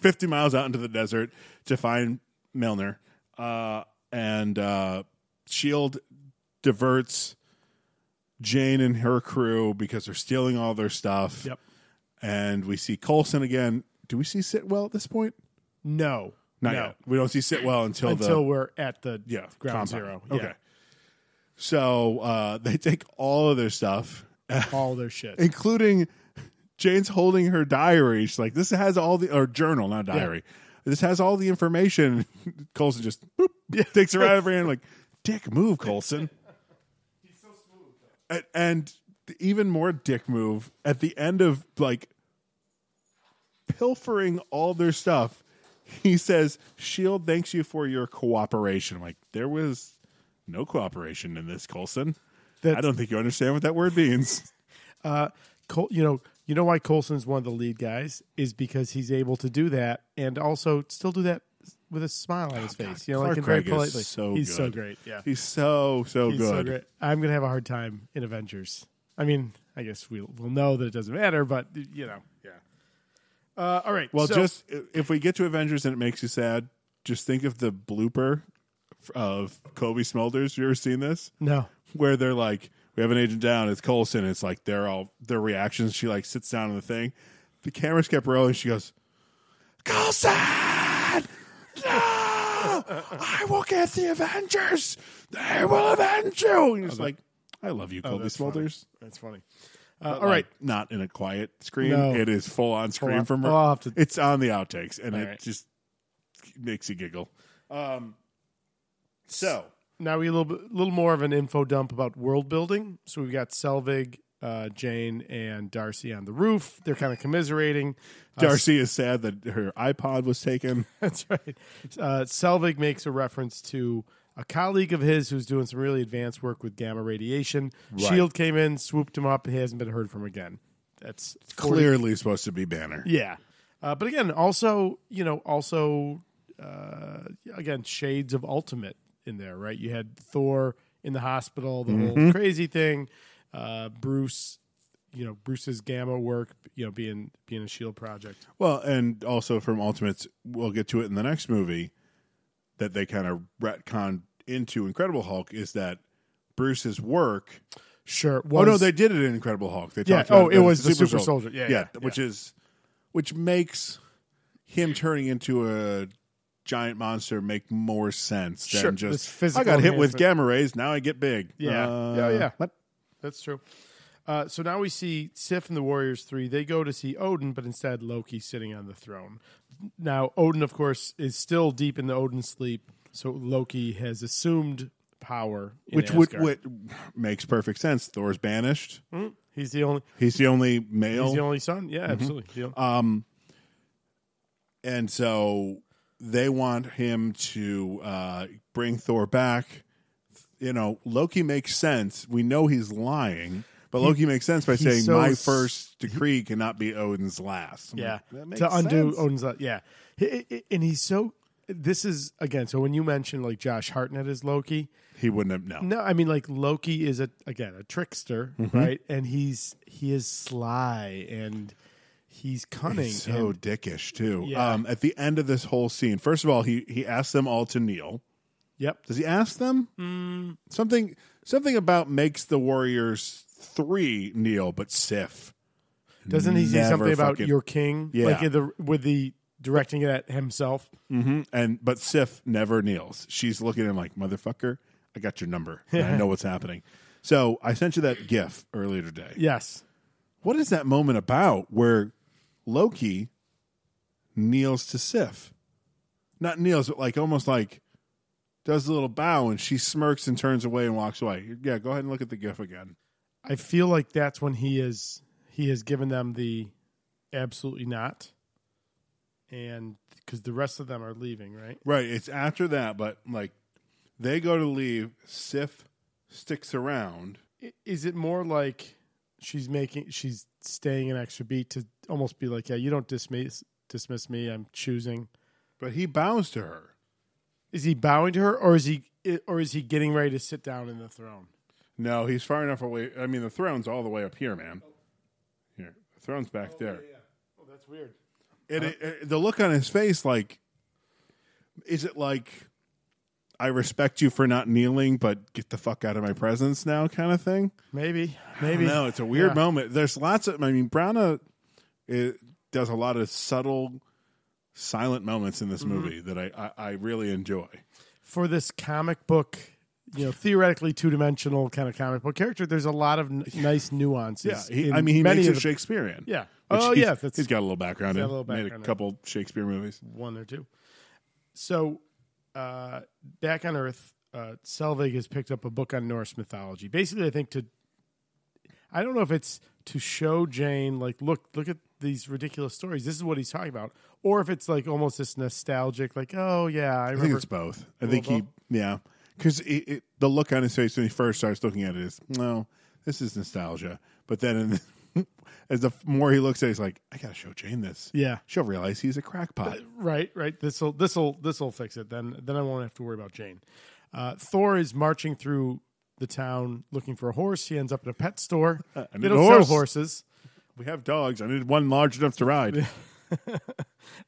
Speaker 1: 50 miles out into the desert to find Milner, uh, and uh, Shield diverts Jane and her crew because they're stealing all their stuff.
Speaker 2: Yep.
Speaker 1: And we see Colson again. Do we see Sitwell at this point?
Speaker 2: No,
Speaker 1: Not
Speaker 2: no.
Speaker 1: yet. We don't see Sitwell until,
Speaker 2: Until
Speaker 1: the
Speaker 2: we're at the
Speaker 1: yeah compound.
Speaker 2: ground zero.
Speaker 1: Okay. So uh, they take all of their stuff
Speaker 2: Yeah, all their shit.
Speaker 1: including Jane's holding her diary. She's like, "This has all the or journal, not diary. This has all the information. Colson just boop, takes her out of her hand, like, dick move, Colson. He's so smooth. And, and the even more dick move at the end of like pilfering all their stuff. He says, Shield thanks you for your cooperation. I'm like, there was no cooperation in this, Colson.
Speaker 2: That's-
Speaker 1: I don't think you understand what that word means.
Speaker 2: Col- you know, you know why Colson's one of the lead guys is because he's able to do that and also still do that with a smile
Speaker 1: Oh,
Speaker 2: on his face. You know, like
Speaker 1: Clark
Speaker 2: and very
Speaker 1: Gregg is
Speaker 2: politely.
Speaker 1: so
Speaker 2: he's so
Speaker 1: good.
Speaker 2: great. Yeah,
Speaker 1: He's so, so
Speaker 2: He's
Speaker 1: good.
Speaker 2: so great. I'm gonna have a hard time in Avengers. I mean, I guess we'll, we'll know that it doesn't matter, but you know, yeah. Uh, all right.
Speaker 1: Well,
Speaker 2: so-
Speaker 1: just if we get to Avengers and it makes you sad, just think of the blooper of Kobe Smulders. You ever seen this?
Speaker 2: no.
Speaker 1: Where they're like, "We have an agent down. It's Colson." It's like they're all their reactions. She like sits down on the thing. The cameras kept rolling. She goes, "Colson, no, I will get the Avengers. They will avenge you." And it's like, "I love you, Kobe
Speaker 2: "Oh, that's funny.
Speaker 1: Smulders."
Speaker 2: That's funny. Uh, all right.
Speaker 1: like, not in a quiet screen.
Speaker 2: No.
Speaker 1: It is full on screen
Speaker 2: on.
Speaker 1: from her.
Speaker 2: I'll have to-
Speaker 1: It's on the outtakes, and it
Speaker 2: right.
Speaker 1: just makes you giggle. Um, so
Speaker 2: Now we a little bit, little more of an info dump about world building. So we've got Selvig, uh, Jane, and Darcy on the roof. They're kind of commiserating. Uh,
Speaker 1: Darcy is sad that her iPod was taken.
Speaker 2: That's right. Uh, Selvig makes a reference to a colleague of his who's doing some really advanced work with gamma radiation. Shield came in, swooped him up. He hasn't been heard from again. That's 40
Speaker 1: Clearly supposed to be Banner.
Speaker 2: Yeah. Uh, but again, also, you know, also, uh, again, shades of Ultimate in there, right? You had Thor in the hospital, the whole crazy thing. Uh, Bruce, you know, Bruce's gamma work, you know, being being a shield E project.
Speaker 1: Well, and also from Ultimates, we'll get to it in the next movie that they kind of retcon into Incredible Hulk is that Bruce's work.
Speaker 2: Sure.
Speaker 1: Oh
Speaker 2: was-
Speaker 1: no, they did it in Incredible Hulk. They
Speaker 2: Yeah,
Speaker 1: talked about
Speaker 2: oh, it was the Super Soldier. Yeah, yeah,
Speaker 1: which is which makes him turning into a giant monster make more sense than
Speaker 2: Sure, this
Speaker 1: just
Speaker 2: physical
Speaker 1: I got hit with
Speaker 2: enhancement.
Speaker 1: gamma rays. Now I get big.
Speaker 2: Yeah.
Speaker 1: Uh,
Speaker 2: yeah, yeah.
Speaker 1: what?
Speaker 2: That's true. Uh, so now we see Sif and the Warriors Three. They go to see Odin, but instead Loki sitting on the throne. Now Odin, of course, is still deep in the Odin sleep. So Loki has assumed power, in
Speaker 1: Which would,
Speaker 2: Asgard.
Speaker 1: would makes perfect sense. Thor's banished.
Speaker 2: he's the only
Speaker 1: He's the only male,
Speaker 2: he's the only son.
Speaker 1: Mm-hmm.
Speaker 2: Yeah, absolutely. The-
Speaker 1: Um, and so they want him to uh, bring Thor back. You know, Loki makes sense. We know he's lying, but Loki makes sense by saying,
Speaker 2: so
Speaker 1: "My
Speaker 2: s-
Speaker 1: first decree cannot be Odin's last." I'm
Speaker 2: Yeah,
Speaker 1: like, that makes
Speaker 2: to undo
Speaker 1: sense.
Speaker 2: Odin's. Yeah, He- he- and he's so. This is again. So when you mentioned like Josh Hartnett as Loki,
Speaker 1: he wouldn't have known.
Speaker 2: No, I mean like Loki is a again a trickster,
Speaker 1: Mm-hmm.
Speaker 2: right? And he's he is sly and he's cunning.
Speaker 1: He's so
Speaker 2: and-
Speaker 1: dickish too.
Speaker 2: Yeah.
Speaker 1: Um, at the end of this whole scene, first of all, he he asks them all to kneel.
Speaker 2: yep.
Speaker 1: Does he ask them
Speaker 2: Mm.
Speaker 1: something? Something about makes the Warriors three kneel, but Sif.
Speaker 2: Doesn't he say
Speaker 1: never
Speaker 2: something about
Speaker 1: fucking-
Speaker 2: your king?
Speaker 1: Yeah.
Speaker 2: Like in the, with the directing it at himself.
Speaker 1: And but Sif never kneels. She's looking at him like, motherfucker, I got your number. And I know what's happening. So I sent you that GIF earlier today.
Speaker 2: Yes.
Speaker 1: What is that moment about where Loki kneels to Sif? Not kneels, but like almost like does a little bow and she smirks and turns away and walks away. Yeah, go ahead and look at the GIF again.
Speaker 2: I feel like that's when he is he has given them the absolutely not. And because the rest of them are leaving, right?
Speaker 1: Right. It's after that, but like they go to leave. Sif sticks around.
Speaker 2: I- Is it more like she's making she's staying an extra beat to almost be like, yeah, you don't dismiss dismiss me. I'm choosing.
Speaker 1: But he bows to her.
Speaker 2: Is he bowing to her, or is he, or is he getting ready to sit down in the throne?
Speaker 1: No, he's far enough away. I mean, the throne's all the way up here, man. Here, the throne's back there.
Speaker 2: Oh, that's weird.
Speaker 1: It, it, it- the look on his face, like, is it like, I respect you for not kneeling, but get the fuck out of my presence now, kind of thing?
Speaker 2: Maybe, maybe.
Speaker 1: No, it's a weird
Speaker 2: Yeah.
Speaker 1: moment. There's lots of. I mean, Brana it, does a lot of subtle,
Speaker 2: Mm-hmm.
Speaker 1: silent moments in this movie that I, I, I really enjoy.
Speaker 2: For this comic book you know theoretically two dimensional kind of comic book character. There's a lot of n- nice
Speaker 1: Yeah,
Speaker 2: nuances.
Speaker 1: he,
Speaker 2: in
Speaker 1: I mean, he
Speaker 2: many
Speaker 1: makes
Speaker 2: of
Speaker 1: it
Speaker 2: the-
Speaker 1: Shakespearean.
Speaker 2: Yeah.
Speaker 1: Which
Speaker 2: Oh,
Speaker 1: he's-
Speaker 2: yeah, that's-
Speaker 1: he's got a little background.
Speaker 2: he's
Speaker 1: in.
Speaker 2: got a little
Speaker 1: Made
Speaker 2: background
Speaker 1: a
Speaker 2: in.
Speaker 1: couple Shakespeare movies.
Speaker 2: one or two. So, uh, back on Earth, uh, Selvig has picked up a book on Norse mythology. Basically, I think to, I don't know if it's to show Jane, like, look, look at these ridiculous stories. This is what he's talking about, or if it's like almost this nostalgic, like, oh yeah, I
Speaker 1: I think
Speaker 2: remember.
Speaker 1: it's both. I think he,
Speaker 2: both?
Speaker 1: yeah, because the look on his face when he first starts looking at it is, no, this is nostalgia. But then, in, as the more he looks at, it, he's like, I gotta show Jane this.
Speaker 2: Yeah.
Speaker 1: she'll realize he's a crackpot.
Speaker 2: Right, right. This will this will this will fix it. Then then I won't have to worry about Jane. Uh, Thor is marching through the town looking for a horse. He ends up at a pet store.
Speaker 1: Uh, I need
Speaker 2: they
Speaker 1: a
Speaker 2: don't
Speaker 1: horse.
Speaker 2: sell horses.
Speaker 1: We have dogs. I need one large enough to ride.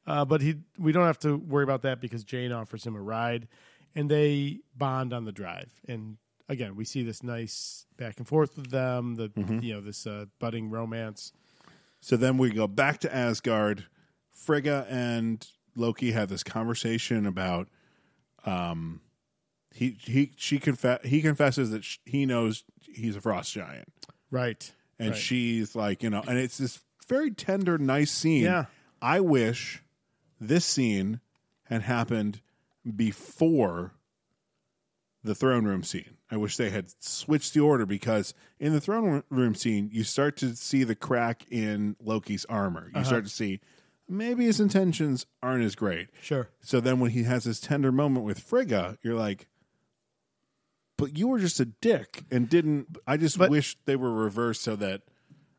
Speaker 2: Uh, but he, we don't have to worry about that because Jane offers him a ride, and they bond on the drive. And again, we see this nice back and forth with them. The you know this uh, budding romance.
Speaker 1: so then we go back to Asgard. Frigga and Loki have this conversation about, um, he he she confess he confesses that sh- he knows he's a frost giant.
Speaker 2: Right.
Speaker 1: and
Speaker 2: Right.
Speaker 1: she's like, you know, and it's this very tender, nice scene.
Speaker 2: Yeah.
Speaker 1: I wish this scene had happened before the throne room scene. I wish they had switched the order because in the throne room scene, you start to see the crack in Loki's armor.
Speaker 2: Uh-huh.
Speaker 1: You start to see maybe his intentions aren't as great.
Speaker 2: Sure.
Speaker 1: So then when he has this tender moment with Frigga, you're like, but you were just a dick and didn't. I just
Speaker 2: But-
Speaker 1: wish they were reversed so that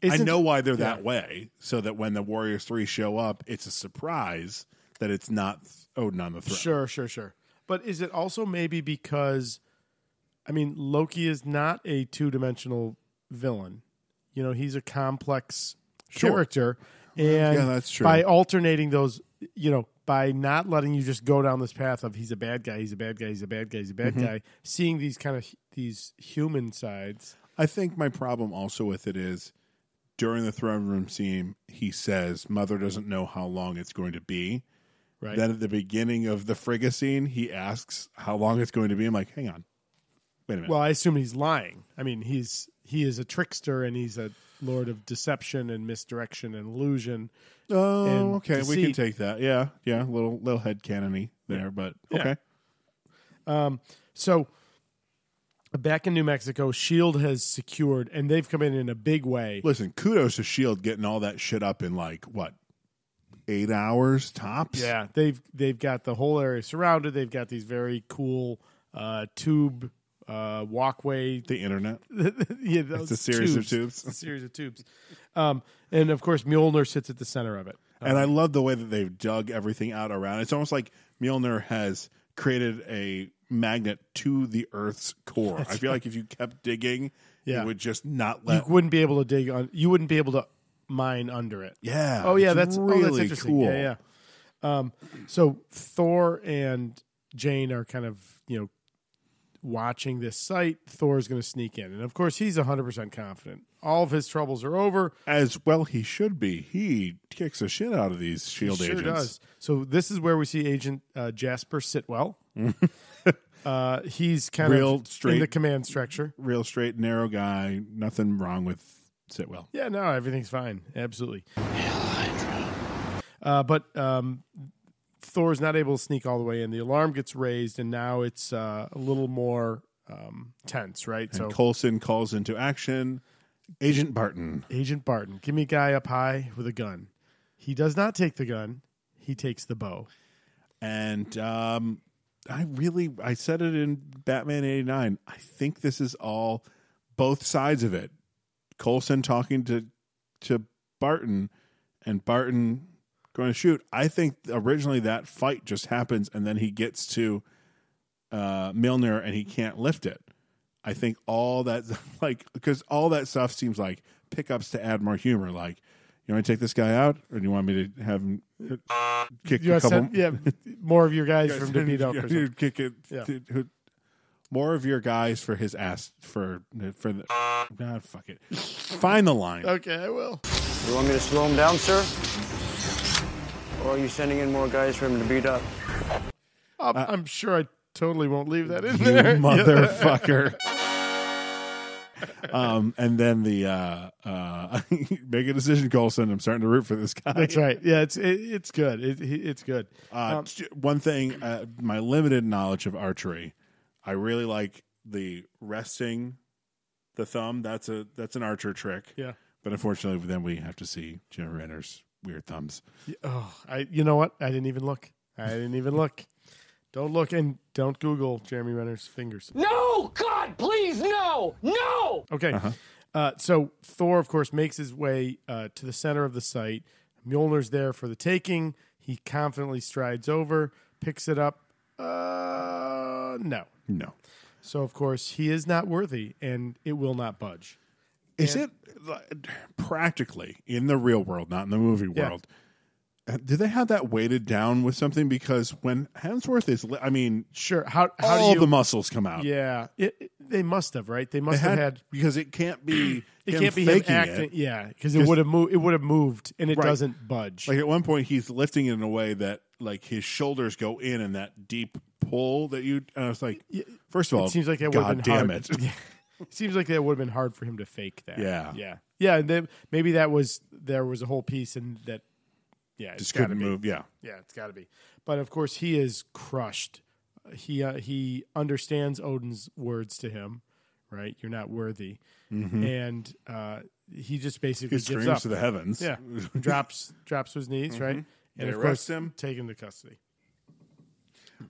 Speaker 1: I
Speaker 2: Isn't-
Speaker 1: know why they're
Speaker 2: yeah.
Speaker 1: that way. So that when the Warriors Three show up, it's a surprise that it's not Odin on the throne.
Speaker 2: Sure, sure, sure. But is it also maybe because, I mean, Loki is not a two dimensional villain. You know, he's a complex
Speaker 1: Sure.
Speaker 2: character, and
Speaker 1: yeah, that's true.
Speaker 2: By alternating those, you know, by not letting you just go down this path of he's a bad guy, he's a bad guy, he's a bad guy, he's a bad
Speaker 1: Mm-hmm.
Speaker 2: guy. Seeing these kind of these human sides.
Speaker 1: I think my problem also with it is during the throne room scene, he says, "Mother doesn't know how long it's going to be."
Speaker 2: Right.
Speaker 1: Then at the beginning of the Frigga scene, he asks how long it's going to be. I'm like, hang on, wait a minute.
Speaker 2: Well, I assume he's lying. I mean, he's he is a trickster and he's a lord of deception and misdirection and illusion. and
Speaker 1: Oh, okay. We can
Speaker 2: deceit.
Speaker 1: take that. Yeah, yeah. Little little head cannony there, but okay.
Speaker 2: So back in New Mexico, Shield E has secured, and they've come in in a big way.
Speaker 1: Listen, kudos to Shield E getting all that shit up in like what eight hours tops.
Speaker 2: Yeah, they've they've got the whole area surrounded. They've got these very cool uh, tube uh, walkway.
Speaker 1: the internet.
Speaker 2: Uh, yeah, those
Speaker 1: a series of tubes.
Speaker 2: It's a series of tubes. Um, and of course, Mjolnir sits at the center of it.
Speaker 1: and I love the way that they've dug everything out around. It's almost like Mjolnir has created a magnet to the Earth's core. I feel like if you kept digging,
Speaker 2: Yeah.
Speaker 1: it would just not
Speaker 2: You
Speaker 1: let.
Speaker 2: wouldn't be able to dig on. You wouldn't be able to mine under it.
Speaker 1: yeah.
Speaker 2: Oh yeah,
Speaker 1: it's
Speaker 2: that's oh, that's interesting.
Speaker 1: cool.
Speaker 2: Yeah, yeah. Um, so Thor and Jane are kind of you know watching this site. Thor's going to sneak in, and of course he's hundred percent confident. All of his troubles are over.
Speaker 1: As well, he should be. He kicks the shit out of these Shield
Speaker 2: He sure
Speaker 1: E agents.
Speaker 2: does. So this is where we see Agent uh, Jasper Sitwell. uh, he's kind
Speaker 1: Real
Speaker 2: of in the
Speaker 1: straight-
Speaker 2: command structure.
Speaker 1: real straight, narrow guy. Nothing wrong with Sitwell.
Speaker 2: Yeah, no, everything's fine. Absolutely. Uh, but um, Thor's not able to sneak all the way in. The alarm gets raised, and now it's uh, a little more um, tense, right?
Speaker 1: And
Speaker 2: so,
Speaker 1: Colson calls into action. Agent Barton.
Speaker 2: Agent Barton, give me a guy up high with a gun. He does not take the gun, he takes the bow.
Speaker 1: And um, I really, I said it in Batman 89. I think this is all both sides of it. Colson talking to, to Barton and Barton going to shoot. I think originally that fight just happens and then he gets to uh, Milner and he can't lift it. I think all that, like, because all that stuff seems like pickups to add more humor. Like, you want me to take this guy out, or do you want me to have him uh, kick
Speaker 2: You
Speaker 1: a
Speaker 2: want to
Speaker 1: couple?
Speaker 2: send, yeah, more of your guys from
Speaker 1: Send-
Speaker 2: DeVito.
Speaker 1: yeah,
Speaker 2: or something.
Speaker 1: dude, kick it.
Speaker 2: Yeah.
Speaker 1: Dude, who- More of your guys for his ass for for the. Nah, fuck it. Find the line.
Speaker 2: Okay, I will.
Speaker 11: You want me to slow him down, sir? Or are you sending in more guys for him to beat up?
Speaker 2: I'm- I'm sure I totally won't leave that in
Speaker 1: Uh, You
Speaker 2: there. Yeah.
Speaker 1: motherfucker. um, and then the uh, uh, make a decision, Colson. I'm starting to root for this guy.
Speaker 2: That's right. Um, Yeah, it's it, it's good. It, he- it's good.
Speaker 1: Uh, t- one thing, uh, my limited knowledge of archery, I really like the resting the thumb. That's a that's an archer trick.
Speaker 2: Yeah.
Speaker 1: But unfortunately, then we have to see Jim Renner's weird thumbs.
Speaker 2: Oh, I. You know what? I didn't even look. I didn't even look. Don't look and don't Google Jeremy Renner's fingers.
Speaker 8: No, God, please, no, no!
Speaker 2: Okay.
Speaker 1: Uh-huh.
Speaker 2: uh so Thor, of course, makes his way uh, to the center of the site. Mjolnir's there for the taking. He confidently strides over, picks it up. Uh, no.
Speaker 1: No.
Speaker 2: So, of course, he is not worthy and it will not budge.
Speaker 1: Is it like, practically in the real world, not in the movie
Speaker 2: Yeah.
Speaker 1: world? uh, Do they have that weighted down with something? Because when Hemsworth is, li- I mean,
Speaker 2: Sure. How, how
Speaker 1: all
Speaker 2: do you.
Speaker 1: the muscles come out.
Speaker 2: yeah. It, it- they must have, right? They
Speaker 1: They
Speaker 2: must
Speaker 1: had,
Speaker 2: have had.
Speaker 1: because it can't be.
Speaker 2: It
Speaker 1: him
Speaker 2: can't be him
Speaker 1: faking it.
Speaker 2: acting. Yeah. Because it
Speaker 1: 'Cause-
Speaker 2: would have moved. It would have moved and it
Speaker 1: Right.
Speaker 2: doesn't budge.
Speaker 1: Like at one point, he's lifting it in a way that like his shoulders go in in that deep pull that you. And I was like, first of all,
Speaker 2: it seems like that would have
Speaker 1: God
Speaker 2: been
Speaker 1: damn
Speaker 2: hard.
Speaker 1: it.
Speaker 2: Yeah. It seems like that would have been hard for him to fake that.
Speaker 1: Yeah.
Speaker 2: yeah, yeah. And then maybe that was there was a whole piece and that. Yeah, it's
Speaker 1: Just
Speaker 2: gotta
Speaker 1: couldn't
Speaker 2: be.
Speaker 1: move. Yeah,
Speaker 2: Yeah, it's got to be. But of course, he is crushed. He uh, he understands Odin's words to him, right? You're not worthy, and uh, he just basically
Speaker 1: Mm-hmm. he
Speaker 2: gives
Speaker 1: screams
Speaker 2: up.
Speaker 1: to the heavens.
Speaker 2: Yeah, drops drops to his knees, right? And
Speaker 1: They
Speaker 2: of
Speaker 1: arrest
Speaker 2: course,
Speaker 1: him.
Speaker 2: take him to custody.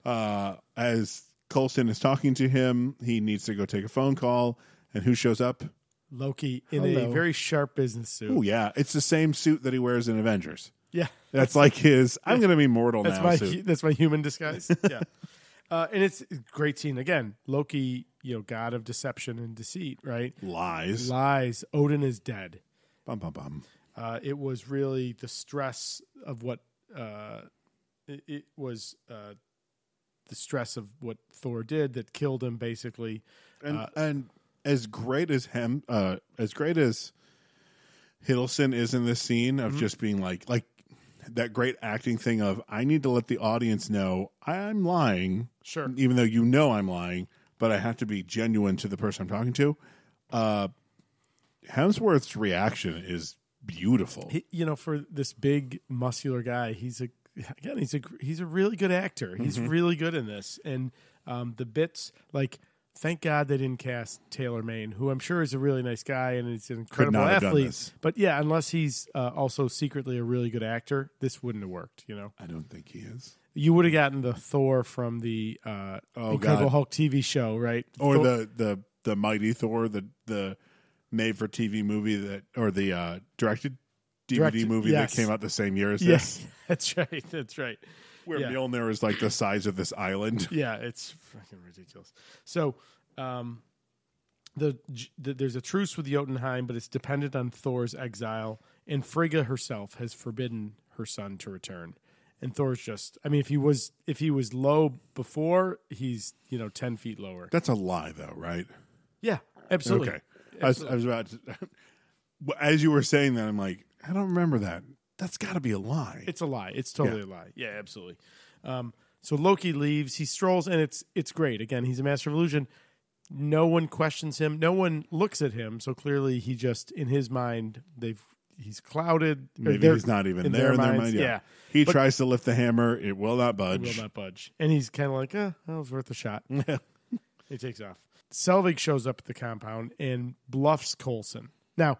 Speaker 1: uh, as Colson is talking to him, he needs to go take a phone call, and who shows up?
Speaker 2: Loki in
Speaker 1: Hello.
Speaker 2: a very sharp business suit.
Speaker 1: Oh yeah, it's the same suit that he wears in Avengers.
Speaker 2: Yeah.
Speaker 1: That's like his. I'm going to be mortal
Speaker 2: That's
Speaker 1: now.
Speaker 2: my
Speaker 1: suit.
Speaker 2: that's my human disguise. yeah, uh, and it's a great scene again. Loki, you know, god of deception and deceit, right?
Speaker 1: Lies.
Speaker 2: Lies. Odin is dead.
Speaker 1: Bum bum bum.
Speaker 2: Uh, it was really the stress of what uh, it, it was uh, the stress of what Thor did that killed him, basically.
Speaker 1: and
Speaker 2: Uh,
Speaker 1: and as great as him uh as great as Hiddleston is in this scene
Speaker 2: Mm-hmm.
Speaker 1: of just being like like that great acting thing of I need to let the audience know I'm lying
Speaker 2: Sure.
Speaker 1: even though you know I'm lying but I have to be genuine to the person I'm talking to uh Hemsworth's reaction is beautiful
Speaker 2: He, you know, for this big muscular guy, he's a again, he's a gr- he's a really good actor. He's
Speaker 1: Mm-hmm.
Speaker 2: really good in this, and um, the bits like. Thank God they didn't cast Taylor Maine, who I'm sure is a really nice guy and is an incredible
Speaker 1: not have done
Speaker 2: athlete.
Speaker 1: this.
Speaker 2: But yeah, unless he's uh, also secretly a really good actor, this wouldn't have worked. You know,
Speaker 1: I don't think he is
Speaker 2: you would have gotten the Thor from the uh, Incredible
Speaker 1: Oh, God.
Speaker 2: Hulk TV show, right?
Speaker 1: or
Speaker 2: Thor-
Speaker 1: the the the mighty Thor the the made for TV movie that or the uh directed DVD
Speaker 2: Directed-
Speaker 1: movie
Speaker 2: yes.
Speaker 1: that came out the same year as this
Speaker 2: yes, that's right, that's right.
Speaker 1: where
Speaker 2: Yeah.
Speaker 1: Mjolnir is like the size of this island.
Speaker 2: Yeah, it's fucking ridiculous. So, um, the, the there's a truce with Jotunheim, but it's dependent on Thor's exile, and Frigga herself has forbidden her son to return. And Thor's just—I mean, if he was if he was low before, he's you know ten feet lower.
Speaker 1: That's a lie, though, right?
Speaker 2: Yeah, absolutely.
Speaker 1: Okay. I was, I was about to, as you were saying that, I'm like, I don't remember that. That's got to be a lie.
Speaker 2: It's a lie. It's totally a lie. Yeah, absolutely. Um, so Loki leaves. He strolls, and it's it's great. Again, he's a master of illusion. No one questions him. No one looks at him. So clearly, he just in his mind they've he's clouded. or
Speaker 1: Maybe
Speaker 2: they're-
Speaker 1: he's not even there in their
Speaker 2: minds,
Speaker 1: mind. Yeah.
Speaker 2: Yeah,
Speaker 1: He
Speaker 2: But-
Speaker 1: tries to lift the hammer. It will not budge.
Speaker 2: will not budge. And he's kind of like, eh, that was worth a shot. he takes off. Selvig shows up at the compound and bluffs Colson. Now,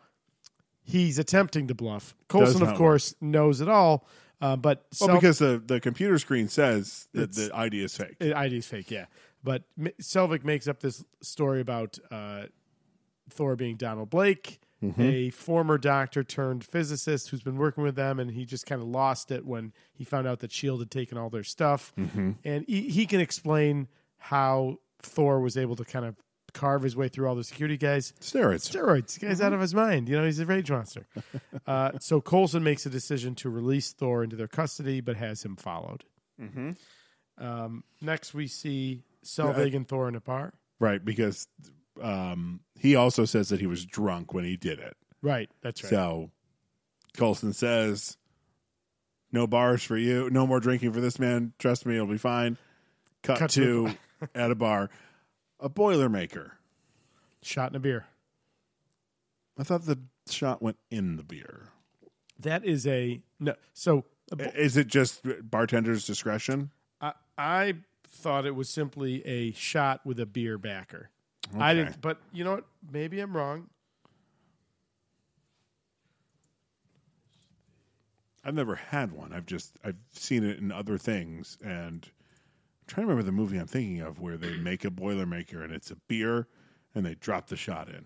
Speaker 2: he's attempting to bluff. Colson,
Speaker 1: not
Speaker 2: of course, knows it all, uh, but
Speaker 1: Well,
Speaker 2: Selvig-
Speaker 1: because the, the computer screen says that the idea is fake.
Speaker 2: Uh, ID's fake, yeah. But M- Selvig makes up this story about uh, Thor being Donald Blake, a former doctor turned physicist who's been working with them, and he just kind of lost it when he found out that Shield E had taken all their stuff. And he, he can explain how Thor was able to kind of carve his way through all the security guys.
Speaker 1: Steroids.
Speaker 2: Steroids, the guy's out of his mind. You know, he's a rage monster. uh, so Colson makes a decision to release Thor into their custody, but has him followed. Um, Next, we see Selvig and Thor in a bar.
Speaker 1: Right. Because um, he also says that he was drunk when he did it.
Speaker 2: Right, that's right.
Speaker 1: So Colson says, no bars for you. No more drinking for this man. Trust me, it'll be fine. Cut,
Speaker 2: Cut to-
Speaker 1: to at a bar, a Boilermaker.
Speaker 2: Shot in a beer.
Speaker 1: I thought the shot went in the beer.
Speaker 2: That is a no. So a bo-
Speaker 1: Is it just bartender's discretion?
Speaker 2: I, I thought it was simply a shot with a beer backer. I
Speaker 1: Okay.
Speaker 2: didn't, but you know what? Maybe I'm wrong.
Speaker 1: I've never had one. I've just I've seen it in other things, and I'm trying to remember the movie I'm thinking of where they make a boilermaker and it's a beer, and they drop the shot in.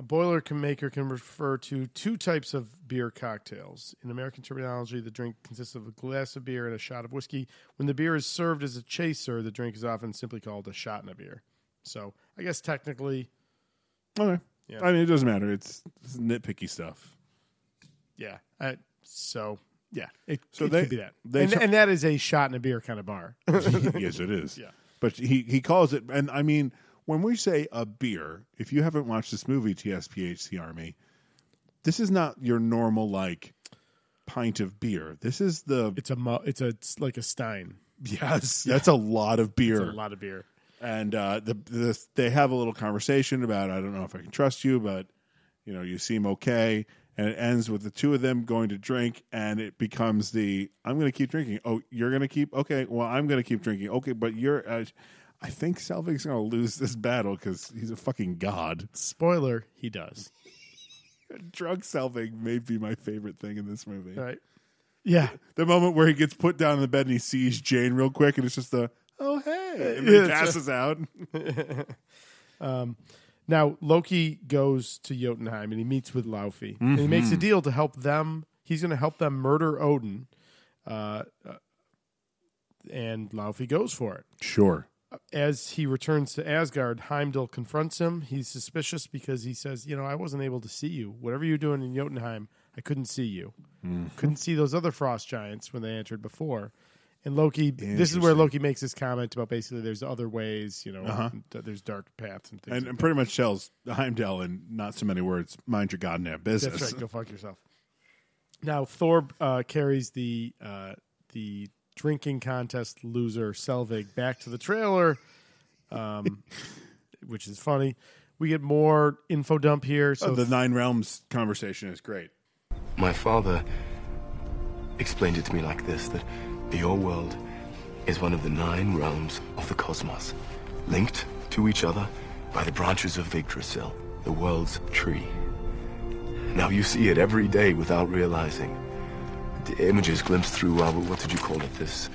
Speaker 2: A boiler can maker can refer to two types of beer cocktails. In American terminology, the drink consists of a glass of beer and a shot of whiskey. When the beer is served as a chaser, the drink is often simply called a shot in a beer. So I guess technically,
Speaker 1: Okay,
Speaker 2: Yeah.
Speaker 1: I mean it doesn't matter. It's, it's nitpicky stuff.
Speaker 2: yeah. I, so yeah, it,
Speaker 1: So
Speaker 2: it
Speaker 1: they-
Speaker 2: could be that.
Speaker 1: they
Speaker 2: and,
Speaker 1: tra-
Speaker 2: and that is a shot in a beer kind of bar.
Speaker 1: yes, it is.
Speaker 2: Yeah.
Speaker 1: but he he calls it, and I mean when we say a beer, if you haven't watched this movie, TSPHC Army, this is not your normal like pint of beer. This is the
Speaker 2: it's a mo- it's a it's like a stein.
Speaker 1: yes. That's a lot of beer.
Speaker 2: It's a lot of beer.
Speaker 1: and uh, the, the they have a little conversation about I don't know if I can trust you, but you know you seem okay. And it ends with the two of them going to drink, and it becomes the I'm going to keep drinking. Oh, you're going to keep okay. Well, I'm going to keep drinking. Okay, but you're. Uh, I think Selvig's going to lose this battle because he's a fucking god.
Speaker 2: Spoiler: He does.
Speaker 1: Drug Selvig may be my favorite thing in this movie.
Speaker 2: Right? Yeah.
Speaker 1: The moment where he gets put down in the bed and he sees Jane real quick, and it's just the oh hey, and then
Speaker 2: Yeah,
Speaker 1: he
Speaker 2: that's right.
Speaker 1: passes out.
Speaker 2: Now Loki goes to Jotunheim and he meets with Laufey. And he makes a deal to help them. He's going to help them murder Odin. Uh, uh, and Laufey goes for it.
Speaker 1: Sure.
Speaker 2: As he returns to Asgard, Heimdall confronts him. He's suspicious because he says, "You know, I wasn't able to see you. Whatever you're doing in Jotunheim, I couldn't see you. Couldn't see those other frost giants when they entered before." And Loki, this is where Loki makes his comment about basically there's other ways, you know, th- there's dark paths and things.
Speaker 1: and,
Speaker 2: like
Speaker 1: and pretty much tells Heimdall in not so many words, mind your goddamn business.
Speaker 2: That's right. Go fuck yourself. Now Thor uh, carries the uh, the drinking contest loser Selvig back to the trailer, um, which is funny. We get more info dump here. So
Speaker 1: So Oh, the Nine Realms conversation is great.
Speaker 10: My father explained it to me like this that your world is one of the nine realms of the cosmos, linked to each other by the branches of Yggdrasil, the world's tree. Now you see it every day without realizing. The images glimpsed through, uh, what did you call it? This,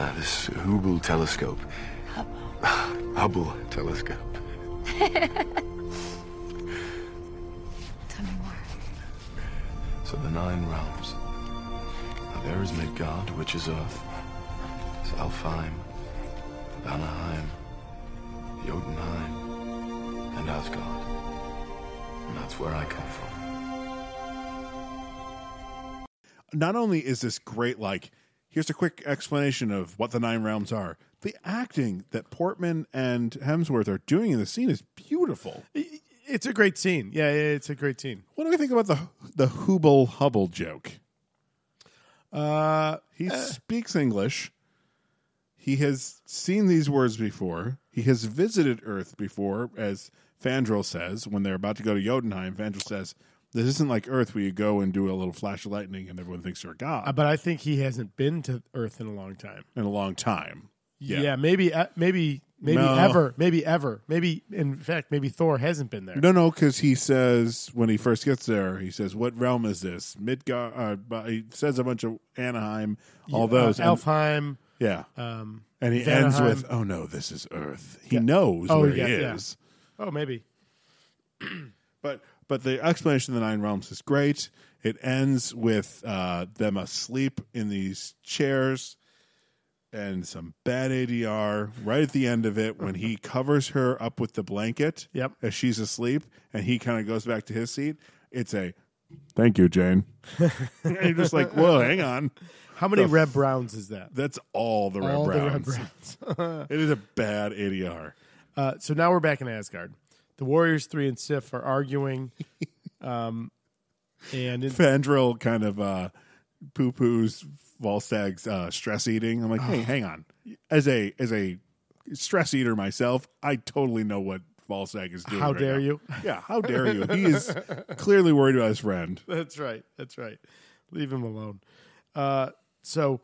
Speaker 10: uh, this Hubble telescope. Hubble. Hubble telescope.
Speaker 7: Tell me more.
Speaker 10: So the nine realms. Now there is Midgard, which is Earth. There's Alfheim, Vanaheim, Jotunheim, and Asgard. And that's where I come from.
Speaker 1: Not only is this great, like, here's a quick explanation of what the Nine Realms are. The acting that Portman and Hemsworth are doing in the scene is beautiful.
Speaker 2: i- it's a great scene. Yeah, yeah, it's a great scene.
Speaker 1: What do we think about the the Hubble Hubble joke? Eh.
Speaker 2: Uh,
Speaker 1: He speaks English. He has seen these words before. He has visited Earth before, as Fandral says. When they're about to go to Jotunheim, Fandral says, "This isn't like Earth, where you go and do a little flash of lightning, and everyone thinks you're a god."
Speaker 2: uh, but I think he hasn't been to Earth in a long time.
Speaker 1: in a long time,
Speaker 2: Yeah, maybe, uh, maybe, maybe
Speaker 1: No.
Speaker 2: ever, maybe ever, maybe. In fact, maybe Thor hasn't been there.
Speaker 1: No, no, because he says when he first gets there, he says, "What realm is this?" Midgar. Uh, but he says a bunch of Anaheim, all those.
Speaker 2: uh,
Speaker 1: and-
Speaker 2: Alfheim.
Speaker 1: yeah.
Speaker 2: Um,
Speaker 1: and he ends
Speaker 2: Vanaheim.
Speaker 1: with, "Oh no, this is Earth." He knows
Speaker 2: Oh,
Speaker 1: where
Speaker 2: yeah,
Speaker 1: he
Speaker 2: yeah.
Speaker 1: is.
Speaker 2: oh, maybe.
Speaker 1: But but the explanation of the nine realms is great. It ends with uh, them asleep in these chairs and some bad ADR right at the end of it when he covers her up with the blanket
Speaker 2: Yep.
Speaker 1: as she's asleep and he kind of goes back to his seat. It's a thank you, Jane. and you're just like, whoa, hang on.
Speaker 2: How many
Speaker 1: The
Speaker 2: Red Browns is that?
Speaker 1: That's all the Red
Speaker 2: All the Red
Speaker 1: Browns.
Speaker 2: Browns.
Speaker 1: It is a bad ADR.
Speaker 2: uh, so now we're back in Asgard. The Warriors three and Sif are arguing, um, and in,
Speaker 1: Fandral kind of uh, poo poos Volstag's uh, stress eating. I'm like, hey, hang on. As a as a stress eater myself. I totally know what Valsack is doing.
Speaker 2: How
Speaker 1: right
Speaker 2: dare
Speaker 1: now.
Speaker 2: you?
Speaker 1: Yeah, how dare you? He is clearly worried about his friend.
Speaker 2: That's right. That's right. Leave him alone. Uh, so,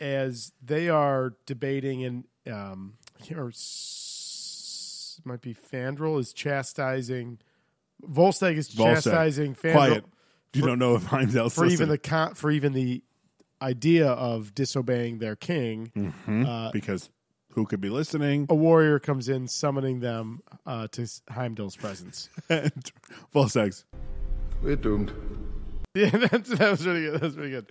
Speaker 2: as they are debating, and um, I can't remember, s- might be Fandral is chastising, Volstagg is
Speaker 1: Valsack,
Speaker 2: chastising Fandral
Speaker 1: Quiet. You don't know if Heimdall's
Speaker 2: for even
Speaker 1: listening.
Speaker 2: the con- for even the idea of disobeying their king.
Speaker 1: Mhm. because who could be listening?
Speaker 2: A warrior comes in, summoning them uh, to S- Heimdall's presence.
Speaker 1: and Valsack's
Speaker 12: We're doomed.
Speaker 2: yeah, that's, that was really good. That was really good.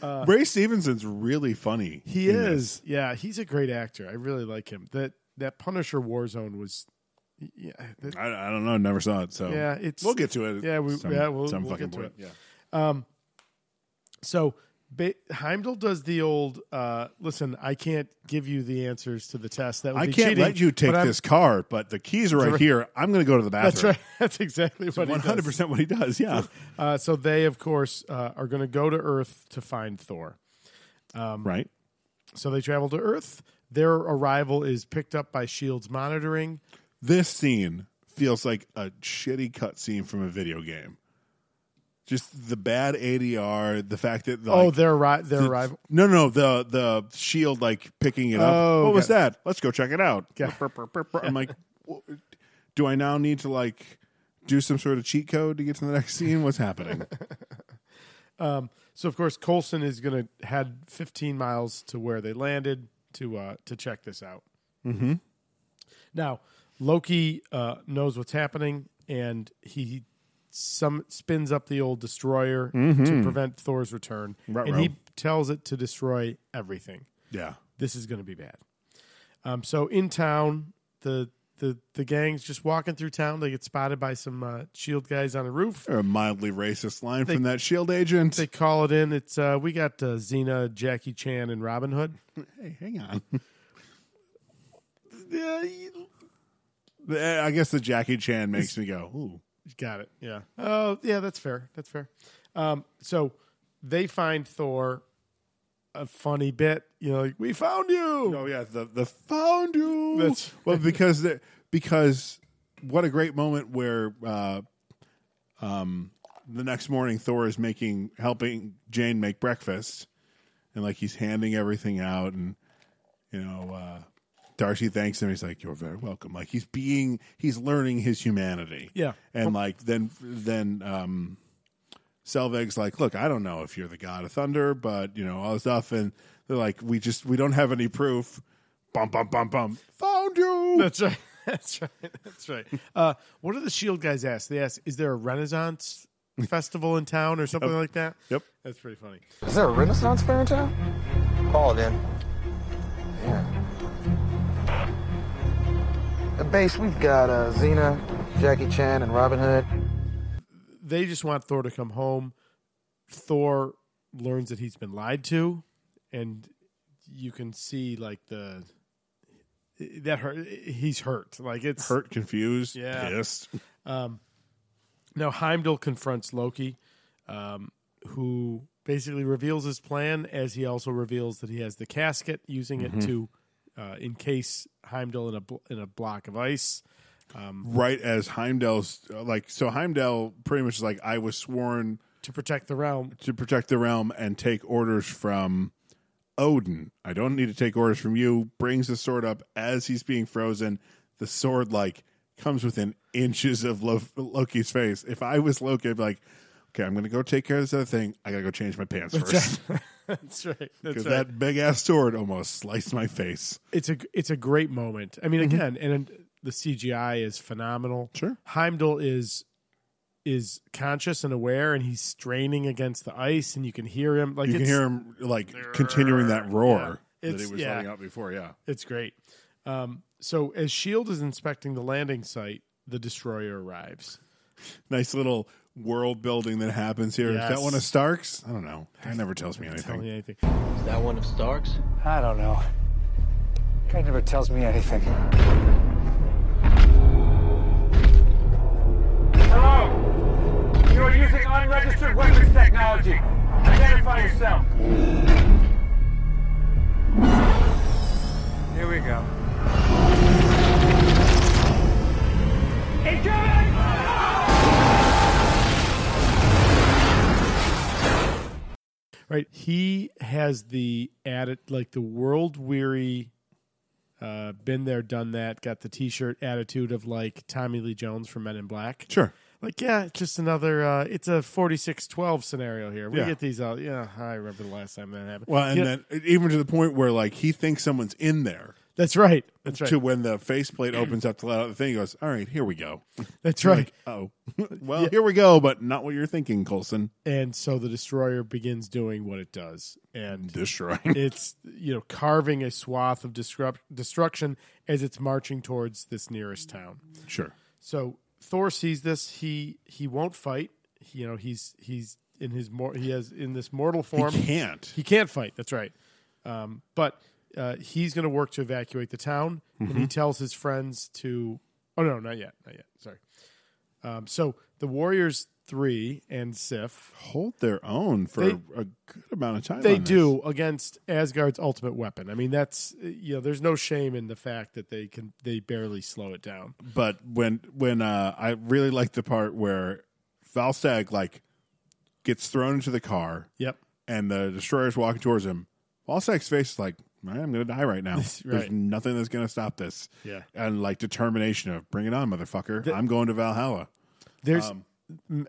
Speaker 2: Uh,
Speaker 1: Ray Stevenson's really funny.
Speaker 2: He
Speaker 1: in this.
Speaker 2: is. Yeah, he's a great actor. I really like him. That that Punisher Warzone was yeah, that-
Speaker 1: I, I don't know. Never saw it. So
Speaker 2: yeah, it's
Speaker 1: we'll get to it.
Speaker 2: Yeah, we
Speaker 1: some-
Speaker 2: yeah, we'll,
Speaker 1: some
Speaker 2: we'll
Speaker 1: fucking
Speaker 2: get to
Speaker 1: point.
Speaker 2: it.
Speaker 1: Yeah.
Speaker 2: Um so ba- Heimdall does the old uh, listen, I can't give you the answers to the test. That would
Speaker 1: I
Speaker 2: be
Speaker 1: can't
Speaker 2: cheating,
Speaker 1: let you take
Speaker 2: but I'm-
Speaker 1: this car, but the keys are
Speaker 2: That's
Speaker 1: right
Speaker 2: right.
Speaker 1: here. I'm going to go to the bathroom.
Speaker 2: That's right. That's exactly what
Speaker 1: One hundred percent what he does. Yeah.
Speaker 2: Uh, so they, of course, uh, are going to go to Earth to find Thor. Um,
Speaker 1: Right.
Speaker 2: So they travel to Earth. Their arrival is picked up by Shield's monitoring.
Speaker 1: This scene feels like a shitty cut scene from a video game. Just the bad ADR, the fact that the,
Speaker 2: oh,
Speaker 1: like,
Speaker 2: their arri- their
Speaker 1: the-
Speaker 2: arrival.
Speaker 1: No, no, the the shield like picking it
Speaker 2: Oh,
Speaker 1: up. What was
Speaker 2: okay.
Speaker 1: that? Let's go check it out. Brr, brr, brr, brr. I'm like, w- do I now need to like do some sort of cheat code to get to the next scene? What's happening?
Speaker 2: Um, so of course Colson is going to head 15 miles to where they landed to uh, to check this out.
Speaker 1: mm-hmm.
Speaker 2: Now Loki uh, knows what's happening and he some spins up the old destroyer to
Speaker 1: Mhm.
Speaker 2: prevent Thor's return,
Speaker 1: Ruh-roh.
Speaker 2: and he tells it to destroy everything.
Speaker 1: Yeah.
Speaker 2: this is going to be bad. Um, so in town, the the the gang's just walking through town. They get spotted by some uh, shield guys on a roof.
Speaker 1: Or a mildly racist line
Speaker 2: They-
Speaker 1: from that shield agent.
Speaker 2: They call it in. It's uh, we got uh, Xena, Jackie Chan, and Robin Hood.
Speaker 1: hey, hang on. Eh, I guess the Jackie Chan makes me go, ooh.
Speaker 2: Got it. Yeah. Oh, yeah. That's fair. That's fair. Um, so they find Thor a funny bit. You know, like, we found you.
Speaker 1: Oh yeah, the the found you.
Speaker 2: That's-
Speaker 1: well because the, because what a great moment where uh, um the next morning Thor is making helping Jane make breakfast and like he's handing everything out and you know uh Darcy thanks him. He's like, "You're very welcome." Like he's being, he's learning his humanity.
Speaker 2: Yeah.
Speaker 1: and like then, then um, Selvig's like, look, I don't know if you're the god of thunder, but you know, all this stuff. And they're like, we just, we don't have any proof. Bum, bum, bum, bum. Found you.
Speaker 2: That's right. That's right. That's right. Uh, what do the Shield guys ask? They ask, "Is there a Renaissance festival in town or something like that?"
Speaker 1: Yep.
Speaker 2: That's pretty funny.
Speaker 13: Is there a Renaissance fair in town? Call it in. Yeah. At base, we've got uh, Xena, Jackie Chan, and Robin Hood.
Speaker 2: They just want Thor to come home. Thor learns that he's been lied to, and you can see like the that hurt. He's hurt. Like it's
Speaker 1: Hurt, confused,
Speaker 2: Yeah.
Speaker 1: pissed.
Speaker 2: Um, now Heimdall confronts Loki, um, who basically reveals his plan as he also reveals that he has the casket, using
Speaker 1: Mhm.
Speaker 2: it to uh, encase Heimdall in a bl- in a block of ice. Um,
Speaker 1: Right as Heimdall's uh, like, so Heimdall pretty much is like, I was sworn
Speaker 2: to protect the realm.
Speaker 1: to protect the realm and take orders from Odin. I don't need to take orders from you. Brings the sword up as he's being frozen. The sword like comes within inches of Lo- Loki's face. If I was Loki, I'd be like, okay, I'm gonna go take care of this other thing. I gotta go change my pants first
Speaker 2: That's right.
Speaker 1: because
Speaker 2: That's right.
Speaker 1: that big ass sword almost sliced my face.
Speaker 2: it's a it's a great moment. I mean,
Speaker 1: Mm-hmm.
Speaker 2: again, and, and the CGI is phenomenal. Sure, Heimdall is is conscious and aware, and he's straining against the ice, and you can hear him. Like
Speaker 1: you can
Speaker 2: it's-
Speaker 1: hear him like continuing that roar
Speaker 2: Yeah.
Speaker 1: that
Speaker 2: It's-
Speaker 1: he was
Speaker 2: yeah.
Speaker 1: letting out before. Yeah,
Speaker 2: It's great. Um, so as Shield is inspecting the landing site, the destroyer arrives.
Speaker 1: nice little world building that happens here. Is
Speaker 2: Yes.
Speaker 1: that one of Stark's? I don't know. That never tells me
Speaker 2: Tell
Speaker 1: anything.
Speaker 2: me anything.
Speaker 14: Is that one of Stark's?
Speaker 13: I don't know. Guy never tells me anything.
Speaker 8: Hello! You are using unregistered weapons technology. Identify yourself.
Speaker 13: Here we go.
Speaker 2: Right. He has the added like the world weary uh been there, done that, got the t shirt attitude of like Tommy Lee Jones from Men in Black.
Speaker 1: Sure.
Speaker 2: Like, yeah, it's just another uh it's a forty six twelve scenario here. We
Speaker 1: Yeah.
Speaker 2: get these out yeah, I remember the last time that happened.
Speaker 1: Well, and
Speaker 2: Yeah,
Speaker 1: then even to the point where like he thinks someone's in there.
Speaker 2: That's right. That's right.
Speaker 1: To when the faceplate opens up to let out the thing, he goes, "All right, here we go."
Speaker 2: That's
Speaker 1: You're
Speaker 2: right.
Speaker 1: Like, oh, well, here we go, but not what you're thinking, Colson.
Speaker 2: and so the destroyer begins doing what it does and
Speaker 1: Destroying.
Speaker 2: it's you know carving a swath of disrupt- destruction as it's marching towards this nearest town
Speaker 1: Sure.
Speaker 2: so thor sees this he he won't fight He- you know he's he's in his mor- he has in this mortal form
Speaker 1: can't.
Speaker 2: he can't fight that's right um, but uh, he's going to work to evacuate the town and he
Speaker 1: Mhm.
Speaker 2: tells his friends to oh no not yet not yet sorry um, so the warriors three and sif
Speaker 1: Hold their own for
Speaker 2: They-
Speaker 1: a good amount of time.
Speaker 2: They
Speaker 1: on this.
Speaker 2: do against Asgard's ultimate weapon. I mean, that's you know, there's no shame in the fact that they can they barely slow it down.
Speaker 1: but when when uh, I really like the part where Valstag like gets thrown into the car.
Speaker 2: Yep.
Speaker 1: And the destroyer's walking towards him. Valstag's face is like, "All right, I'm going to die right now. There's
Speaker 2: Right.
Speaker 1: nothing that's going to stop this.
Speaker 2: Yeah.
Speaker 1: And like determination of bring it on, motherfucker. I'm going to Valhalla.
Speaker 2: There's
Speaker 1: Um,
Speaker 2: m-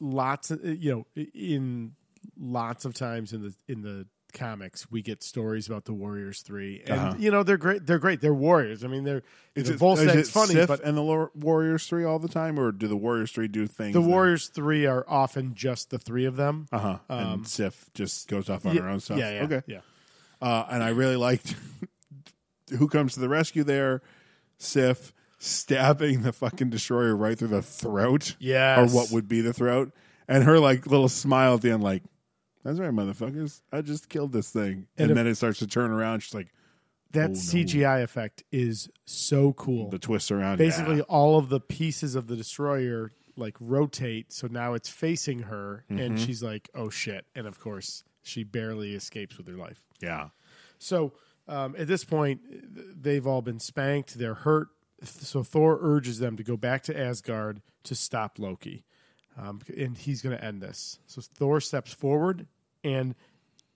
Speaker 2: lots of you know i- in lots of times in the in the comics we get stories about the Warriors three, and
Speaker 1: Uh-huh.
Speaker 2: you know they're great. They're great. They're warriors. I mean, they're
Speaker 1: Is
Speaker 2: you know,
Speaker 1: it,
Speaker 2: Volstag's
Speaker 1: is it
Speaker 2: funny,
Speaker 1: Sif
Speaker 2: but
Speaker 1: and the Lor- Warriors three all the time, or do the Warriors three do things?
Speaker 2: the Warriors three are often just the three of them.
Speaker 1: uh huh,
Speaker 2: Um,
Speaker 1: and Sif just goes off on
Speaker 2: yeah,
Speaker 1: her own stuff.
Speaker 2: yeah, yeah,
Speaker 1: okay,
Speaker 2: yeah.
Speaker 1: Uh, and I really liked who comes to the rescue there. Sif stabbing the fucking destroyer right through the throat.
Speaker 2: Yes.
Speaker 1: or what would be the throat, and her like little smile at the end, like. That's right, motherfuckers. I just killed this thing. And,
Speaker 2: if-
Speaker 1: then it starts to turn around. She's like, Oh,
Speaker 2: That
Speaker 1: no.
Speaker 2: CGI effect is so cool.
Speaker 1: the twists around.
Speaker 2: basically
Speaker 1: yeah.
Speaker 2: all of the pieces of the destroyer like rotate so now it's facing her
Speaker 1: Mhm.
Speaker 2: and she's like oh shit and of course she barely escapes with her life
Speaker 1: Yeah.
Speaker 2: so um, at this point th- they've all been spanked they're hurt so thor urges them to go back to asgard to stop loki um, and he's going to end this so thor steps forward and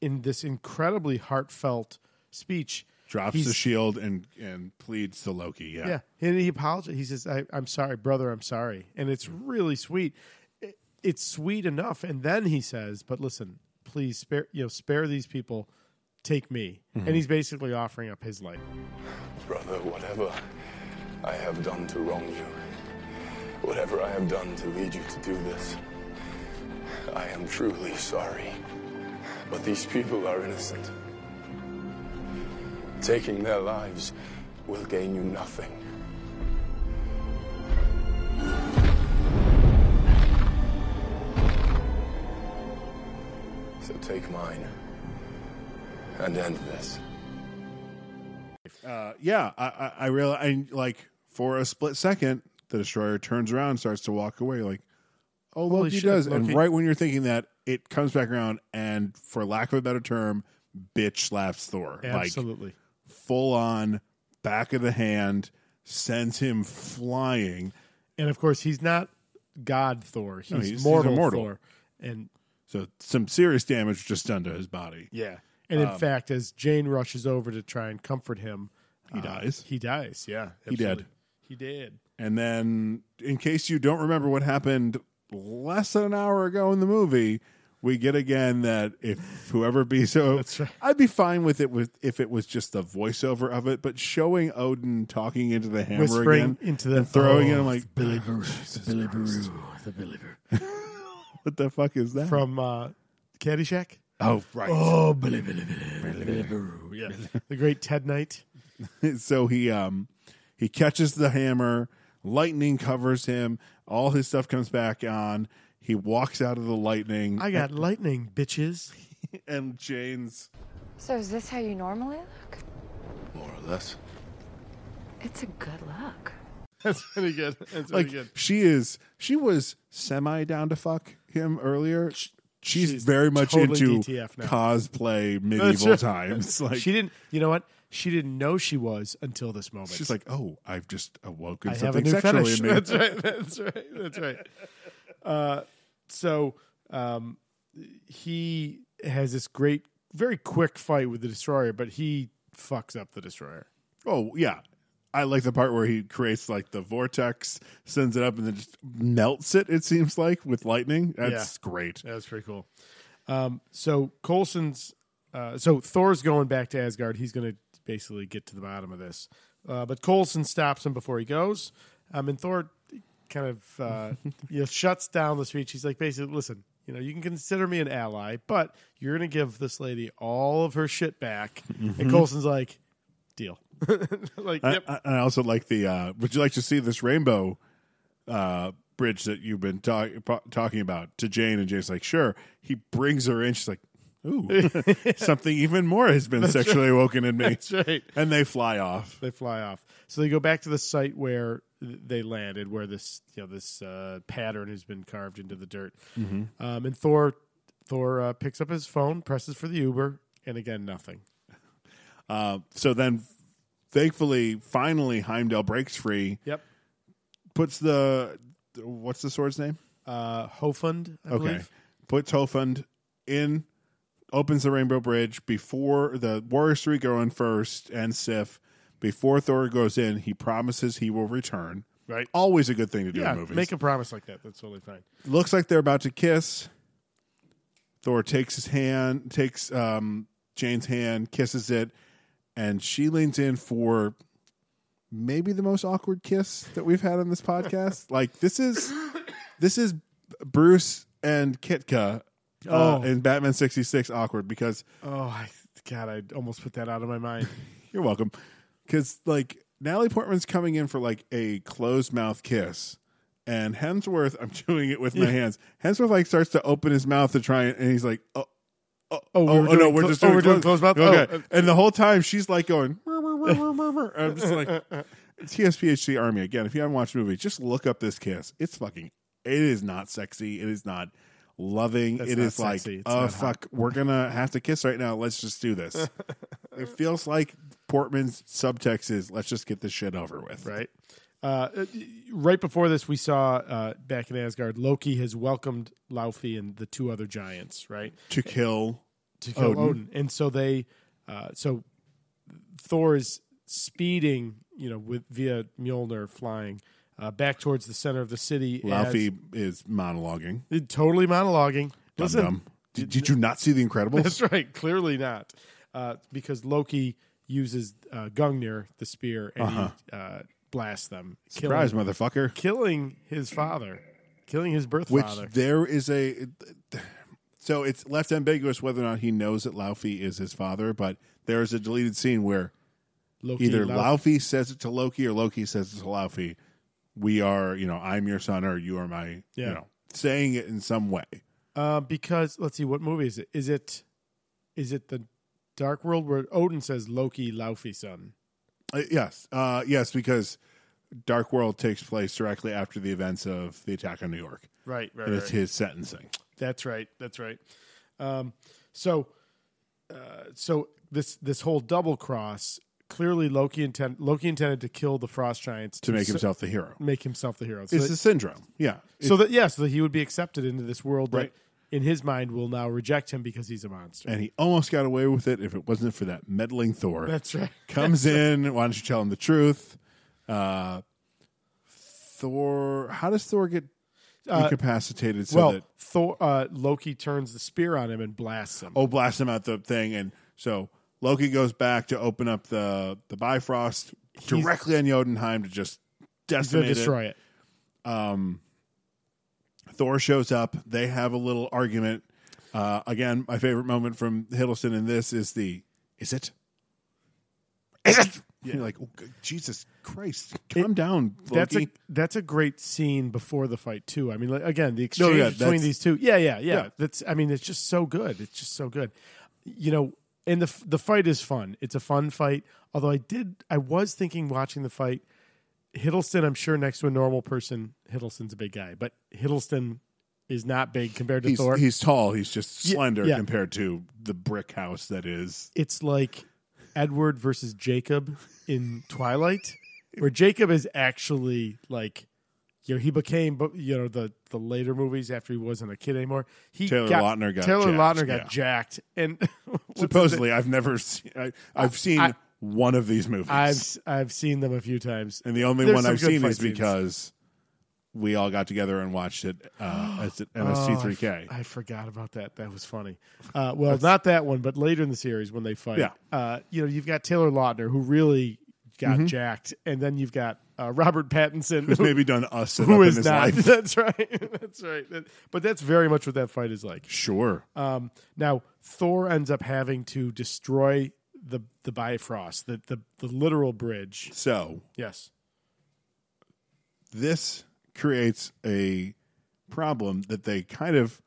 Speaker 2: in this incredibly heartfelt speech
Speaker 1: Drops
Speaker 2: he's-
Speaker 1: the shield and and pleads to Loki. Yeah.
Speaker 2: yeah. And he apologized. He says, I, I'm sorry, brother, I'm sorry. And it's really sweet. It- it's sweet enough. And then he says, But listen, please spare you know, spare these people, take me.
Speaker 1: Mm-hmm.
Speaker 2: And he's basically offering up his life.
Speaker 12: Brother, whatever I have done to wrong you, whatever I have done to lead you to do this, I am truly sorry. But these people are innocent. Taking their lives will gain you nothing. So take mine and end this.
Speaker 1: Uh, yeah, I, I, I realize, I, like, for a split second, the destroyer turns around, and starts to walk away, like, oh,
Speaker 2: Holy
Speaker 1: Loki
Speaker 2: shit,
Speaker 1: does. And
Speaker 2: Loki.
Speaker 1: right when you're thinking that, it comes back around and, for lack of a better term, bitch slaps Thor.
Speaker 2: Absolutely.
Speaker 1: Like, full on, back of the hand, sends him flying.
Speaker 2: and of course, he's not God Thor. He's,
Speaker 1: No, he's- he's
Speaker 2: mortal
Speaker 1: immortal.
Speaker 2: Thor. And
Speaker 1: So, some serious damage just done to his body.
Speaker 2: yeah. And in
Speaker 1: Um,
Speaker 2: fact, as Jane rushes over to try and comfort him, uh,
Speaker 1: He dies.
Speaker 2: He dies. Yeah.
Speaker 1: He did.
Speaker 2: absolutely. He did.
Speaker 1: And then, in case you don't remember what happened less than an hour ago in the movie, we get again that if whoever be so, I'd be fine with it with if it was just the voiceover of it, but showing Odin talking into the hammer
Speaker 2: Whispering
Speaker 1: again,
Speaker 2: into the
Speaker 1: and throwing
Speaker 2: Oh,
Speaker 1: it, I'm like,
Speaker 2: Billy
Speaker 1: "Oh,
Speaker 2: Baroo,
Speaker 1: Jesus
Speaker 2: Billy
Speaker 1: Christ.
Speaker 2: Baroo, the Billy Baroo.
Speaker 1: what the fuck is that?
Speaker 2: from uh, Caddyshack.
Speaker 1: oh right,
Speaker 2: Oh, Billy, Billy, Billy, Billy, Baroo. Yeah, the great Ted Knight.
Speaker 1: so he um he catches the hammer lightning covers him all his stuff comes back on he walks out of the lightning
Speaker 2: I got lightning, bitches.
Speaker 1: and jane's
Speaker 7: So is this how you normally look?
Speaker 10: More or less.
Speaker 7: It's a good look.
Speaker 2: That's pretty good. That's
Speaker 1: like she is she was semi down to fuck him earlier she's,
Speaker 2: she's
Speaker 1: very much
Speaker 2: totally
Speaker 1: into
Speaker 2: DTF now.
Speaker 1: cosplay medieval times like
Speaker 2: she didn't. You know what? She didn't know she was until this moment.
Speaker 1: She's like, oh, I've just awoken
Speaker 2: I have a
Speaker 1: something
Speaker 2: new
Speaker 1: sexually
Speaker 2: fetish.
Speaker 1: in me.
Speaker 2: That's right. That's right. That's right. Uh, so um, he has this great, very quick fight with the destroyer, but he fucks up the destroyer.
Speaker 1: Oh yeah, I like the part where he creates like the vortex, sends it up, and then just melts it. It seems like with lightning. That's
Speaker 2: Yeah.
Speaker 1: great.
Speaker 2: That's pretty cool. Um, so Colson's, uh, so Thor's going back to Asgard. He's going to basically get to the bottom of this, uh, but Colson stops him before he goes. Um, and Thor kind of uh, you know shuts down the speech. He's like, basically, listen, you know, you can consider me an ally, but you're going to give this lady all of her shit back.
Speaker 1: Mhm.
Speaker 2: And Colson's like, deal. like,
Speaker 1: I,
Speaker 2: yep.
Speaker 1: I, I also like the. Uh, would you like to see this rainbow uh, bridge that you've been talk, po- talking about to Jane? And Jane's like, sure. He brings her in. She's like, ooh, something even more has been
Speaker 2: That's
Speaker 1: sexually
Speaker 2: right.
Speaker 1: awoken in me.
Speaker 2: That's right.
Speaker 1: And they fly off.
Speaker 2: They fly off. So they go back to the site where th- they landed, where this you know this uh, pattern has been carved into the dirt.
Speaker 1: Mhm.
Speaker 2: Um, and Thor Thor uh, picks up his phone, presses for the Uber, and again nothing.
Speaker 1: Uh, so then, thankfully, finally, Heimdall breaks free.
Speaker 2: Yep.
Speaker 1: Puts the what's the sword's name?
Speaker 2: Uh, Hofund. I believe.
Speaker 1: Puts Hofund in. Opens the Rainbow Bridge before the Warriors three go in first, and Sif. Before Thor goes in, he promises he will return.
Speaker 2: Right.
Speaker 1: Always a good thing to do
Speaker 2: Yeah,
Speaker 1: in movies.
Speaker 2: make a promise like that. That's totally fine.
Speaker 1: Looks like they're about to kiss. Thor takes his hand, takes um, Jane's hand, kisses it, and she leans in for maybe the most awkward kiss that we've had on this podcast. like this is this is Bruce and Kitka uh,
Speaker 2: Oh.
Speaker 1: in Batman sixty six awkward because
Speaker 2: Oh I, God, I almost put that out of my mind.
Speaker 1: you're welcome because like Natalie Portman's coming in for like a closed mouth kiss. And Hemsworth, I'm doing it with my
Speaker 2: Yeah.
Speaker 1: hands. Hemsworth like starts to open his mouth to try and, and he's like, oh, oh,
Speaker 2: Oh, we were
Speaker 1: no,
Speaker 2: doing
Speaker 1: we're
Speaker 2: clo-
Speaker 1: just
Speaker 2: oh,
Speaker 1: doing,
Speaker 2: we're doing closed mouth?
Speaker 1: Okay.
Speaker 2: Oh, uh,
Speaker 1: and the whole time she's like going, "Mer, mer, mer, mer, mer, mer." I'm just like, TSPHC Army again. If you haven't watched the movie, just look up this kiss. It's fucking. It is not sexy. It is not loving.
Speaker 2: That's
Speaker 1: it
Speaker 2: not
Speaker 1: is like,
Speaker 2: sexy. It's
Speaker 1: oh
Speaker 2: not hot."
Speaker 1: fuck, we're gonna have to kiss right now. Let's just do this. it feels like Portman's subtext is let's just get this shit over with.
Speaker 2: right? Uh, right before this, we saw uh, back in Asgard, Loki has welcomed Laufey and the two other giants, right?
Speaker 1: To kill
Speaker 2: to kill Odin.
Speaker 1: Odin.
Speaker 2: And so they, uh, so Thor is speeding, you know, with via Mjolnir flying uh, back towards the center of the city.
Speaker 1: Laufey is monologuing.
Speaker 2: as- totally monologuing.
Speaker 1: Dum
Speaker 2: Listen,
Speaker 1: dum. Did, did you not see The Incredibles?
Speaker 2: that's right. Clearly not, uh, because Loki uses uh, Gungnir, the spear, and he uh, blasts them.
Speaker 1: Uh-huh. Surprise,
Speaker 2: killing-
Speaker 1: motherfucker.
Speaker 2: killing his father, killing his birth
Speaker 1: Which
Speaker 2: father.
Speaker 1: there is a. So it's left ambiguous whether or not he knows that Laufey is his father, but there is a deleted scene where
Speaker 2: Loki
Speaker 1: either
Speaker 2: Lauf-
Speaker 1: Laufey says it to Loki or Loki says it to Laufey. We are, you know, I'm your son or you are my,
Speaker 2: Yeah.
Speaker 1: you know, saying it in some way.
Speaker 2: uh, because let's see, what movie is it? Is it is it the Dark World where Odin says Loki Laufey son?
Speaker 1: Uh, yes. Uh, yes, because Dark World takes place directly after the events of the attack on New York.
Speaker 2: Right, right,
Speaker 1: And it's
Speaker 2: right.
Speaker 1: his sentencing.
Speaker 2: That's right. That's right. Um, so, uh, so this this whole double cross clearly Loki intend Loki intended to kill the Frost Giants
Speaker 1: to make
Speaker 2: so-
Speaker 1: himself the hero.
Speaker 2: make himself the hero. So
Speaker 1: It's
Speaker 2: that-
Speaker 1: a syndrome. Yeah.
Speaker 2: so that yeah, so that he would be accepted into this world
Speaker 1: Right.
Speaker 2: that in his mind will now reject him because he's a monster.
Speaker 1: and he almost got away with it if it wasn't for that meddling Thor.
Speaker 2: That's right.
Speaker 1: Comes in. Why don't you tell him the truth? Uh, Thor. How does Thor get
Speaker 2: Uh,
Speaker 1: incapacitated? So
Speaker 2: well,
Speaker 1: that
Speaker 2: Thor, uh, Loki turns the spear on him and blasts him.
Speaker 1: oh, blast him out the thing, and so Loki goes back to open up the the Bifrost directly on Jotunheim to just
Speaker 2: he's going
Speaker 1: decimate
Speaker 2: to destroy it.
Speaker 1: it. Um, Thor shows up. They have a little argument. Uh, again, my favorite moment from Hiddleston in this is the is it? Is it? You're like, oh, g- Jesus Christ, calm down, Loki.
Speaker 2: That's a that's a great scene before the fight too. I mean, like, again, the exchange
Speaker 1: yeah,
Speaker 2: between
Speaker 1: that's-
Speaker 2: these two. Yeah, yeah, yeah,
Speaker 1: Yeah.
Speaker 2: That's I mean, it's just so good. It's just so good. You know, and the f- the fight is fun. It's a fun fight. Although I did, I was thinking watching the fight. Hiddleston, I'm sure, next to a normal person, Hiddleston's a big guy, but Hiddleston is not big compared to
Speaker 1: he's,
Speaker 2: Thor.
Speaker 1: he's tall. He's just
Speaker 2: Yeah,
Speaker 1: slender
Speaker 2: yeah.
Speaker 1: compared to the brick house that is.
Speaker 2: it's like Edward versus Jacob in Twilight, where Jacob is actually like, you know, he became, but you know, the the later movies after he wasn't a kid anymore. He
Speaker 1: Taylor
Speaker 2: got,
Speaker 1: Lautner got
Speaker 2: Taylor
Speaker 1: jacked,
Speaker 2: Lautner got
Speaker 1: yeah.
Speaker 2: jacked, and what's his
Speaker 1: Supposedly,
Speaker 2: name?
Speaker 1: I've never seen. I, I've seen
Speaker 2: I-
Speaker 1: one of these movies,
Speaker 2: I've I've seen them a few times,
Speaker 1: and the only
Speaker 2: There's
Speaker 1: one
Speaker 2: some
Speaker 1: I've
Speaker 2: good
Speaker 1: seen
Speaker 2: fight
Speaker 1: is
Speaker 2: scenes.
Speaker 1: because we all got together and watched it uh, as at MST3K.
Speaker 2: Oh, I f- I forgot about that. That was funny. Uh, well, not that one, but later in the series when they fight.
Speaker 1: Yeah.
Speaker 2: Uh, you know, you've got Taylor Lautner who really got
Speaker 1: Mhm.
Speaker 2: jacked, and then you've got uh, Robert Pattinson
Speaker 1: Who's
Speaker 2: who-
Speaker 1: maybe done us it up
Speaker 2: who
Speaker 1: in
Speaker 2: is
Speaker 1: his
Speaker 2: not.
Speaker 1: life.
Speaker 2: That's right. That's right. That- but that's very much what that fight is like.
Speaker 1: Sure.
Speaker 2: Um, now Thor ends up having to destroy the the Bifrost, the the, the literal bridge.
Speaker 1: So
Speaker 2: Yes.
Speaker 1: this creates a problem that they kind of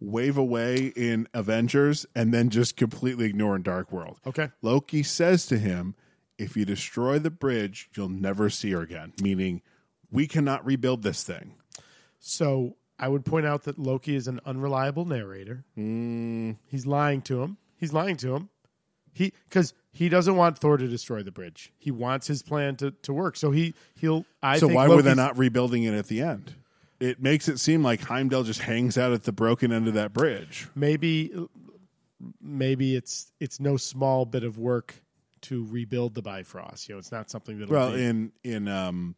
Speaker 1: wave away in Avengers and then just completely ignore in Dark World.
Speaker 2: Okay.
Speaker 1: Loki says to him, If you destroy the bridge, you'll never see her again, meaning we cannot rebuild this thing.
Speaker 2: So I would point out that Loki is an unreliable narrator.
Speaker 1: Mm.
Speaker 2: He's lying to him. He's lying to him. He because he doesn't want Thor to destroy the bridge. He wants his plan to, to work. So he he'll. I
Speaker 1: so
Speaker 2: think
Speaker 1: why were
Speaker 2: Loki's-
Speaker 1: they not rebuilding it at the end? It makes it seem like Heimdall just hangs out at the broken end of that bridge.
Speaker 2: Maybe maybe it's it's no small bit of work to rebuild the Bifrost. You know, it's not something that'll.
Speaker 1: Well,
Speaker 2: be,
Speaker 1: in in um,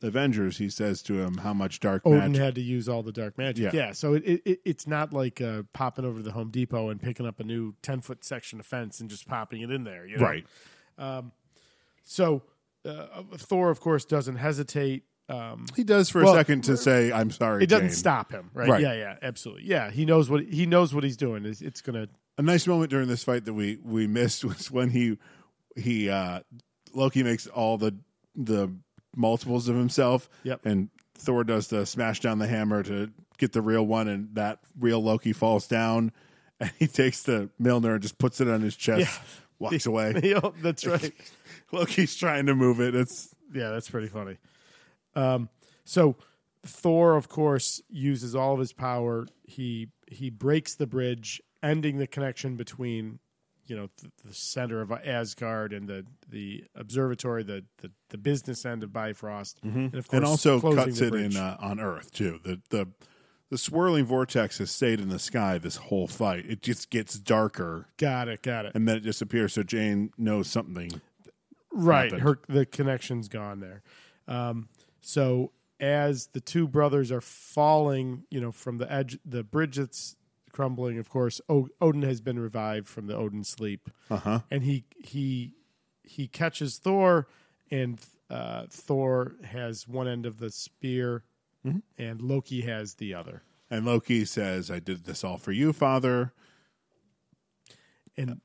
Speaker 1: Avengers, he says to him, "How much dark
Speaker 2: Odin
Speaker 1: magic?"
Speaker 2: had to use all the dark magic.
Speaker 1: Yeah.
Speaker 2: Yeah. so it, it, it- it's not like uh, popping over to the Home Depot and picking up a new 10 foot section of fence and just popping it in there. You know?
Speaker 1: Right.
Speaker 2: Um, so uh, Thor, of course, doesn't hesitate. Um,
Speaker 1: He does for
Speaker 2: well,
Speaker 1: a second to say, "I'm sorry."
Speaker 2: It doesn't
Speaker 1: Jane."
Speaker 2: stop him, right? Yeah, yeah, absolutely. Yeah, he knows what he knows what he's doing. It's, it's gonna
Speaker 1: A nice moment during this fight that we we missed was when he he uh Loki makes all the the multiples of himself.
Speaker 2: Yep.
Speaker 1: And Thor does the smash down the hammer to get the real one, and that real Loki falls down, and he takes the Milner and just puts it on his chest,
Speaker 2: Yeah.
Speaker 1: walks away.
Speaker 2: Yeah, that's right.
Speaker 1: Loki's trying to move it. It's
Speaker 2: yeah, that's pretty funny. Um, so Thor, of course, uses all of his power. He he breaks the bridge, ending the connection between you know th- the center of Asgard and the the observatory, the the, the business end of Bifrost, and of course,
Speaker 1: Mm-hmm. and also
Speaker 2: closing
Speaker 1: cuts
Speaker 2: the
Speaker 1: it in
Speaker 2: bridge.
Speaker 1: uh, on Earth too. The the the swirling vortex has stayed in the sky this whole fight. It just gets darker,
Speaker 2: got it, got it.
Speaker 1: and then it disappears. So Jane knows something.
Speaker 2: right
Speaker 1: happened.
Speaker 2: her the connection's gone there um, so as the two brothers are falling you know from the edge the bridge that's crumbling of course o- odin has been revived from the odin sleep
Speaker 1: Uh-huh.
Speaker 2: and he he he catches thor and uh, thor has one end of the spear
Speaker 1: Mm-hmm.
Speaker 2: and loki has the other
Speaker 1: And Loki says, "I did this all for you, Father."
Speaker 2: and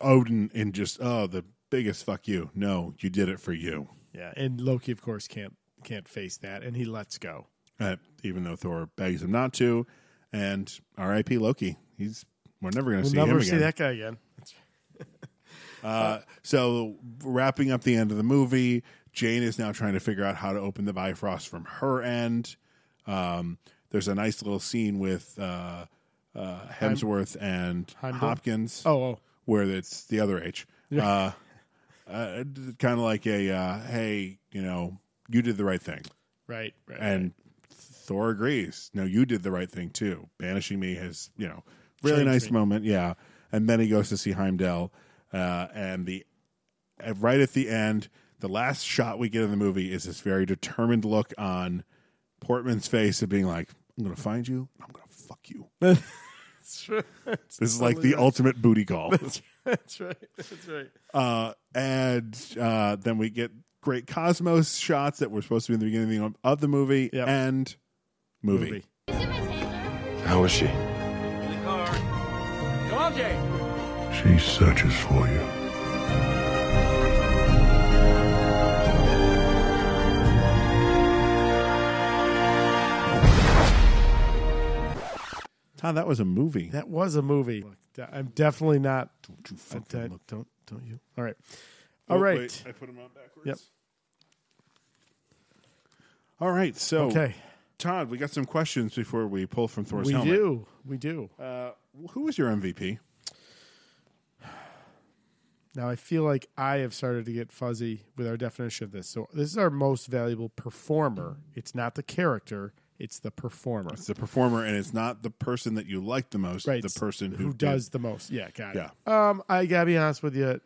Speaker 1: Odin and just oh the biggest fuck you. No, you did it for you.
Speaker 2: yeah and loki of course can't can't face that and he lets go
Speaker 1: Uh, even though Thor begs him not to, and R.I.P. Loki. He's we're never going to
Speaker 2: we'll
Speaker 1: see
Speaker 2: never
Speaker 1: him
Speaker 2: see
Speaker 1: again.
Speaker 2: that guy again
Speaker 1: Uh, so wrapping up the end of the movie, Jane is now trying to figure out how to open the Bifrost from her end. Um, there's a nice little scene with uh, uh, Hemsworth and
Speaker 2: Heimdall?
Speaker 1: Hopkins.
Speaker 2: Oh, oh.
Speaker 1: where it's the other H. Uh, uh, kind of like a uh, hey, you know, you did the right thing,
Speaker 2: right right
Speaker 1: and Thor agrees. No, you did the right thing too. Banishing me has, you know, really
Speaker 2: Changed
Speaker 1: nice
Speaker 2: me.
Speaker 1: moment. Yeah. And then he goes to see Heimdall. Uh, and the uh, right at the end, the last shot we get in the movie is this very determined look on Portman's face of being like, I'm going to find you. and I'm going to fuck you. This is like the ultimate booty call.
Speaker 2: That's right. That's right.
Speaker 1: Uh, and uh, then we get great Cosmos shots that were supposed to be in the beginning of the- of the movie and movie.
Speaker 10: How is she?
Speaker 8: Come on, Jay.
Speaker 9: She searches for you.
Speaker 1: Todd, that was a movie.
Speaker 2: That was a movie. I'm definitely not. Don't
Speaker 1: you
Speaker 2: fucking look. Don't don't you. All right.
Speaker 1: Oh,
Speaker 2: All right.
Speaker 1: wait, I put them on backwards.
Speaker 2: Yep.
Speaker 1: All right. So,
Speaker 2: Okay.
Speaker 1: Todd, we got some questions before we pull from Thor's
Speaker 2: we
Speaker 1: helmet.
Speaker 2: do. We do.
Speaker 1: Uh, who was your MVP?
Speaker 2: Now I feel like I have started to get fuzzy with our definition of this. So this is our most valuable performer. It's not the character, it's the performer.
Speaker 1: It's the performer, and it's not the person that you like the most.
Speaker 2: Right,
Speaker 1: The person who,
Speaker 2: who
Speaker 1: did-
Speaker 2: does the most. Yeah, got it.
Speaker 1: Yeah.
Speaker 2: Um, I gotta be honest with you,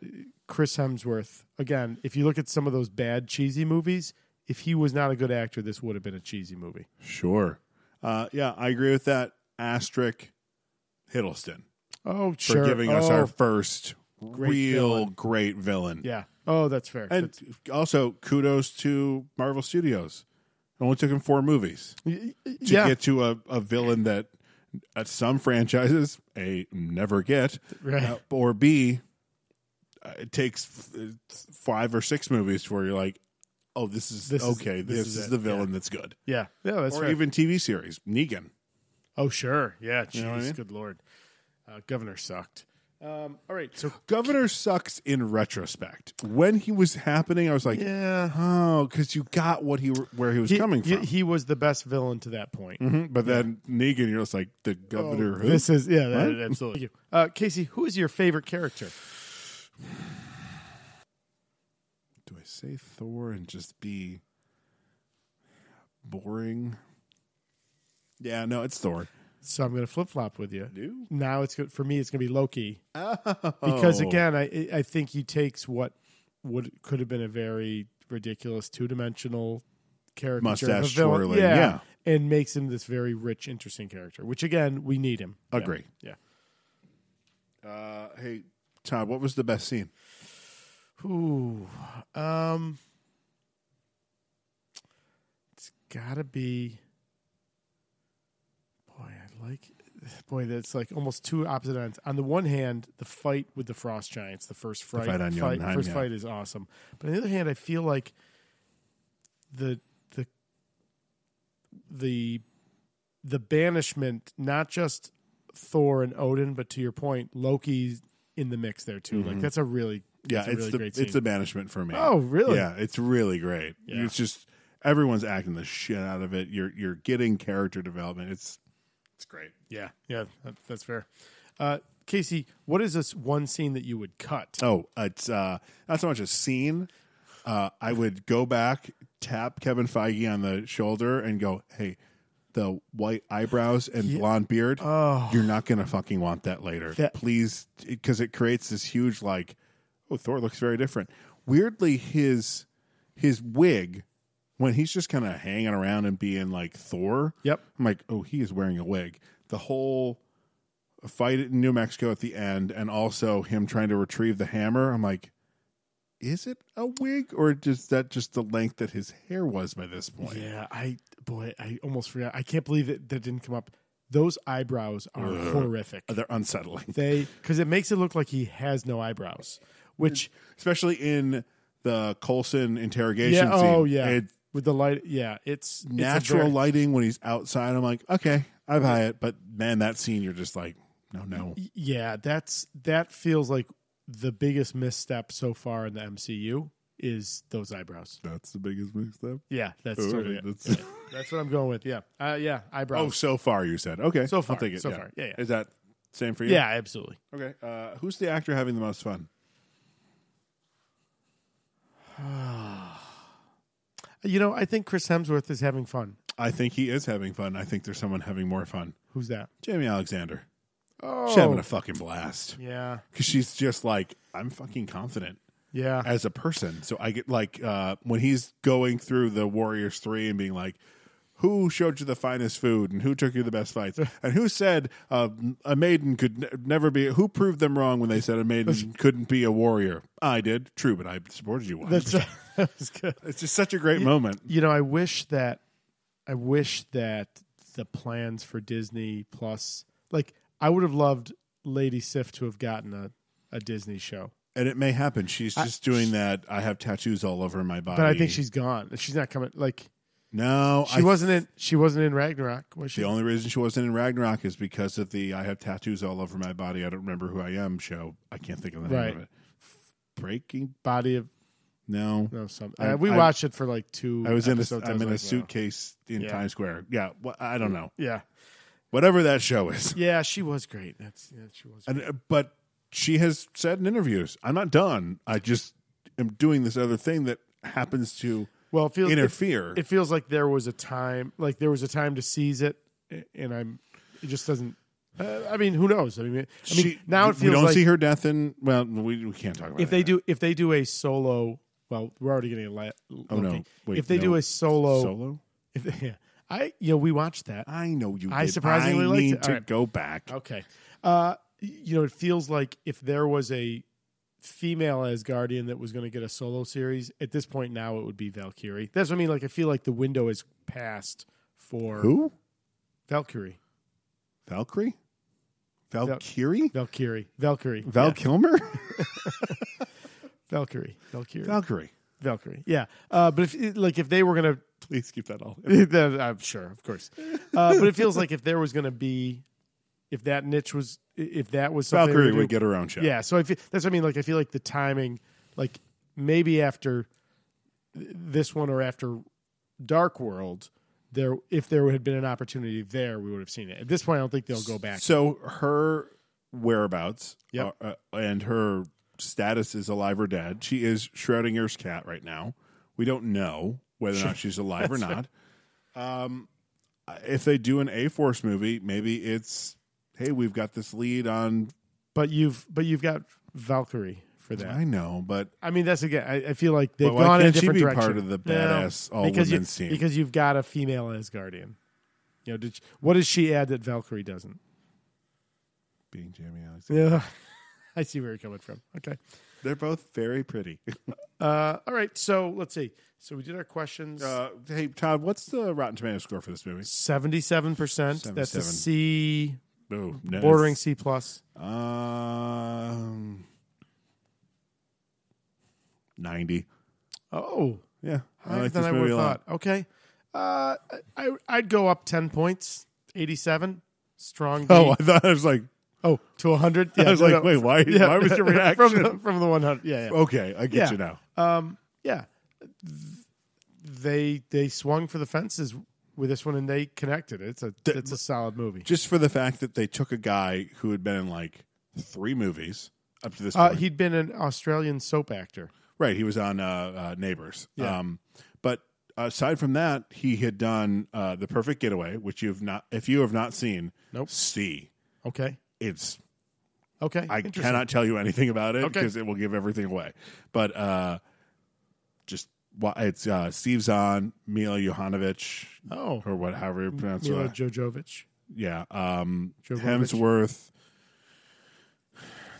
Speaker 2: Chris Hemsworth. Again, if you look at some of those bad cheesy movies, if he was not a good actor, this would have been a cheesy movie.
Speaker 1: Sure. Uh, yeah, I agree with that. Asterisk Hiddleston
Speaker 2: Oh,
Speaker 1: for
Speaker 2: sure.
Speaker 1: giving us
Speaker 2: Oh,
Speaker 1: our first
Speaker 2: Great
Speaker 1: real
Speaker 2: villain.
Speaker 1: great villain.
Speaker 2: yeah. Oh, that's fair.
Speaker 1: And also, kudos to Marvel Studios. It only took him four movies
Speaker 2: That's-
Speaker 1: to
Speaker 2: yeah.
Speaker 1: get to a, a villain that at some franchises a never get,
Speaker 2: Right.
Speaker 1: uh, or b uh, it takes f- five or six movies where you're like, oh, this is
Speaker 2: This is-
Speaker 1: okay.
Speaker 2: this
Speaker 1: this
Speaker 2: is
Speaker 1: is,
Speaker 2: it,
Speaker 1: the villain that's good.
Speaker 2: yeah. Yeah, that's
Speaker 1: or
Speaker 2: fair.
Speaker 1: even TV series Negan.
Speaker 2: oh, sure. Yeah. Jeez,
Speaker 1: You know what I mean?
Speaker 2: good lord. Uh, Governor sucked. Um, all right. So
Speaker 1: Governor sucks in retrospect. When he was happening, I was like,
Speaker 2: yeah.
Speaker 1: oh, because you got what he where he was
Speaker 2: He-
Speaker 1: coming
Speaker 2: he-
Speaker 1: from.
Speaker 2: He was the best villain to that point.
Speaker 1: Mhm. But then Negan, you're just like the governor.
Speaker 2: Oh,
Speaker 1: who?
Speaker 2: This is yeah, that,
Speaker 1: What?
Speaker 2: absolutely. Thank you. Uh, Casey, who is your favorite character?
Speaker 1: Do I say Thor and just be boring? Yeah, no, it's Thor.
Speaker 2: So I'm going to flip flop with you.
Speaker 1: Do?
Speaker 2: Now it's good for me. It's going to be Loki
Speaker 1: Oh.
Speaker 2: because again, I I think he takes what would could have been a very ridiculous two dimensional character,
Speaker 1: Mustache twirling,
Speaker 2: yeah,
Speaker 1: yeah.
Speaker 2: and makes him this very rich, interesting character. Which again, we need him. Yeah.
Speaker 1: agree.
Speaker 2: Yeah.
Speaker 1: Uh, hey, Todd, what was the best scene?
Speaker 2: Ooh. Um It's gotta be Boy, I like boy, that's like almost two opposite ends. On the one hand, the fight with the frost giants, the first fight,
Speaker 1: fight on
Speaker 2: fight,
Speaker 1: Jotunheim,
Speaker 2: first
Speaker 1: yeah.
Speaker 2: fight is awesome. But on the other hand, I feel like the the the the banishment, not just Thor and Odin, but to your point, Loki's in the mix there too. Like that's a really
Speaker 1: Mm-hmm. Yeah,
Speaker 2: that's a
Speaker 1: it's
Speaker 2: really
Speaker 1: the
Speaker 2: great
Speaker 1: it's
Speaker 2: scene.
Speaker 1: the banishment for me.
Speaker 2: Oh, really?
Speaker 1: Yeah, it's really great.
Speaker 2: Yeah.
Speaker 1: It's just everyone's acting the shit out of it. You're you're getting character development. It's it's great.
Speaker 2: yeah yeah that, that's fair. Uh, Casey, what is this one scene that you would cut?
Speaker 1: Oh, it's uh, not so much a scene. Uh, I would go back, tap Kevin Feige on the shoulder, and go, "Hey, the white eyebrows and blonde beard. You're not gonna fucking want that later,
Speaker 2: Oh. That-
Speaker 1: please, because it creates this huge like, oh, Thor looks very different. Weirdly, his his wig when he's just kind of hanging around and being like Thor.
Speaker 2: Yep.
Speaker 1: I'm like, oh, he is wearing a wig. The whole fight in New Mexico at the end, and also him trying to retrieve the hammer. I'm like, is it a wig or is that just the length that his hair was by this point?
Speaker 2: Oh, Yeah, I boy, I almost forgot. I can't believe it that didn't come up. Those eyebrows are
Speaker 1: Ugh.
Speaker 2: horrific.
Speaker 1: Uh, They're unsettling,
Speaker 2: They because it makes it look like he has no eyebrows, which
Speaker 1: especially in the Colson interrogation.
Speaker 2: yeah,
Speaker 1: scene.
Speaker 2: oh yeah,
Speaker 1: It-
Speaker 2: with the light, yeah, it's it's a
Speaker 1: natural
Speaker 2: very-
Speaker 1: lighting when he's outside. I'm like, okay, I buy it. But man, that scene, you're just like, no, no.
Speaker 2: Yeah, that's that feels like the biggest misstep so far in the MCU is those eyebrows.
Speaker 1: That's the biggest mix-up.
Speaker 2: Yeah, that's
Speaker 1: Oh,
Speaker 2: totally it.
Speaker 1: that's-
Speaker 2: Yeah, that's what I'm going with. Yeah, uh, yeah, eyebrows.
Speaker 1: Oh, so far you said okay.
Speaker 2: So far,
Speaker 1: I'll take it.
Speaker 2: so
Speaker 1: yeah.
Speaker 2: far. Yeah, yeah.
Speaker 1: Is that same for you?
Speaker 2: yeah, absolutely.
Speaker 1: Okay. Uh, who's the actor having the most fun?
Speaker 2: You know, I think Chris Hemsworth is having fun.
Speaker 1: I think he is having fun. I think there's someone having more fun.
Speaker 2: Who's that?
Speaker 1: Jamie Alexander.
Speaker 2: Oh,
Speaker 1: She's having a fucking blast
Speaker 2: yeah,
Speaker 1: because she's just like I'm fucking confident
Speaker 2: yeah.
Speaker 1: as a person. So I get like uh, when he's going through the Warriors three and being like. Who showed you the finest food and who took you the best fights and who said uh, a maiden could ne- never be? Who proved them wrong when they said a maiden couldn't be a warrior? I did, true, but I supported you. 100%.
Speaker 2: That's that was good.
Speaker 1: It's just such a great moment.
Speaker 2: You know, I wish that I wish that the plans for Disney Plus, like I would have loved Lady Sif to have gotten a, a Disney show,
Speaker 1: And it may happen. She's
Speaker 2: I-
Speaker 1: just doing that. I have tattoos all over my body.
Speaker 2: but I think she's gone. She's not coming. Like
Speaker 1: no.
Speaker 2: she
Speaker 1: I-
Speaker 2: wasn't in. She wasn't in Ragnarok. Was she?
Speaker 1: The only reason she wasn't in Ragnarok is because of the "I have tattoos all over my body. I don't remember who I am" show. I can't think of the name
Speaker 2: Right.
Speaker 1: of it. Breaking?
Speaker 2: body of
Speaker 1: No.
Speaker 2: no something.
Speaker 1: I-
Speaker 2: Uh, we
Speaker 1: I-
Speaker 2: watched it for like two.
Speaker 1: I was in a.
Speaker 2: episodes. I
Speaker 1: am
Speaker 2: was
Speaker 1: in a
Speaker 2: like, wow.
Speaker 1: suitcase in
Speaker 2: Yeah.
Speaker 1: Times Square. Yeah. Well, I don't know.
Speaker 2: Yeah,
Speaker 1: Whatever that show is.
Speaker 2: yeah. She was great. That's yeah. She was. Great.
Speaker 1: And, uh, but she has said in interviews, "I'm not done. I just am doing this other thing that happens to
Speaker 2: well it feels,
Speaker 1: interfere."
Speaker 2: It, it feels like there was a time, like there was a time to seize it, a- and I'm. It just doesn't. Uh, I mean, who knows? I mean, I mean
Speaker 1: She-
Speaker 2: now it
Speaker 1: we
Speaker 2: feels
Speaker 1: don't
Speaker 2: like
Speaker 1: see her death in. Well, we, we can't talk about
Speaker 2: if
Speaker 1: it
Speaker 2: they
Speaker 1: now.
Speaker 2: do if they do a solo. Well, we're already getting a la-
Speaker 1: Oh no!
Speaker 2: looking.
Speaker 1: Wait,
Speaker 2: if they
Speaker 1: no.
Speaker 2: do a solo,
Speaker 1: solo,
Speaker 2: if they- yeah, I you know we watched that.
Speaker 1: I know you.
Speaker 2: I
Speaker 1: did.
Speaker 2: surprisingly
Speaker 1: I
Speaker 2: liked
Speaker 1: need
Speaker 2: it.
Speaker 1: to
Speaker 2: All right.
Speaker 1: go back.
Speaker 2: Okay. Uh, y- you know, it feels like if there was a female Asgardian that was going to get a solo series, at this point now it would be Valkyrie. That's what I mean. Like, I feel like the window is passed for
Speaker 1: Who?
Speaker 2: Valkyrie.
Speaker 1: Valkyrie? Valkyrie?
Speaker 2: Valkyrie. Valkyrie.
Speaker 1: Val
Speaker 2: Yeah.
Speaker 1: Kilmer?
Speaker 2: Valkyrie. Valkyrie.
Speaker 1: Valkyrie.
Speaker 2: Valkyrie. Yeah. Uh, but if it- like if they were going to
Speaker 1: Please keep that all. in.
Speaker 2: then I'm sure, of course. Uh, but it feels like if there was going to be, if that niche was, if that was something they
Speaker 1: Valkyrie
Speaker 2: were
Speaker 1: would
Speaker 2: doing-
Speaker 1: get her own show.
Speaker 2: Yeah, so I feel, that's what I mean. Like I feel like the timing, like maybe after th- this one or after Dark World, there if there had been an opportunity there, we would have seen it. At this point, I don't think they'll go back.
Speaker 1: So her whereabouts
Speaker 2: Yep.
Speaker 1: are- uh, and her status is alive or dead. She is Schrodinger's cat right now. We don't know whether or not she's alive or
Speaker 2: That's
Speaker 1: not. Um, if they do an A Force movie, maybe it's hey, we've got this lead on.
Speaker 2: but you've but you've got Valkyrie for that.
Speaker 1: I know, but
Speaker 2: I mean, that's again. I, I feel like they've
Speaker 1: But why
Speaker 2: gone in a
Speaker 1: can't she
Speaker 2: different
Speaker 1: be
Speaker 2: direction.
Speaker 1: part of the badass all
Speaker 2: because you-
Speaker 1: women's team?
Speaker 2: because you've got a female as guardian. You know, did she- what does she add that Valkyrie doesn't?
Speaker 1: being Jamie Alexander,
Speaker 2: Yeah, I see where you're coming from. Okay.
Speaker 1: they're both very pretty.
Speaker 2: Uh, all right. So let's see. So we did our questions.
Speaker 1: Uh, hey Todd, what's the Rotten Tomato score for this movie?
Speaker 2: Seventy-seven percent. That's
Speaker 1: 77.
Speaker 2: a C,
Speaker 1: Oh,
Speaker 2: bordering C plus.
Speaker 1: Um, ninety.
Speaker 2: Oh,
Speaker 1: Yeah,
Speaker 2: higher than I would have thought. Okay. Uh, I I'd go up ten points. Eighty-seven. Strong. B.
Speaker 1: Oh, I thought I was like,
Speaker 2: Oh, to 100?
Speaker 1: I was like, wait, why- why was your
Speaker 2: from, the,
Speaker 1: reaction?
Speaker 2: from the 100. Yeah, yeah.
Speaker 1: okay, I get
Speaker 2: yeah.
Speaker 1: you now.
Speaker 2: Um, yeah. They they swung for the fences with this one and they connected. It's a
Speaker 1: The-
Speaker 2: it's a solid movie.
Speaker 1: Just for the fact that they took a guy who had been in like three movies up to this
Speaker 2: Uh,
Speaker 1: point.
Speaker 2: he'd been an Australian soap actor.
Speaker 1: right, he was on uh, uh, Neighbors.
Speaker 2: Yeah.
Speaker 1: Um, but aside from that, he had done uh, The Perfect Getaway, which you've not, if you have not seen,
Speaker 2: Nope.
Speaker 1: see
Speaker 2: Okay.
Speaker 1: it's
Speaker 2: Okay.
Speaker 1: I
Speaker 2: Interesting.
Speaker 1: cannot tell you anything about it
Speaker 2: Okay.
Speaker 1: because it will give everything away. But uh, just wa- it's uh, Steve Zahn, Mila Johanovic,
Speaker 2: Oh.
Speaker 1: or what, however you pronounce
Speaker 2: Mila
Speaker 1: it. Uh,
Speaker 2: Jojovic.
Speaker 1: Yeah, um,
Speaker 2: Jovovich.
Speaker 1: Hemsworth.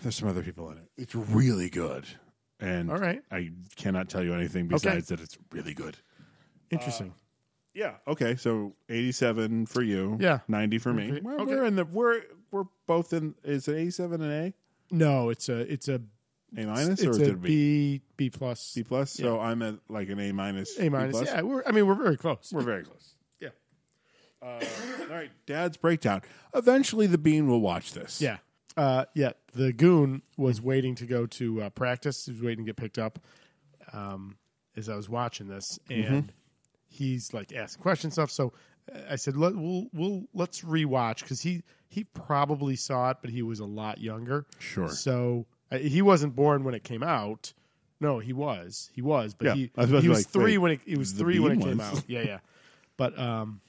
Speaker 1: There's some other people in it. It's really good, and
Speaker 2: All right.
Speaker 1: I cannot tell you anything besides that it's really good.
Speaker 2: Interesting.
Speaker 1: Yeah. Okay. So 87 for you.
Speaker 2: Yeah.
Speaker 1: 90 for me.
Speaker 2: Okay.
Speaker 1: We're,
Speaker 2: Okay.
Speaker 1: we're in the we're we're both in. Is it 87 and
Speaker 2: no, it's a it's a
Speaker 1: A? A minus or
Speaker 2: it's
Speaker 1: is
Speaker 2: a
Speaker 1: it a B?
Speaker 2: B B plus
Speaker 1: B plus. So I'm at like an A minus.
Speaker 2: A
Speaker 1: B
Speaker 2: minus.
Speaker 1: plus.
Speaker 2: Yeah, we're I mean we're very close.
Speaker 1: we're very close.
Speaker 2: Yeah.
Speaker 1: Uh, All right, Dad's breakdown. Eventually, the Bean will watch this.
Speaker 2: Yeah. Uh, yeah. The goon was waiting to go to uh, practice. He was waiting to get picked up um, as I was watching this. And
Speaker 1: Mm-hmm.
Speaker 2: he's like asking questions and stuff. So uh, I said, Let, we'll, we'll, let's rewatch because he, he probably saw it, but he was a lot younger.
Speaker 1: Sure.
Speaker 2: So uh, he wasn't born when it came out. No, he was. He was, but
Speaker 1: Yeah,
Speaker 2: he,
Speaker 1: I was about to
Speaker 2: he
Speaker 1: be
Speaker 2: was
Speaker 1: like, wait,
Speaker 2: three when it, it was
Speaker 1: the
Speaker 2: three when it
Speaker 1: Bean
Speaker 2: came
Speaker 1: was?
Speaker 2: out. Yeah, yeah. But um,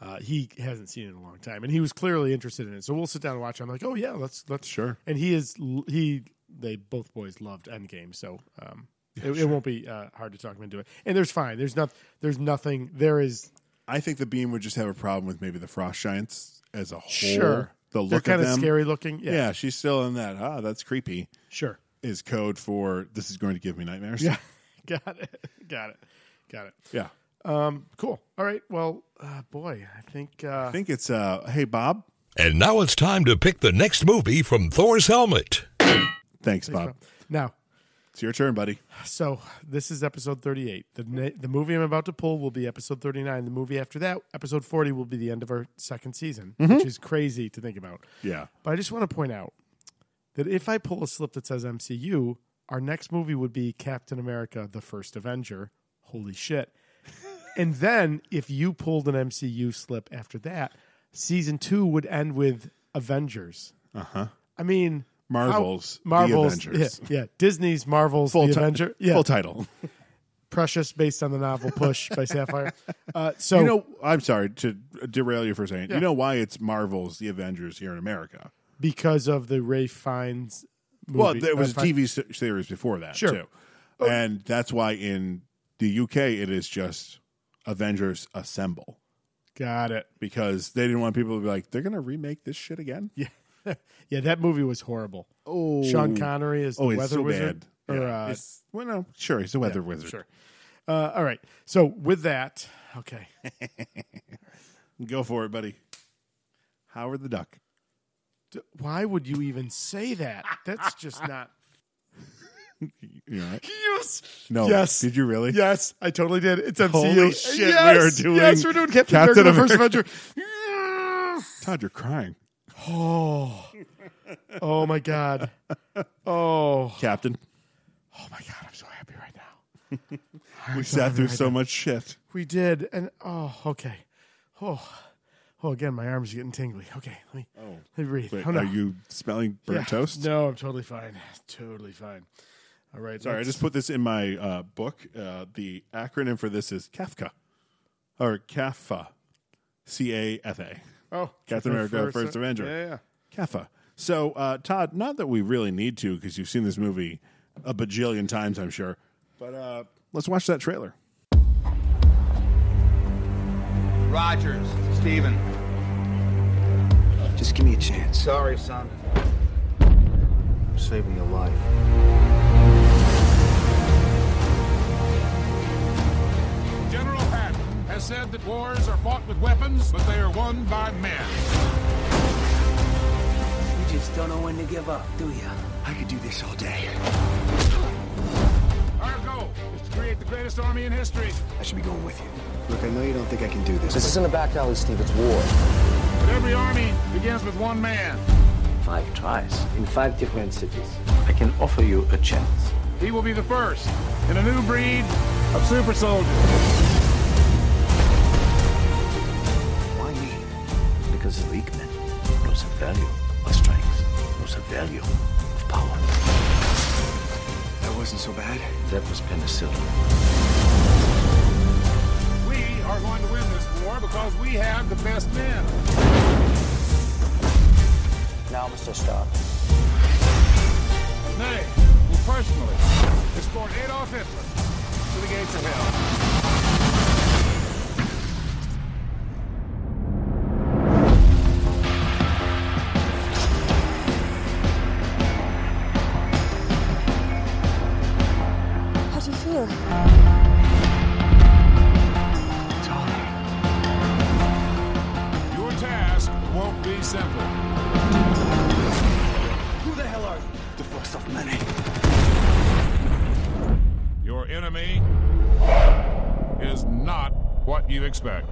Speaker 2: uh, he hasn't seen it in a long time, and he was clearly interested in it. So we'll sit down and watch. it. I'm like, oh yeah, let's let's.
Speaker 1: Sure.
Speaker 2: And he is l- he they both boys loved Endgame, so um, it, it won't be uh, hard to talk him into it. And there's fine. There's not. There's nothing. There is
Speaker 1: I think the Bean would just have a problem with maybe the Frost Giants as a whole.
Speaker 2: sure.
Speaker 1: The look
Speaker 2: They're kind
Speaker 1: of
Speaker 2: of
Speaker 1: them.
Speaker 2: scary looking. Yeah,
Speaker 1: Yeah. she's still in that. Ah, that's creepy.
Speaker 2: sure.
Speaker 1: Is code for this is going to give me nightmares.
Speaker 2: Yeah, got it. Got it. Got it.
Speaker 1: Yeah.
Speaker 2: Um, cool. All right. Well, uh, boy, I think uh,
Speaker 1: I think it's uh. Hey, Bob.
Speaker 3: And now it's time to pick the next movie from Thor's helmet.
Speaker 1: Thanks, Bob.
Speaker 2: now.
Speaker 1: It's your turn, buddy.
Speaker 2: So this is episode 38. The na- the movie I'm about to pull will be episode 39. The movie after that, episode 40, will be the end of our second season, which is crazy to think about.
Speaker 1: Yeah.
Speaker 2: But I just want to point out that if I pull a slip that says MCU, our next movie would be Captain America: The First Avenger. Holy shit! and then if you pulled an MCU slip after that, season two would end with Avengers.
Speaker 1: Uh huh.
Speaker 2: I mean,
Speaker 1: Marvel's
Speaker 2: how-
Speaker 1: The Avengers.
Speaker 2: Yeah, yeah, Disney's Marvel's
Speaker 1: Full
Speaker 2: The
Speaker 1: ti-
Speaker 2: Avenger. Yeah.
Speaker 1: full title.
Speaker 2: Precious, based on the novel Push by Sapphire. Uh, so
Speaker 1: you know, I'm sorry to derail you for a second.
Speaker 2: Yeah.
Speaker 1: You know why it's Marvel's The Avengers here in America?
Speaker 2: because of the Ray Fiennes. Movie,
Speaker 1: Well, there was a
Speaker 2: uh, Fine-
Speaker 1: TV se- series before that
Speaker 2: Sure. Oh.
Speaker 1: too, and that's why in the UK it is just Avengers Assemble
Speaker 2: Got it.
Speaker 1: because they didn't want people to be like they're going to remake this shit again.
Speaker 2: Yeah, yeah, that movie was horrible.
Speaker 1: Oh,
Speaker 2: Sean Connery is the
Speaker 1: oh, it's
Speaker 2: weather
Speaker 1: so
Speaker 2: wizard.
Speaker 1: bad.
Speaker 2: Or,
Speaker 1: Yeah.
Speaker 2: uh,
Speaker 1: It's- well, no, sure, he's a weather
Speaker 2: Yeah,
Speaker 1: wizard.
Speaker 2: Sure. Uh, all right. So with that, okay.
Speaker 1: Go for it, buddy. Howard the Duck.
Speaker 2: D- Why would you even say that? That's just not.
Speaker 1: You all right?
Speaker 2: yes.
Speaker 1: No.
Speaker 2: Yes.
Speaker 1: Did you really?
Speaker 2: Yes, I totally did. It's MCU.
Speaker 1: Holy shit, we
Speaker 2: Yes,
Speaker 1: are doing
Speaker 2: Yes, we're doing Captain,
Speaker 1: Captain
Speaker 2: America: The First
Speaker 1: America.
Speaker 2: Avenger. Yes.
Speaker 1: Todd, you're crying.
Speaker 2: Oh. Oh my god. Oh.
Speaker 1: Captain,
Speaker 2: Oh my god. I'm so happy right now.
Speaker 1: we
Speaker 2: I'm so
Speaker 1: sat
Speaker 2: happy
Speaker 1: through
Speaker 2: right
Speaker 1: so
Speaker 2: now.
Speaker 1: much shit.
Speaker 2: We did, and oh, okay. Oh, oh, again, my arms are getting tingly. Okay, let me, let me breathe.
Speaker 1: Wait,
Speaker 2: oh, no.
Speaker 1: Are you smelling burnt
Speaker 2: Yeah.
Speaker 1: toast?
Speaker 2: No, I'm totally fine. Totally fine. All right.
Speaker 1: Sorry, I
Speaker 2: let's-
Speaker 1: just put this in my uh, book. Uh, the acronym for this is Kafka, or CAFA, C A F A.
Speaker 2: Oh,
Speaker 1: Captain America: First, Avenger.
Speaker 2: Yeah, yeah.
Speaker 1: CAFA. So, uh, Todd, not that we really need to, because you've seen this movie a bajillion times, I'm sure. But uh, let's watch that trailer.
Speaker 14: Rogers, Steven.
Speaker 15: Just give me a chance.
Speaker 14: Sorry, son.
Speaker 15: I'm saving your life.
Speaker 16: General Patton has said that wars are fought with weapons, but they are won by men.
Speaker 15: You just don't know when to give up, do you? I could do this all day.
Speaker 16: Our goal is to create the greatest army in history.
Speaker 15: I should be going with you. Look, I know you don't think I can do this. This isn't a back alley, Steve. It's war.
Speaker 16: But every army begins with one man.
Speaker 15: Five tries in five different cities. I can offer you a chance.
Speaker 16: He will be the first in a new breed of super soldiers.
Speaker 15: Why me? Because the weak man knows the value of strength, knows the value of power. That wasn't so bad. That was penicillin.
Speaker 16: We are going to win this war because we have the best men.
Speaker 15: Now, Mr. Stark,
Speaker 16: Nay, will personally escort Adolf Hitler to the gates of hell.
Speaker 17: How do you feel?
Speaker 16: Your task won't be simple.
Speaker 15: Who the hell are you? The first of many.
Speaker 16: Your enemy is not what you expect.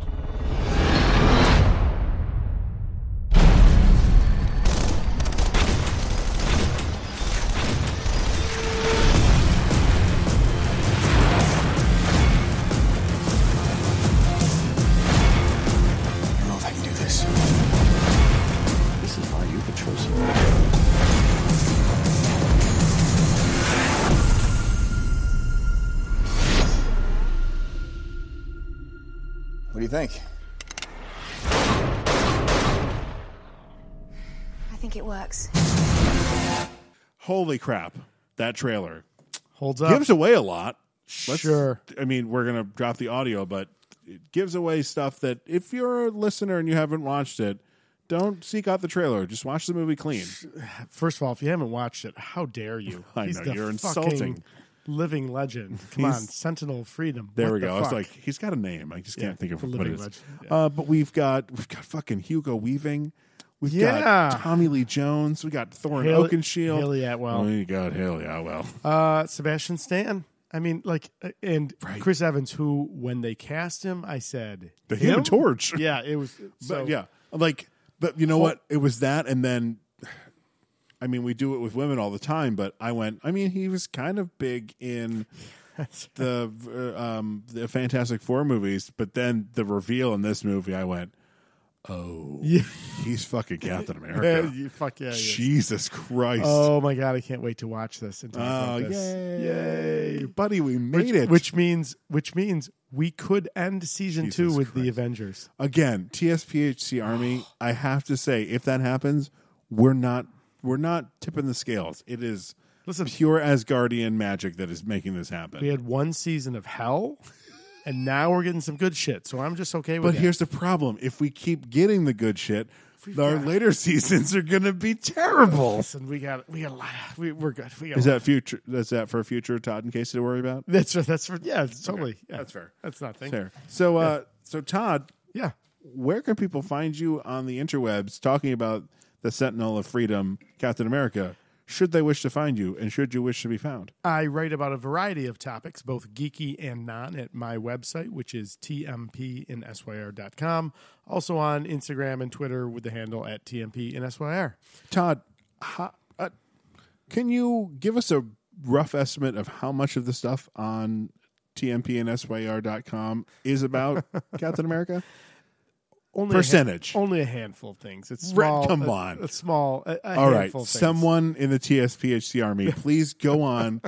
Speaker 15: I don't know if I can do this. This is why you were chosen.
Speaker 14: What do you think?
Speaker 18: I think it works.
Speaker 1: Holy crap, that trailer
Speaker 2: Holds up.
Speaker 1: gives away a lot.
Speaker 2: Sure.
Speaker 1: I mean, we're gonna drop the audio, but it gives away stuff that if you're a listener and you haven't watched it, don't seek out the trailer. Just watch the movie clean.
Speaker 2: First of all, if you haven't watched it, how dare you?
Speaker 1: I
Speaker 2: He's
Speaker 1: know,
Speaker 2: the
Speaker 1: you're
Speaker 2: fucking
Speaker 1: insulting.
Speaker 2: Living legend. Come
Speaker 1: He's-
Speaker 2: on, Sentinel of Freedom.
Speaker 1: There
Speaker 2: What
Speaker 1: we
Speaker 2: the
Speaker 1: go. I was
Speaker 2: fuck?
Speaker 1: like, he's got a name. I just
Speaker 2: Yeah,
Speaker 1: can't think of
Speaker 2: the
Speaker 1: what it
Speaker 2: living
Speaker 1: is.
Speaker 2: legend.
Speaker 1: Uh, but we've got we've got fucking Hugo Weaving. We've
Speaker 2: Yeah.
Speaker 1: got Tommy Lee Jones. We got Thorin
Speaker 2: Haley-
Speaker 1: Oakenshield.
Speaker 2: Haley Atwell.
Speaker 1: We got Haley Atwell.
Speaker 2: Uh, Sebastian Stan. I mean, like, uh, and Chris Evans, who, when they cast him, I said
Speaker 1: The
Speaker 2: him?
Speaker 1: Human Torch.
Speaker 2: Yeah, it was. so-
Speaker 1: but yeah, like, but you know
Speaker 2: Oh.
Speaker 1: what? It was that, and then, I mean, we do it with women all the time. But I went. I mean, he was kind of big in the uh, um the Fantastic Four movies, but then the reveal in this movie, I went, oh,
Speaker 2: Yeah.
Speaker 1: he's fucking Captain America.
Speaker 2: Yeah, you- fuck yeah, he is.
Speaker 1: Jesus Christ.
Speaker 2: Oh my god, I can't wait to watch this. And talk
Speaker 1: Oh,
Speaker 2: about this.
Speaker 1: yay. Buddy, we made
Speaker 2: which,
Speaker 1: it.
Speaker 2: Which means, which means we could end season two with the Avengers.
Speaker 1: Again, TSPHC Army, I have to say, if that happens, we're not we're not tipping the scales. It is
Speaker 2: Listen.
Speaker 1: pure Asgardian magic that is making this happen.
Speaker 2: We had one season of hell, and now we're getting some good shit. So I'm just okay with.
Speaker 1: But
Speaker 2: that.
Speaker 1: here's the problem: if we keep getting the good shit, our later seasons are going to be terrible.
Speaker 2: Listen, we got we got a lot. We, we're good. We got
Speaker 1: Is that future? That's that for future Todd and Casey to worry about.
Speaker 2: That's that's for yeah. It's totally yeah.
Speaker 1: That's fair.
Speaker 2: That's nothing.
Speaker 1: Fair. So, uh, so Todd,
Speaker 2: yeah,
Speaker 1: where can people find you on the interwebs talking about the Sentinel of Freedom, Captain America? Should they wish to find you, and should you wish to be found?
Speaker 2: I write about a variety of topics, both geeky and non, at my website, which is tmpinsyr.com. Also on Instagram and Twitter with the handle at tmpinsyr.
Speaker 1: Todd, how, uh, can you give us a rough estimate of how much of the stuff on TMP and SYR.com is about Captain America?
Speaker 2: Only
Speaker 1: Percentage.
Speaker 2: A hand, only a handful of things. It's
Speaker 1: Right,
Speaker 2: small.
Speaker 1: come
Speaker 2: a-
Speaker 1: on.
Speaker 2: A small. A, a
Speaker 1: All right,
Speaker 2: handful of things.
Speaker 1: someone in the TSPHC army, please go on,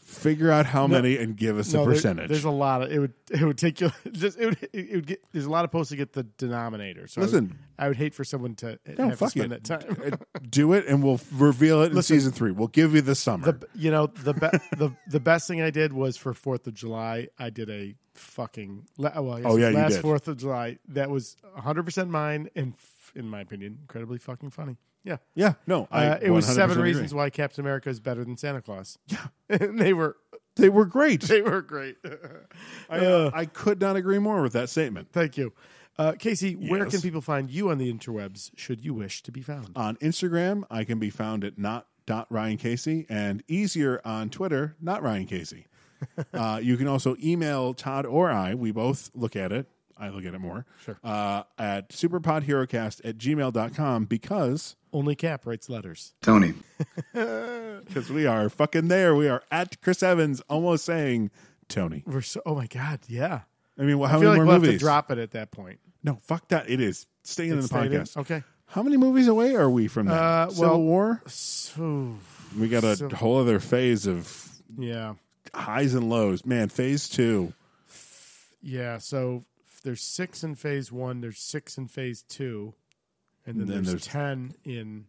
Speaker 1: figure out how many, and give us
Speaker 2: No,
Speaker 1: a
Speaker 2: there-
Speaker 1: percentage.
Speaker 2: there's a lot of it would it would take you just it would, it would get there's a lot of posts to get the denominator. So I would-
Speaker 1: Listen.
Speaker 2: I would, hate for someone to
Speaker 1: no,
Speaker 2: have to
Speaker 1: fuck
Speaker 2: spend
Speaker 1: it. Uh,
Speaker 2: that time.
Speaker 1: Do it, and we'll reveal it in
Speaker 2: Listen,
Speaker 1: season three. We'll give you the summer.
Speaker 2: the you know the be- the the best thing I did was for Fourth of July. I did a fucking la- well, I guess
Speaker 1: Oh, yeah, you
Speaker 2: last
Speaker 1: did.
Speaker 2: Fourth of July that was 100 percent mine and f- in my opinion incredibly fucking funny. Yeah,
Speaker 1: yeah, no, I
Speaker 2: uh, it was
Speaker 1: 100%
Speaker 2: seven
Speaker 1: agree.
Speaker 2: reasons why Captain America is better than Santa Claus. Yeah, and they were
Speaker 1: They were great.
Speaker 2: they were great. Uh,
Speaker 1: I, uh, I could not agree more with that statement.
Speaker 2: Thank you, uh, Casey. Where
Speaker 1: Yes.
Speaker 2: can people find you on the interwebs? Should you wish to be found?
Speaker 1: On Instagram, I can be found at not dot Ryan Casey, and easier on Twitter, not Ryan Casey. uh, you can also email Todd or I. We both look at it. I look at it more.
Speaker 2: Sure.
Speaker 1: Uh, at superpodherocast at gmail.com because
Speaker 2: Only Cap writes letters.
Speaker 1: Tony. Because we are fucking there. We are at Chris Evans almost saying Tony.
Speaker 2: We're so oh my god, yeah.
Speaker 1: I mean, well,
Speaker 2: I
Speaker 1: how
Speaker 2: feel
Speaker 1: many
Speaker 2: like
Speaker 1: more
Speaker 2: we'll
Speaker 1: movies?
Speaker 2: have to drop it at that point.
Speaker 1: No, fuck that. It is staying in
Speaker 2: It's
Speaker 1: the
Speaker 2: staying in?
Speaker 1: podcast.
Speaker 2: Okay.
Speaker 1: How many movies away are we from that?
Speaker 2: Uh, well,
Speaker 1: Civil War.
Speaker 2: So,
Speaker 1: We got a
Speaker 2: Civil-
Speaker 1: whole other phase of
Speaker 2: yeah,
Speaker 1: highs and lows. Man, phase two.
Speaker 2: yeah. So f- there's six in phase one. There's six in phase two, and then,
Speaker 1: Then there's-
Speaker 2: there's, ten in.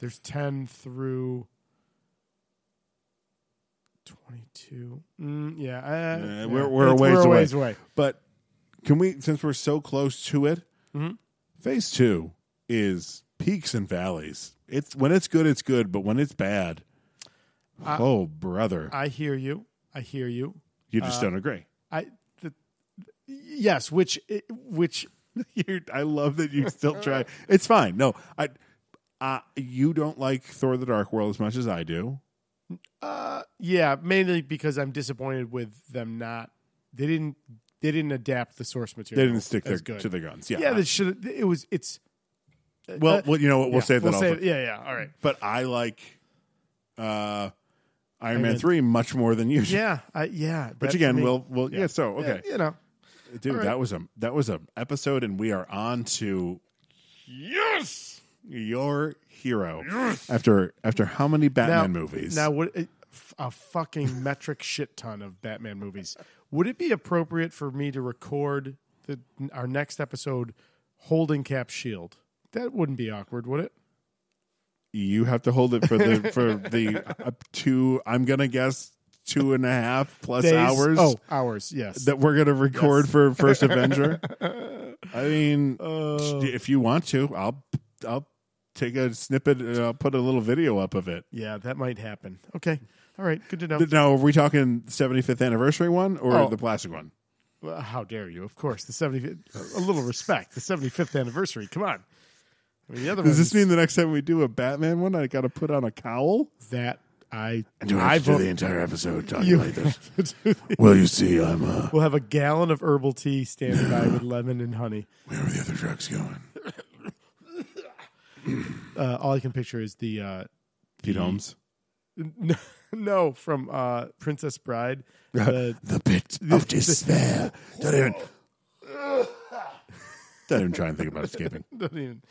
Speaker 2: There's ten through. Twenty-two. Mm, yeah, uh,
Speaker 1: Uh,
Speaker 2: yeah.
Speaker 1: We're we're a
Speaker 2: It's-
Speaker 1: ways,
Speaker 2: we're a
Speaker 1: away.
Speaker 2: ways away.
Speaker 1: But can we, since we're so close to it,
Speaker 2: Mhm.
Speaker 1: phase two is peaks and valleys. It's when it's good, it's good, but when it's bad,
Speaker 2: I-
Speaker 1: oh brother,
Speaker 2: I hear you. I hear you.
Speaker 1: you just
Speaker 2: uh,
Speaker 1: don't agree.
Speaker 2: I. The, yes, which which
Speaker 1: You're, I love that you still try. It's fine. No, I, uh, you don't like Thor: The Dark World as much as I do.
Speaker 2: Uh, yeah, mainly because I'm disappointed with them not. They didn't. They didn't adapt the source material.
Speaker 1: They didn't stick their,
Speaker 2: as good.
Speaker 1: to their guns. Yeah,
Speaker 2: yeah. That should. It was. It's.
Speaker 1: Well,
Speaker 2: uh,
Speaker 1: well, you know what? We'll
Speaker 2: yeah,
Speaker 1: save that.
Speaker 2: we'll
Speaker 1: all
Speaker 2: save
Speaker 1: for-
Speaker 2: it. Yeah, yeah, all right.
Speaker 1: But I like uh, Iron
Speaker 2: Iron
Speaker 1: Man
Speaker 2: Man.
Speaker 1: three much more than you. do.
Speaker 2: yeah, I, yeah. that
Speaker 1: But
Speaker 2: for
Speaker 1: again,
Speaker 2: me-
Speaker 1: we'll we'll yeah. so
Speaker 2: Yeah,
Speaker 1: okay,
Speaker 2: you know,
Speaker 1: dude,
Speaker 2: all right.
Speaker 1: that was a that was a episode, and we are on to yes, your hero. After after how many Batman
Speaker 2: now,
Speaker 1: movies?
Speaker 2: Now, what? A, a fucking metric shit ton of Batman movies. Would it be appropriate for me to record the our next episode holding Cap Shield? That wouldn't be awkward, would it?
Speaker 1: you have to hold it for the for the up to I'm gonna guess two and a half plus
Speaker 2: Days-
Speaker 1: hours.
Speaker 2: Oh, hours. Yes.
Speaker 1: That we're gonna record for First Avenger. I mean, if you want to, I'll I'll take a snippet and I'll put a little video up of it.
Speaker 2: Yeah, that might happen. Okay. All right. Good to know.
Speaker 1: Now, are we talking 75th anniversary one or
Speaker 2: Oh.
Speaker 1: the plastic one?
Speaker 2: Well, How dare you? Of course, the 75th. A little respect. The 75th anniversary. Come on. I mean, the other
Speaker 1: Does
Speaker 2: ones
Speaker 1: this mean the next time we do a Batman one, I got to put on a cowl?
Speaker 2: that I
Speaker 1: I do
Speaker 2: I
Speaker 1: have to do
Speaker 2: vote-
Speaker 1: the entire episode talking
Speaker 2: You
Speaker 1: like this.
Speaker 2: have to do the-
Speaker 1: Well, you see, I'm, uh,
Speaker 2: We'll have a gallon of herbal tea standing by with lemon and honey.
Speaker 1: Where are the other drugs going?
Speaker 2: Uh, all I can picture is the uh,
Speaker 1: Pete Holmes.
Speaker 2: n- no from uh, Princess Bride.
Speaker 1: The, pit of despair. Don't even- Doesn't try and think about escaping.
Speaker 2: Don't even.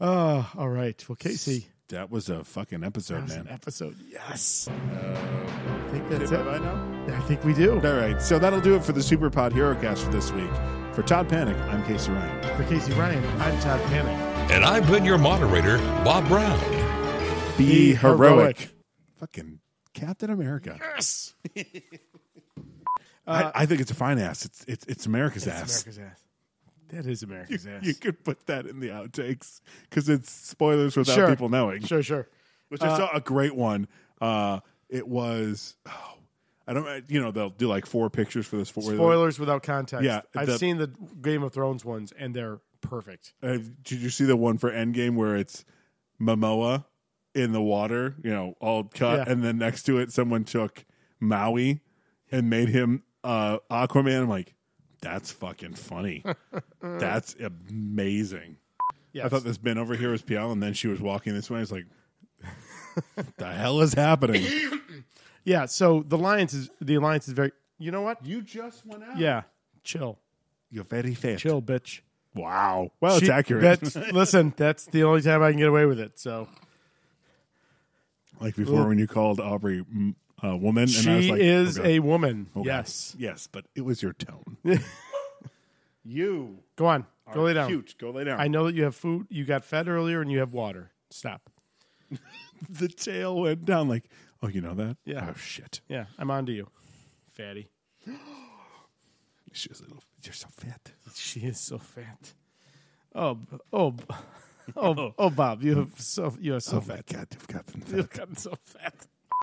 Speaker 2: Uh, all right. Well, Casey,
Speaker 1: That was a fucking
Speaker 2: that
Speaker 1: episode,
Speaker 2: was an
Speaker 1: man.
Speaker 2: episode. Yes.
Speaker 1: I
Speaker 2: think that's it.
Speaker 1: I know.
Speaker 2: I think we do.
Speaker 1: All right, so that'll do it for the Super Pod Hero Cast for this week. For Todd Panic, I'm Casey Ryan.
Speaker 2: For Casey Ryan, I'm Todd Panic.
Speaker 3: And I've been your moderator, Bob Brown.
Speaker 1: Be
Speaker 2: heroic.
Speaker 1: heroic. Fucking Captain America. Uh,
Speaker 2: Yes.
Speaker 1: I, I think it's a fine ass. It's it's, it's America's ass.
Speaker 2: America's ass. That is America's ass.
Speaker 1: You could put that in the outtakes because it's spoilers without
Speaker 2: Sure.
Speaker 1: people knowing.
Speaker 2: Sure, sure.
Speaker 1: Which I saw a great one. Uh, it was, oh, I don't, you know, they'll do like four pictures for this. Four,
Speaker 2: Spoilers without context.
Speaker 1: Yeah,
Speaker 2: I've
Speaker 1: the-
Speaker 2: seen the Game of Thrones ones, and they're perfect.
Speaker 1: Uh, did you see the one for Endgame where it's Momoa in the water, you know, all cut,
Speaker 2: Yeah.
Speaker 1: and then next to it, someone took Maui and made him uh, Aquaman? I'm like, that's fucking funny. that's amazing.
Speaker 2: Yes.
Speaker 1: I thought this bin over here was Pial, and then she was walking this way. I was like, "What the hell is happening?"
Speaker 2: Yeah. So the alliance is the alliance is very. You know what?
Speaker 1: You just went out.
Speaker 2: Yeah. Chill.
Speaker 1: you're very fat.
Speaker 2: Chill, bitch.
Speaker 1: Wow. Well, it's
Speaker 2: She-
Speaker 1: accurate.
Speaker 2: that's- listen, that's the only time I can get away with it. So
Speaker 1: like before, when you called Aubrey mm, a woman, and I was
Speaker 2: she
Speaker 1: like,
Speaker 2: is
Speaker 1: okay.
Speaker 2: a woman.
Speaker 1: Okay.
Speaker 2: Yes.
Speaker 1: Yes, but it was your tone. you
Speaker 2: Go on. Go
Speaker 1: are
Speaker 2: lay down.
Speaker 1: Cute. Go lay down.
Speaker 2: I know that you have food. You got fed earlier, and you have water. Stop.
Speaker 1: the tail went down. Like, oh, you know that?
Speaker 2: Yeah.
Speaker 1: Oh shit.
Speaker 2: Yeah, I'm on to you, fatty.
Speaker 1: She was a little. You're so fat.
Speaker 2: She is so fat. Oh, b- oh, b- oh, oh, Bob, you have so you are so
Speaker 1: Oh
Speaker 2: fat.
Speaker 1: my god, you've gotten
Speaker 2: You've
Speaker 1: fat.
Speaker 2: gotten so fat.